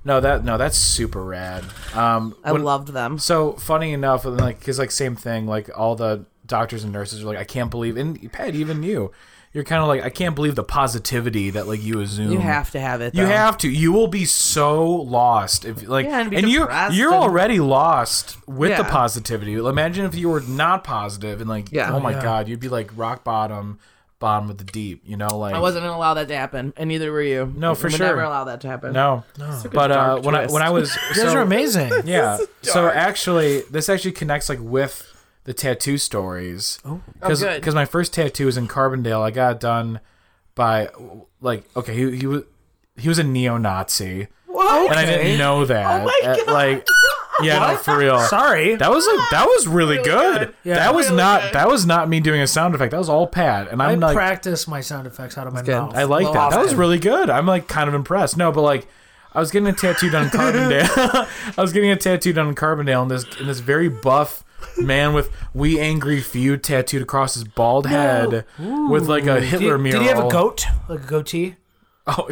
[SPEAKER 2] No, that no, that's super rad. Um,
[SPEAKER 4] I
[SPEAKER 2] when-
[SPEAKER 4] loved them.
[SPEAKER 2] So funny enough, and, like because like same thing, like all the doctors and nurses are like, I can't believe, and Pat, even you, you're kind of like, I can't believe the positivity that like you assume.
[SPEAKER 4] You have to have it.
[SPEAKER 2] You
[SPEAKER 4] though.
[SPEAKER 2] have to. You will be so lost if like,
[SPEAKER 4] Yeah, and
[SPEAKER 2] and,
[SPEAKER 4] be
[SPEAKER 2] you
[SPEAKER 4] depressed
[SPEAKER 2] you're
[SPEAKER 4] and-
[SPEAKER 2] already lost with the
[SPEAKER 4] Yeah.
[SPEAKER 2] positivity. Imagine if you were not positive and like,
[SPEAKER 4] Yeah.
[SPEAKER 2] oh my
[SPEAKER 3] Yeah.
[SPEAKER 2] god, you'd be like rock bottom, bottom of the deep. You know, like
[SPEAKER 4] I wasn't gonna allow that to happen, and neither were you.
[SPEAKER 2] No, for
[SPEAKER 4] we
[SPEAKER 2] sure.
[SPEAKER 4] Never allow that to happen.
[SPEAKER 2] No, but uh,
[SPEAKER 4] dark
[SPEAKER 2] when I
[SPEAKER 4] twist.
[SPEAKER 2] when I was
[SPEAKER 3] You guys
[SPEAKER 2] so-
[SPEAKER 3] are amazing.
[SPEAKER 2] yeah. So actually, this actually connects like with the tattoo stories. Oh, because
[SPEAKER 4] Oh, good.
[SPEAKER 2] my first tattoo was in Carbondale. I got it done by like okay, he he was he was a neo Nazi,
[SPEAKER 4] What?
[SPEAKER 2] and I
[SPEAKER 3] Okay.
[SPEAKER 2] didn't know that.
[SPEAKER 4] Oh my
[SPEAKER 2] Uh,
[SPEAKER 4] God.
[SPEAKER 2] Like yeah, no, for real.
[SPEAKER 3] Sorry.
[SPEAKER 2] That was like that was really, good.
[SPEAKER 4] good.
[SPEAKER 3] Yeah.
[SPEAKER 2] That was
[SPEAKER 4] Really
[SPEAKER 2] not
[SPEAKER 4] good.
[SPEAKER 2] that was not me doing a sound effect. That was all Pat, and
[SPEAKER 3] I
[SPEAKER 2] I'm like
[SPEAKER 3] practice my sound effects out of my
[SPEAKER 4] good.
[SPEAKER 3] mouth.
[SPEAKER 2] I like
[SPEAKER 3] Low
[SPEAKER 2] that. That was
[SPEAKER 3] octave.
[SPEAKER 2] really good. I'm like kind of impressed. No, but like I was getting a tattoo done in Carbondale. I was getting a tattoo done in Carbondale and this and this very buff man with we angry few tattooed across his bald head with like a
[SPEAKER 3] Did,
[SPEAKER 2] Hitler
[SPEAKER 3] did
[SPEAKER 2] mural.
[SPEAKER 3] he have a goat? Like a goatee?
[SPEAKER 2] Oh,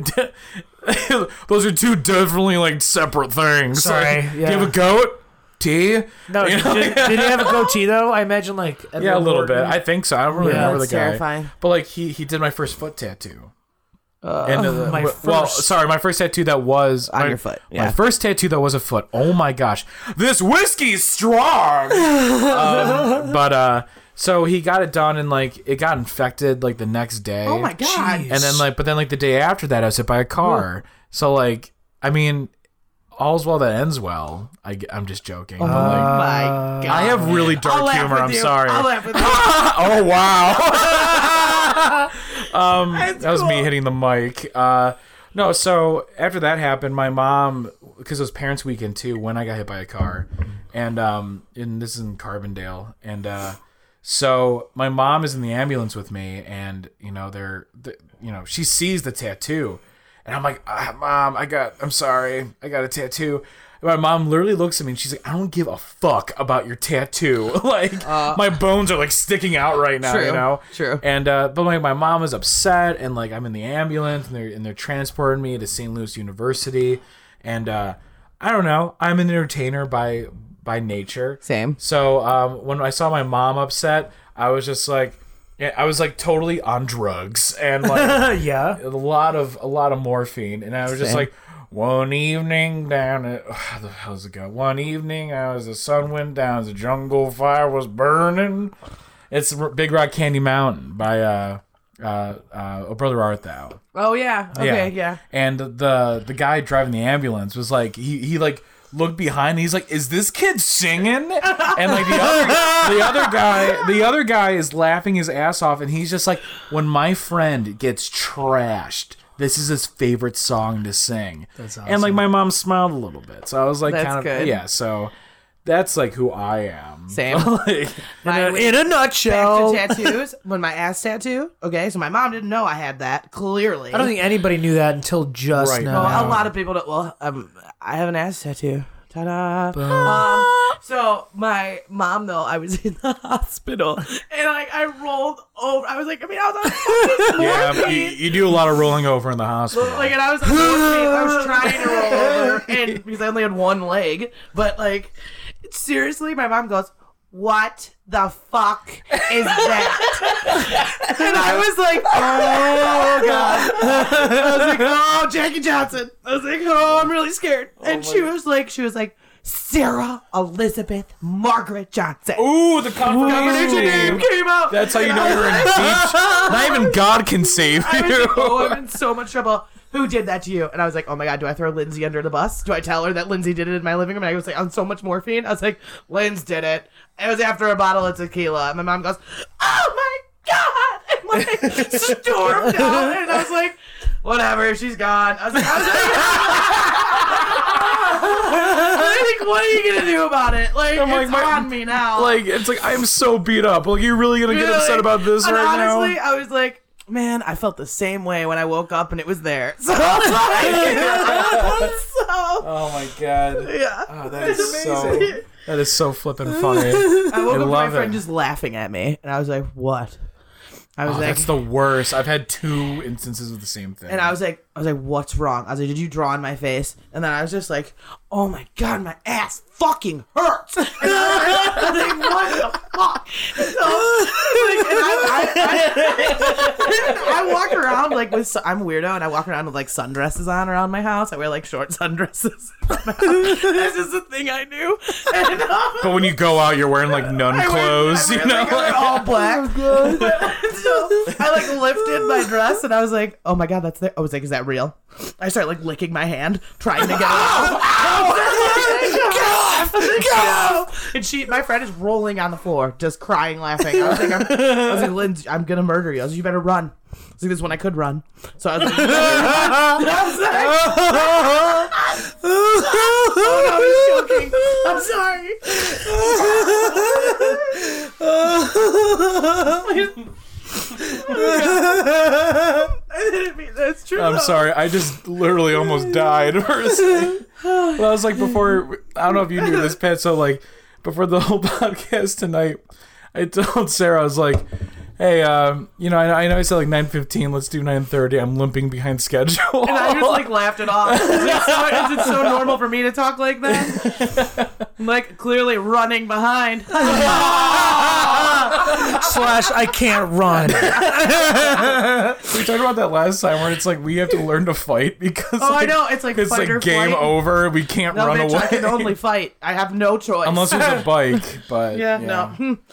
[SPEAKER 2] those are two definitely like separate things.
[SPEAKER 3] Sorry,
[SPEAKER 2] Like, do you
[SPEAKER 3] yeah.
[SPEAKER 2] have a goat? Tea?
[SPEAKER 3] No,
[SPEAKER 2] You
[SPEAKER 3] did,
[SPEAKER 2] know?
[SPEAKER 3] did, did he have a goatee though? I imagine like Edward
[SPEAKER 2] Yeah, a little bit.
[SPEAKER 3] Norton.
[SPEAKER 2] I think so. I don't really
[SPEAKER 3] Yeah.
[SPEAKER 2] remember
[SPEAKER 4] That's
[SPEAKER 2] the guy.
[SPEAKER 4] terrifying.
[SPEAKER 2] But like he he did my first foot tattoo. and uh,
[SPEAKER 3] my
[SPEAKER 2] w- well,
[SPEAKER 3] first-
[SPEAKER 2] sorry, my first tattoo that was
[SPEAKER 4] On
[SPEAKER 2] my-
[SPEAKER 4] your foot,
[SPEAKER 2] My
[SPEAKER 4] yeah.
[SPEAKER 2] first tattoo that was a foot. Oh my gosh, this whiskey's strong. Um, but uh, so he got it done, and like it got infected like the next day.
[SPEAKER 4] Oh my god.
[SPEAKER 3] Jeez.
[SPEAKER 2] And then like, but then like the day after that, I was hit by a car. So like, I mean, all's well that ends well. I am just joking. but, like,
[SPEAKER 4] My God.
[SPEAKER 2] Uh, I have really dark
[SPEAKER 4] Uh, I'll laugh
[SPEAKER 2] humor.
[SPEAKER 4] with
[SPEAKER 2] I'm
[SPEAKER 4] you.
[SPEAKER 2] sorry.
[SPEAKER 4] I'll laugh with you.
[SPEAKER 2] oh wow. um,
[SPEAKER 4] That's
[SPEAKER 2] that was me
[SPEAKER 4] cool.
[SPEAKER 2] hitting the mic. Uh, no, so after that happened, my mom, because it was Parents Weekend too, when I got hit by a car, and um, and this is in Carbondale, and uh, so my mom is in the ambulance with me, and you know they're, th- you know, she sees the tattoo, and I'm like, ah, mom, I got, I'm sorry, I got a tattoo. And my mom literally looks at me and she's like, I don't give a fuck about your tattoo. like my bones are like sticking out right now, you
[SPEAKER 4] Uh, True,
[SPEAKER 2] know.
[SPEAKER 4] true.
[SPEAKER 2] And uh, but like my mom is upset, and like I'm in the ambulance, and they're and they're transporting me to St. Louis University, and uh, I don't know. I'm an entertainer by by nature.
[SPEAKER 4] Same.
[SPEAKER 2] So um, when I saw my mom upset, I was just like, yeah, I was like totally on drugs and like
[SPEAKER 3] Uh, yeah.
[SPEAKER 2] a lot of a lot of morphine, and I was just
[SPEAKER 4] Same.
[SPEAKER 2] like. One evening down at how the how's it go? One evening, as the sun went down, as the jungle fire was burning. It's R- Big Rock Candy Mountain by uh uh uh Oh Brother Art Thou.
[SPEAKER 4] Oh yeah. Okay. Yeah.
[SPEAKER 2] And the the guy driving the ambulance was like he he like looked behind and he's like is this kid singing and like the other the other guy the other guy is laughing his ass off and he's just like when my friend gets trashed this is his favorite song to sing
[SPEAKER 3] That's
[SPEAKER 2] and like my mom smiled a little bit so i was like
[SPEAKER 4] That's
[SPEAKER 2] kind of
[SPEAKER 4] good.
[SPEAKER 2] yeah so that's like who i am
[SPEAKER 4] Same.
[SPEAKER 2] Like-
[SPEAKER 4] Mine was
[SPEAKER 3] In a nutshell.
[SPEAKER 4] back to tattoos. when my ass tattoo. Okay. So my mom didn't know I had that. Clearly.
[SPEAKER 3] I don't think anybody knew that until just
[SPEAKER 2] Right.
[SPEAKER 3] now.
[SPEAKER 2] Well,
[SPEAKER 4] a lot of people don't. Well, um, I have an ass tattoo. Ta-da. Um, so my mom though, I was in the hospital and like I rolled over. I was like, I mean, I was on fucking
[SPEAKER 2] Yeah,
[SPEAKER 4] morphine.
[SPEAKER 2] but you, you do a lot of rolling over in the hospital.
[SPEAKER 4] Like and I was, on morphine. I was trying to roll over, and because I only had one leg, but like seriously, my mom goes, "What the fuck is that?" and I was like, "Oh god!" I was like, "Oh, Jackie Johnson." I was like, "Oh, I'm really scared," and she was like, "She was like." Sarah Elizabeth Margaret Johnson.
[SPEAKER 2] Ooh, the confirmation
[SPEAKER 4] Confirmation name came out.
[SPEAKER 2] That's how you know you're in deep. Not even God can save
[SPEAKER 4] I was like, oh,
[SPEAKER 2] you.
[SPEAKER 4] I'm in so much trouble. Who did that to you? And I was like, oh my god, do I throw Lindsay under the bus? Do I tell her that Lindsay did it in my living room? And I was like, on so much morphine. I was like, Lindsay did it. It was after a bottle of tequila. And my mom goes, oh my god, and like stormed out. And I was like, whatever, she's gone. I was like, I was like. I was like, what are you gonna do about it? Like,
[SPEAKER 2] I'm like,
[SPEAKER 4] it's
[SPEAKER 2] my-
[SPEAKER 4] on me now.
[SPEAKER 2] Like it's like I'm so beat up. Like you're really gonna get
[SPEAKER 4] Yeah,
[SPEAKER 2] upset
[SPEAKER 4] like-
[SPEAKER 2] about this
[SPEAKER 4] and
[SPEAKER 2] right
[SPEAKER 4] honestly,
[SPEAKER 2] now?
[SPEAKER 4] I was like, man, I felt the same way when I woke up and it was there. So, like, so
[SPEAKER 2] Oh my god. Oh,
[SPEAKER 4] yeah, It's amazing.
[SPEAKER 2] that is so flippin' funny.
[SPEAKER 4] I woke up to my
[SPEAKER 2] love
[SPEAKER 4] friend
[SPEAKER 2] it.
[SPEAKER 4] just laughing at me, and I was like, what? I was
[SPEAKER 2] Oh,
[SPEAKER 4] like,
[SPEAKER 2] that's the worst. I've had two instances of the same thing.
[SPEAKER 4] and I was like, I was like, what's wrong? I was like, did you draw on my face? And then I was just like, oh my god, my ass fucking hurts. And I was like, what the fuck? And So, like, and I, I, I, I walk around like with su- I'm weirdo, and I walk around with like sundresses on around my house. I wear like short sundresses. around my house. this is the thing I do. And, um,
[SPEAKER 2] but when you go out, you're wearing like nun
[SPEAKER 4] I wear-
[SPEAKER 2] clothes,
[SPEAKER 4] I
[SPEAKER 2] you
[SPEAKER 4] wear,
[SPEAKER 2] know?
[SPEAKER 4] like, I wear all black. so I like lifted my dress and I was like, "Oh my god, that's there." I was like, "Is that real?" I start like licking my hand, trying to get it off.
[SPEAKER 2] Oh,
[SPEAKER 4] I was like, "No." And she, my friend, is rolling on the floor, just crying, laughing. I was like, I'm, I was like, "Lindsay, I'm gonna murder you." I was like, "You better run." I was like, "This is when I could run." So I was like, "You better run." I was like, I was Oh, joking. I'm sorry. I didn't mean that's true.
[SPEAKER 2] I'm
[SPEAKER 4] though.
[SPEAKER 2] sorry. I just literally almost died. for a second. well, I was like before. I don't know if you knew this, Pat. So like before the whole podcast tonight, I told Sarah I was like, "Hey, um, you know, I, I know I said like 9:15. Let's do 9:30. I'm limping behind schedule."
[SPEAKER 4] And I just like laughed it off. Is it, so, is it so normal for me to talk like that? I'm, like clearly running behind. Oh,
[SPEAKER 3] Slash, I can't run.
[SPEAKER 2] we talked about that last time where it's like we have to learn to fight because
[SPEAKER 4] Oh, I
[SPEAKER 2] like,
[SPEAKER 4] know. It's like
[SPEAKER 2] it's
[SPEAKER 4] fight
[SPEAKER 2] like
[SPEAKER 4] or
[SPEAKER 2] game
[SPEAKER 4] flight.
[SPEAKER 2] over. We can't
[SPEAKER 4] No,
[SPEAKER 2] run
[SPEAKER 4] bitch,
[SPEAKER 2] away
[SPEAKER 4] I can only fight. I have no choice.
[SPEAKER 2] unless it's a bike. But
[SPEAKER 4] yeah,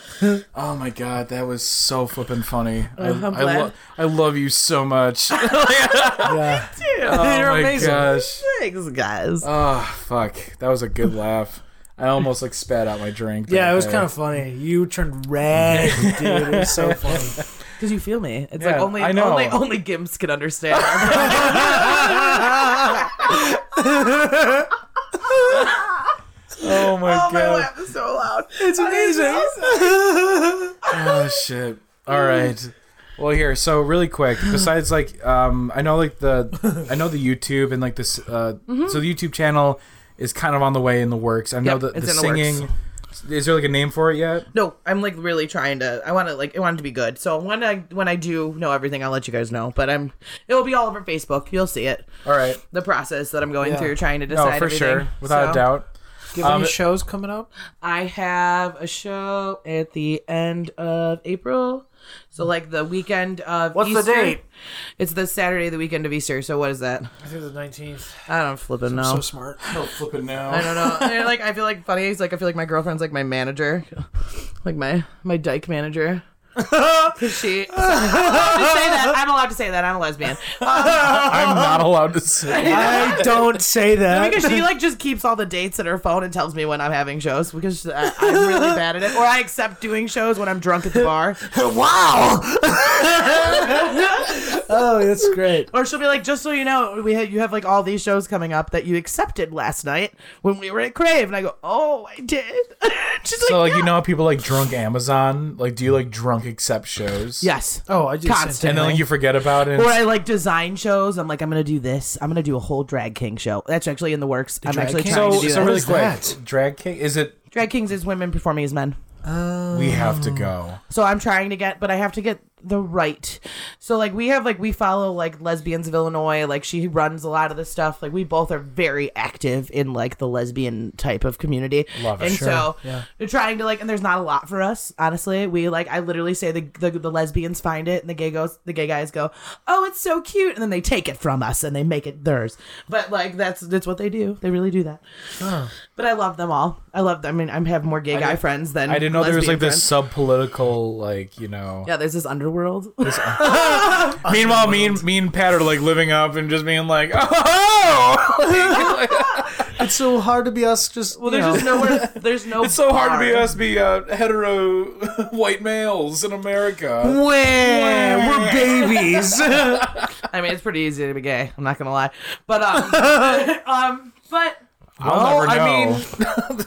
[SPEAKER 4] no.
[SPEAKER 2] Oh my god, that was so flippin' funny. I,
[SPEAKER 4] I'm
[SPEAKER 2] I,
[SPEAKER 4] glad.
[SPEAKER 2] lo- I love you so much.
[SPEAKER 3] Yeah.
[SPEAKER 2] Oh
[SPEAKER 3] You're
[SPEAKER 2] my
[SPEAKER 3] amazing.
[SPEAKER 2] gosh.
[SPEAKER 4] Thanks, guys.
[SPEAKER 2] Oh fuck. That was a good laugh. I almost like spat out my drink.
[SPEAKER 3] Yeah,
[SPEAKER 2] right
[SPEAKER 3] it was
[SPEAKER 2] there.
[SPEAKER 3] kind of funny. You turned red, dude. It was so funny.
[SPEAKER 4] Because you feel me. It's
[SPEAKER 2] Yeah,
[SPEAKER 4] like only
[SPEAKER 2] I know.
[SPEAKER 4] only only gimps can understand.
[SPEAKER 2] Oh my
[SPEAKER 4] oh, my
[SPEAKER 2] god.
[SPEAKER 4] laugh is so loud. It's
[SPEAKER 2] Oh shit. All right. Well, here. So really quick. Besides, like, um, I know like the, I know the YouTube and like this. Uh, So the YouTube channel is kind of on the way in the works. I know
[SPEAKER 4] Yep,
[SPEAKER 2] the, the
[SPEAKER 4] it's in the
[SPEAKER 2] singing. Is there like a name for it yet?
[SPEAKER 4] No, I'm like really trying to. I want to like I want it to be good. So when I when I do know everything, I'll let you guys know. But I'm it'll be all over Facebook. You'll see it.
[SPEAKER 2] All right.
[SPEAKER 4] The process that I'm going
[SPEAKER 3] Yeah.
[SPEAKER 4] through trying to
[SPEAKER 2] No,
[SPEAKER 4] decide.
[SPEAKER 2] for
[SPEAKER 4] everything.
[SPEAKER 2] sure, without
[SPEAKER 4] So,
[SPEAKER 2] a douut.
[SPEAKER 3] Do
[SPEAKER 2] Um,
[SPEAKER 3] you have any shows coming up?
[SPEAKER 4] I have a show at the end of April. So like the weekend of
[SPEAKER 3] What's the
[SPEAKER 4] Easter.
[SPEAKER 3] date?
[SPEAKER 4] It's the Saturday, the weekend of Easter. So what is that?
[SPEAKER 3] I think the 19th.
[SPEAKER 4] I don't flipping know.
[SPEAKER 3] So smart.
[SPEAKER 2] Oh, flipping now.
[SPEAKER 4] I don't know. And, like I feel like funny. It's like I feel like my girlfriend's like my manager, like my my dyke manager. 'Cause she. I'm allowed to say that. I'm allowed to say that. I'm a lesbian.
[SPEAKER 2] I'm not allowed to say.
[SPEAKER 3] I don't say that.
[SPEAKER 4] because she like just keeps all the dates in her phone and tells me when I'm having shows because I, I'm really bad at it, or I accept doing shows when I'm drunk at the bar,
[SPEAKER 3] wow. oh, that's great.
[SPEAKER 4] or she'll be like, "Just so you know, we had you have like all these shows coming up that you accepted last night when we were at Crave," and I go, "Oh, I did." She's like,
[SPEAKER 2] So like you know how people like drunk Amazon. Like, do you like drunk accept shows?
[SPEAKER 4] "Yes."
[SPEAKER 3] Oh, I just
[SPEAKER 4] Constant.
[SPEAKER 2] And then like you forget about it.
[SPEAKER 4] Or I like design shows. I'm like, I'm gonna do do this. I'm gonna do a whole drag king show. That's actually in the works. I'm
[SPEAKER 3] drag
[SPEAKER 4] actually
[SPEAKER 3] king?
[SPEAKER 4] trying
[SPEAKER 2] So,
[SPEAKER 4] to do
[SPEAKER 2] so
[SPEAKER 4] that.
[SPEAKER 2] really
[SPEAKER 3] What
[SPEAKER 2] quick,
[SPEAKER 3] is
[SPEAKER 2] drag king is it?
[SPEAKER 4] Drag kings is women performing as men.
[SPEAKER 2] We have to go.
[SPEAKER 4] So I'm trying to get, but I have to get the right. So like we have like we follow like lesbians of Illinois. Like she runs a lot of the stuff. Like we both are very active in like the lesbian type of community.
[SPEAKER 2] Love it.
[SPEAKER 4] And
[SPEAKER 2] Sure.
[SPEAKER 4] so they're trying to like, and there's not a lot for us honestly. We like I literally say the, the the lesbians find it, and the gay goes the gay guys go, oh it's so cute, and then they take it from us and they make it theirs. But like that's that's what they do. They really do that. But I love them all. I love. Them. I mean, I have more gay guy friends than
[SPEAKER 2] I didn't know there was
[SPEAKER 4] lesbian
[SPEAKER 2] like this
[SPEAKER 4] friends.
[SPEAKER 2] sub political like you know.
[SPEAKER 4] Yeah, there's this underworld.
[SPEAKER 2] Meanwhile, me and me and Pat are like living up and just being like, oh,
[SPEAKER 3] It's so hard to be us. Just well,
[SPEAKER 4] There's
[SPEAKER 3] you know.
[SPEAKER 4] just nowhere. There's no.
[SPEAKER 2] it's so hard to be
[SPEAKER 4] bar.
[SPEAKER 2] us be uh, hetero white males in America.
[SPEAKER 3] Wah, we're babies.
[SPEAKER 4] I mean, it's pretty easy to be gay. I'm not gonna lie, but um, um, but
[SPEAKER 2] I'll
[SPEAKER 3] Well,
[SPEAKER 2] never know.
[SPEAKER 3] I mean-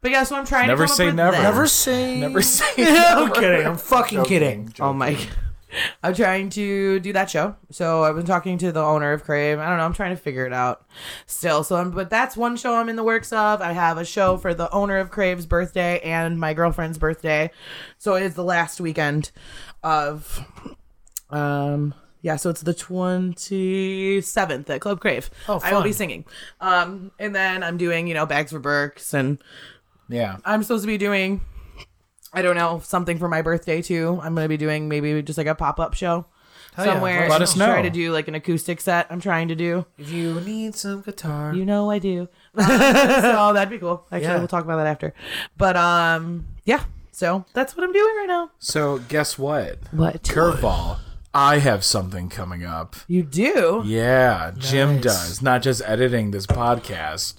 [SPEAKER 4] but yeah. So I'm trying.
[SPEAKER 2] Never
[SPEAKER 4] to come
[SPEAKER 2] say
[SPEAKER 4] up with
[SPEAKER 2] never.
[SPEAKER 4] That.
[SPEAKER 3] Never say.
[SPEAKER 2] never say.
[SPEAKER 3] I'm kidding. I'm fucking kidding.
[SPEAKER 4] Oh my. God. I'm trying to do that show. So I've been talking to the owner of Crave. I don't know. I'm trying to figure it out still. So, I'm, but that's one show I'm in the works of. I have a show for the owner of Crave's birthday and my girlfriend's birthday. So it is the last weekend of, um, yeah. So it's the 27th at Club Crave.
[SPEAKER 3] Oh,
[SPEAKER 4] I will
[SPEAKER 3] fun.
[SPEAKER 4] be singing. Um, and then I'm doing, you know, Bags for Burks and
[SPEAKER 2] Yeah.
[SPEAKER 4] I'm supposed to be doing I don't know, something for my birthday too. I'm gonna be doing maybe just like a pop up show
[SPEAKER 3] yeah.
[SPEAKER 4] somewhere.
[SPEAKER 2] Let us know.
[SPEAKER 4] Try to do like an acoustic set. I'm trying to do.
[SPEAKER 3] If you need some guitar,
[SPEAKER 4] You know I do. Um, so that'd be cool. Actually,
[SPEAKER 3] Yeah.
[SPEAKER 4] we'll talk about that after. But um, yeah. So that's what I'm doing right now.
[SPEAKER 2] So guess what?
[SPEAKER 4] What
[SPEAKER 2] Curveball. I have something coming up.
[SPEAKER 4] you do?
[SPEAKER 2] Yeah, Jim does, not just editing this podcast.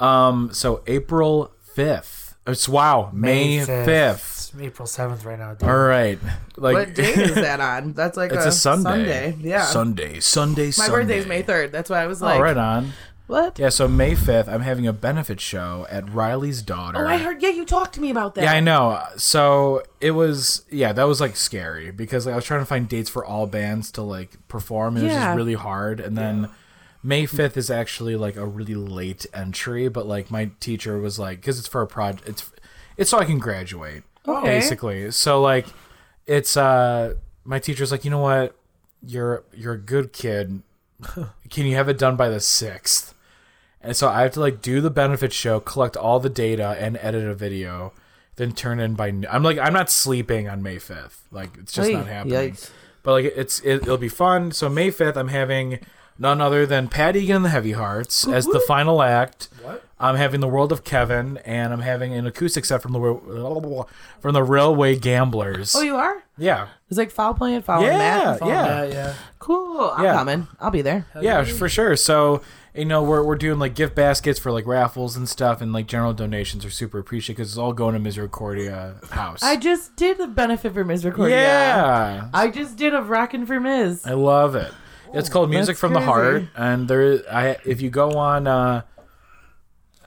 [SPEAKER 2] Um, so April 5th. It's wow, May, 5th.
[SPEAKER 3] It's April seventh right now. Dude.
[SPEAKER 2] All right. Like
[SPEAKER 4] What day is that on? That's like
[SPEAKER 2] it's a Sunday.
[SPEAKER 4] Yeah.
[SPEAKER 2] Sunday. Sunday.
[SPEAKER 4] my birthday's May third. That's why I was like,
[SPEAKER 2] All right on.
[SPEAKER 4] what?
[SPEAKER 2] Yeah, so May 5th, I'm having a benefit show at Riley's daughter.
[SPEAKER 4] Oh, I heard. Yeah, you talked to me about that.
[SPEAKER 2] Yeah, I know. So it was, yeah, that was like scary because like, I was trying to find dates for all bands to like perform. And It was
[SPEAKER 4] Yeah.
[SPEAKER 2] just really hard. And then May 5th is actually like a really late entry, but like my teacher was like, because it's for a project, it's, it's so I can graduate,
[SPEAKER 4] Okay.
[SPEAKER 2] basically. So like, it's, uh, my teacher's like, you know what? You're, you're a good kid. Can you have it done by the 6th? And so I have to like do the benefit show, collect all the data, and edit a video, then turn in by. I'm like I'm not sleeping on May 5th. Like it's just
[SPEAKER 4] Oy,
[SPEAKER 2] not happening.
[SPEAKER 4] yikes.
[SPEAKER 2] But like it's it, it'll be fun. So May 5th, I'm having none other than Pat Egan and the Heavy Hearts as the final act. What? I'm having the World of Kevin, and I'm having an acoustic set from the Ra- from the Railway Gamblers.
[SPEAKER 4] Oh, you are.
[SPEAKER 2] yeah,
[SPEAKER 4] It's like foul play and foul and Matt.
[SPEAKER 2] yeah,
[SPEAKER 4] and foul-
[SPEAKER 2] yeah.
[SPEAKER 3] yeah, yeah.
[SPEAKER 4] Cool. I'm
[SPEAKER 2] Yeah.
[SPEAKER 4] coming. I'll be there.
[SPEAKER 2] yeah for sure so you know we're, we're doing like gift baskets for like raffles and stuff and like general donations are super appreciated because it's all going to misericordia house
[SPEAKER 4] I just did a benefit for Ms. Recordia.
[SPEAKER 2] yeah
[SPEAKER 4] I just did a rockin' for Ms.
[SPEAKER 2] i love it it's called music
[SPEAKER 4] that's
[SPEAKER 2] from the
[SPEAKER 4] crazy.
[SPEAKER 2] heart and there i if you go on uh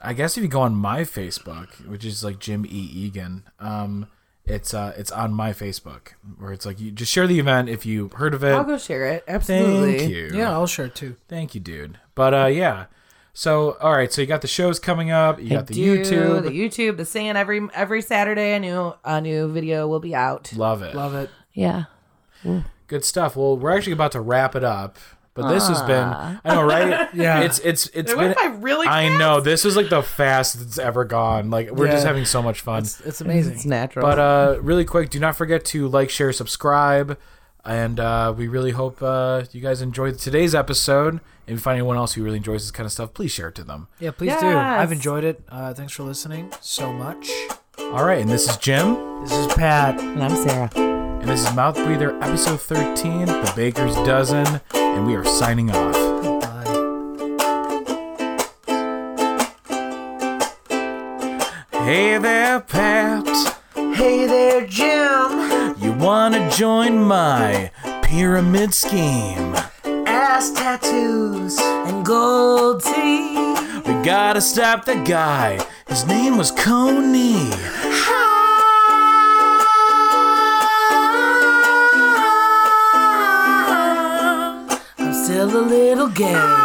[SPEAKER 2] i guess if you go on my facebook which is like jim e egan um it's uh it's on my facebook where it's like you just share the event if you heard of it
[SPEAKER 4] I'll go share it. Absolutely.
[SPEAKER 2] thank you
[SPEAKER 3] Yeah, I'll share it too.
[SPEAKER 2] Thank you, dude. But uh yeah. So all right, so you got the shows coming up, you got the
[SPEAKER 4] Do
[SPEAKER 2] YouTube.
[SPEAKER 4] the YouTube, the saying every every Saturday a new a new video will be out.
[SPEAKER 2] Love it.
[SPEAKER 3] Love it.
[SPEAKER 4] Yeah.
[SPEAKER 2] Good stuff. Well, we're actually about to wrap it up. But this has been I know, right?
[SPEAKER 3] Yeah.
[SPEAKER 2] It's it's it's
[SPEAKER 4] What
[SPEAKER 2] been
[SPEAKER 4] if I really
[SPEAKER 2] I
[SPEAKER 4] fast?
[SPEAKER 2] know this is like the fastest it's ever gone. Like we're just
[SPEAKER 3] Yeah.
[SPEAKER 2] having so much fun.
[SPEAKER 3] It's
[SPEAKER 4] It's
[SPEAKER 3] amazing.
[SPEAKER 4] natural.
[SPEAKER 2] But uh really quick, do not forget to like, share, subscribe. And uh, we really hope uh, you guys enjoyed today's episode. And if you find anyone else who really enjoys this kind of stuff, please share it to them.
[SPEAKER 3] Yeah, please do.
[SPEAKER 4] Yes.
[SPEAKER 3] I've enjoyed it. Uh, thanks for listening so much.
[SPEAKER 2] All right, and this is Jim.
[SPEAKER 3] This is Pat.
[SPEAKER 4] and I'm Sarah.
[SPEAKER 2] And this is Mouth Breather, episode 13, The Baker's Dozen, and we are signing off.
[SPEAKER 3] Bye.
[SPEAKER 2] Hey there, Pat.
[SPEAKER 4] Hey there, Jim.
[SPEAKER 2] You want to join my pyramid scheme?
[SPEAKER 4] Ass tattoos and gold teeth.
[SPEAKER 2] We gotta stop the guy. His name was Coney.
[SPEAKER 4] I'm still was a little gay.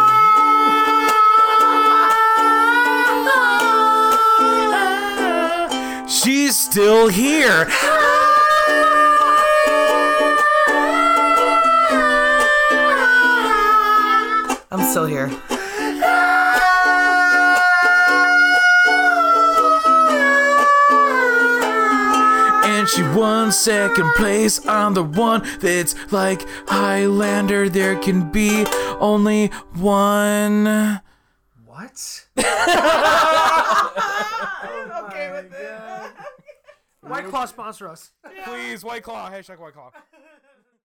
[SPEAKER 2] She's still here.
[SPEAKER 5] I'm still here.
[SPEAKER 2] And she won second place on the one that's like Highlander. There can be only one.
[SPEAKER 4] What?
[SPEAKER 5] okay with it.
[SPEAKER 4] White Claw sponsor us.
[SPEAKER 2] Please, White Claw. Hashtag White Claw.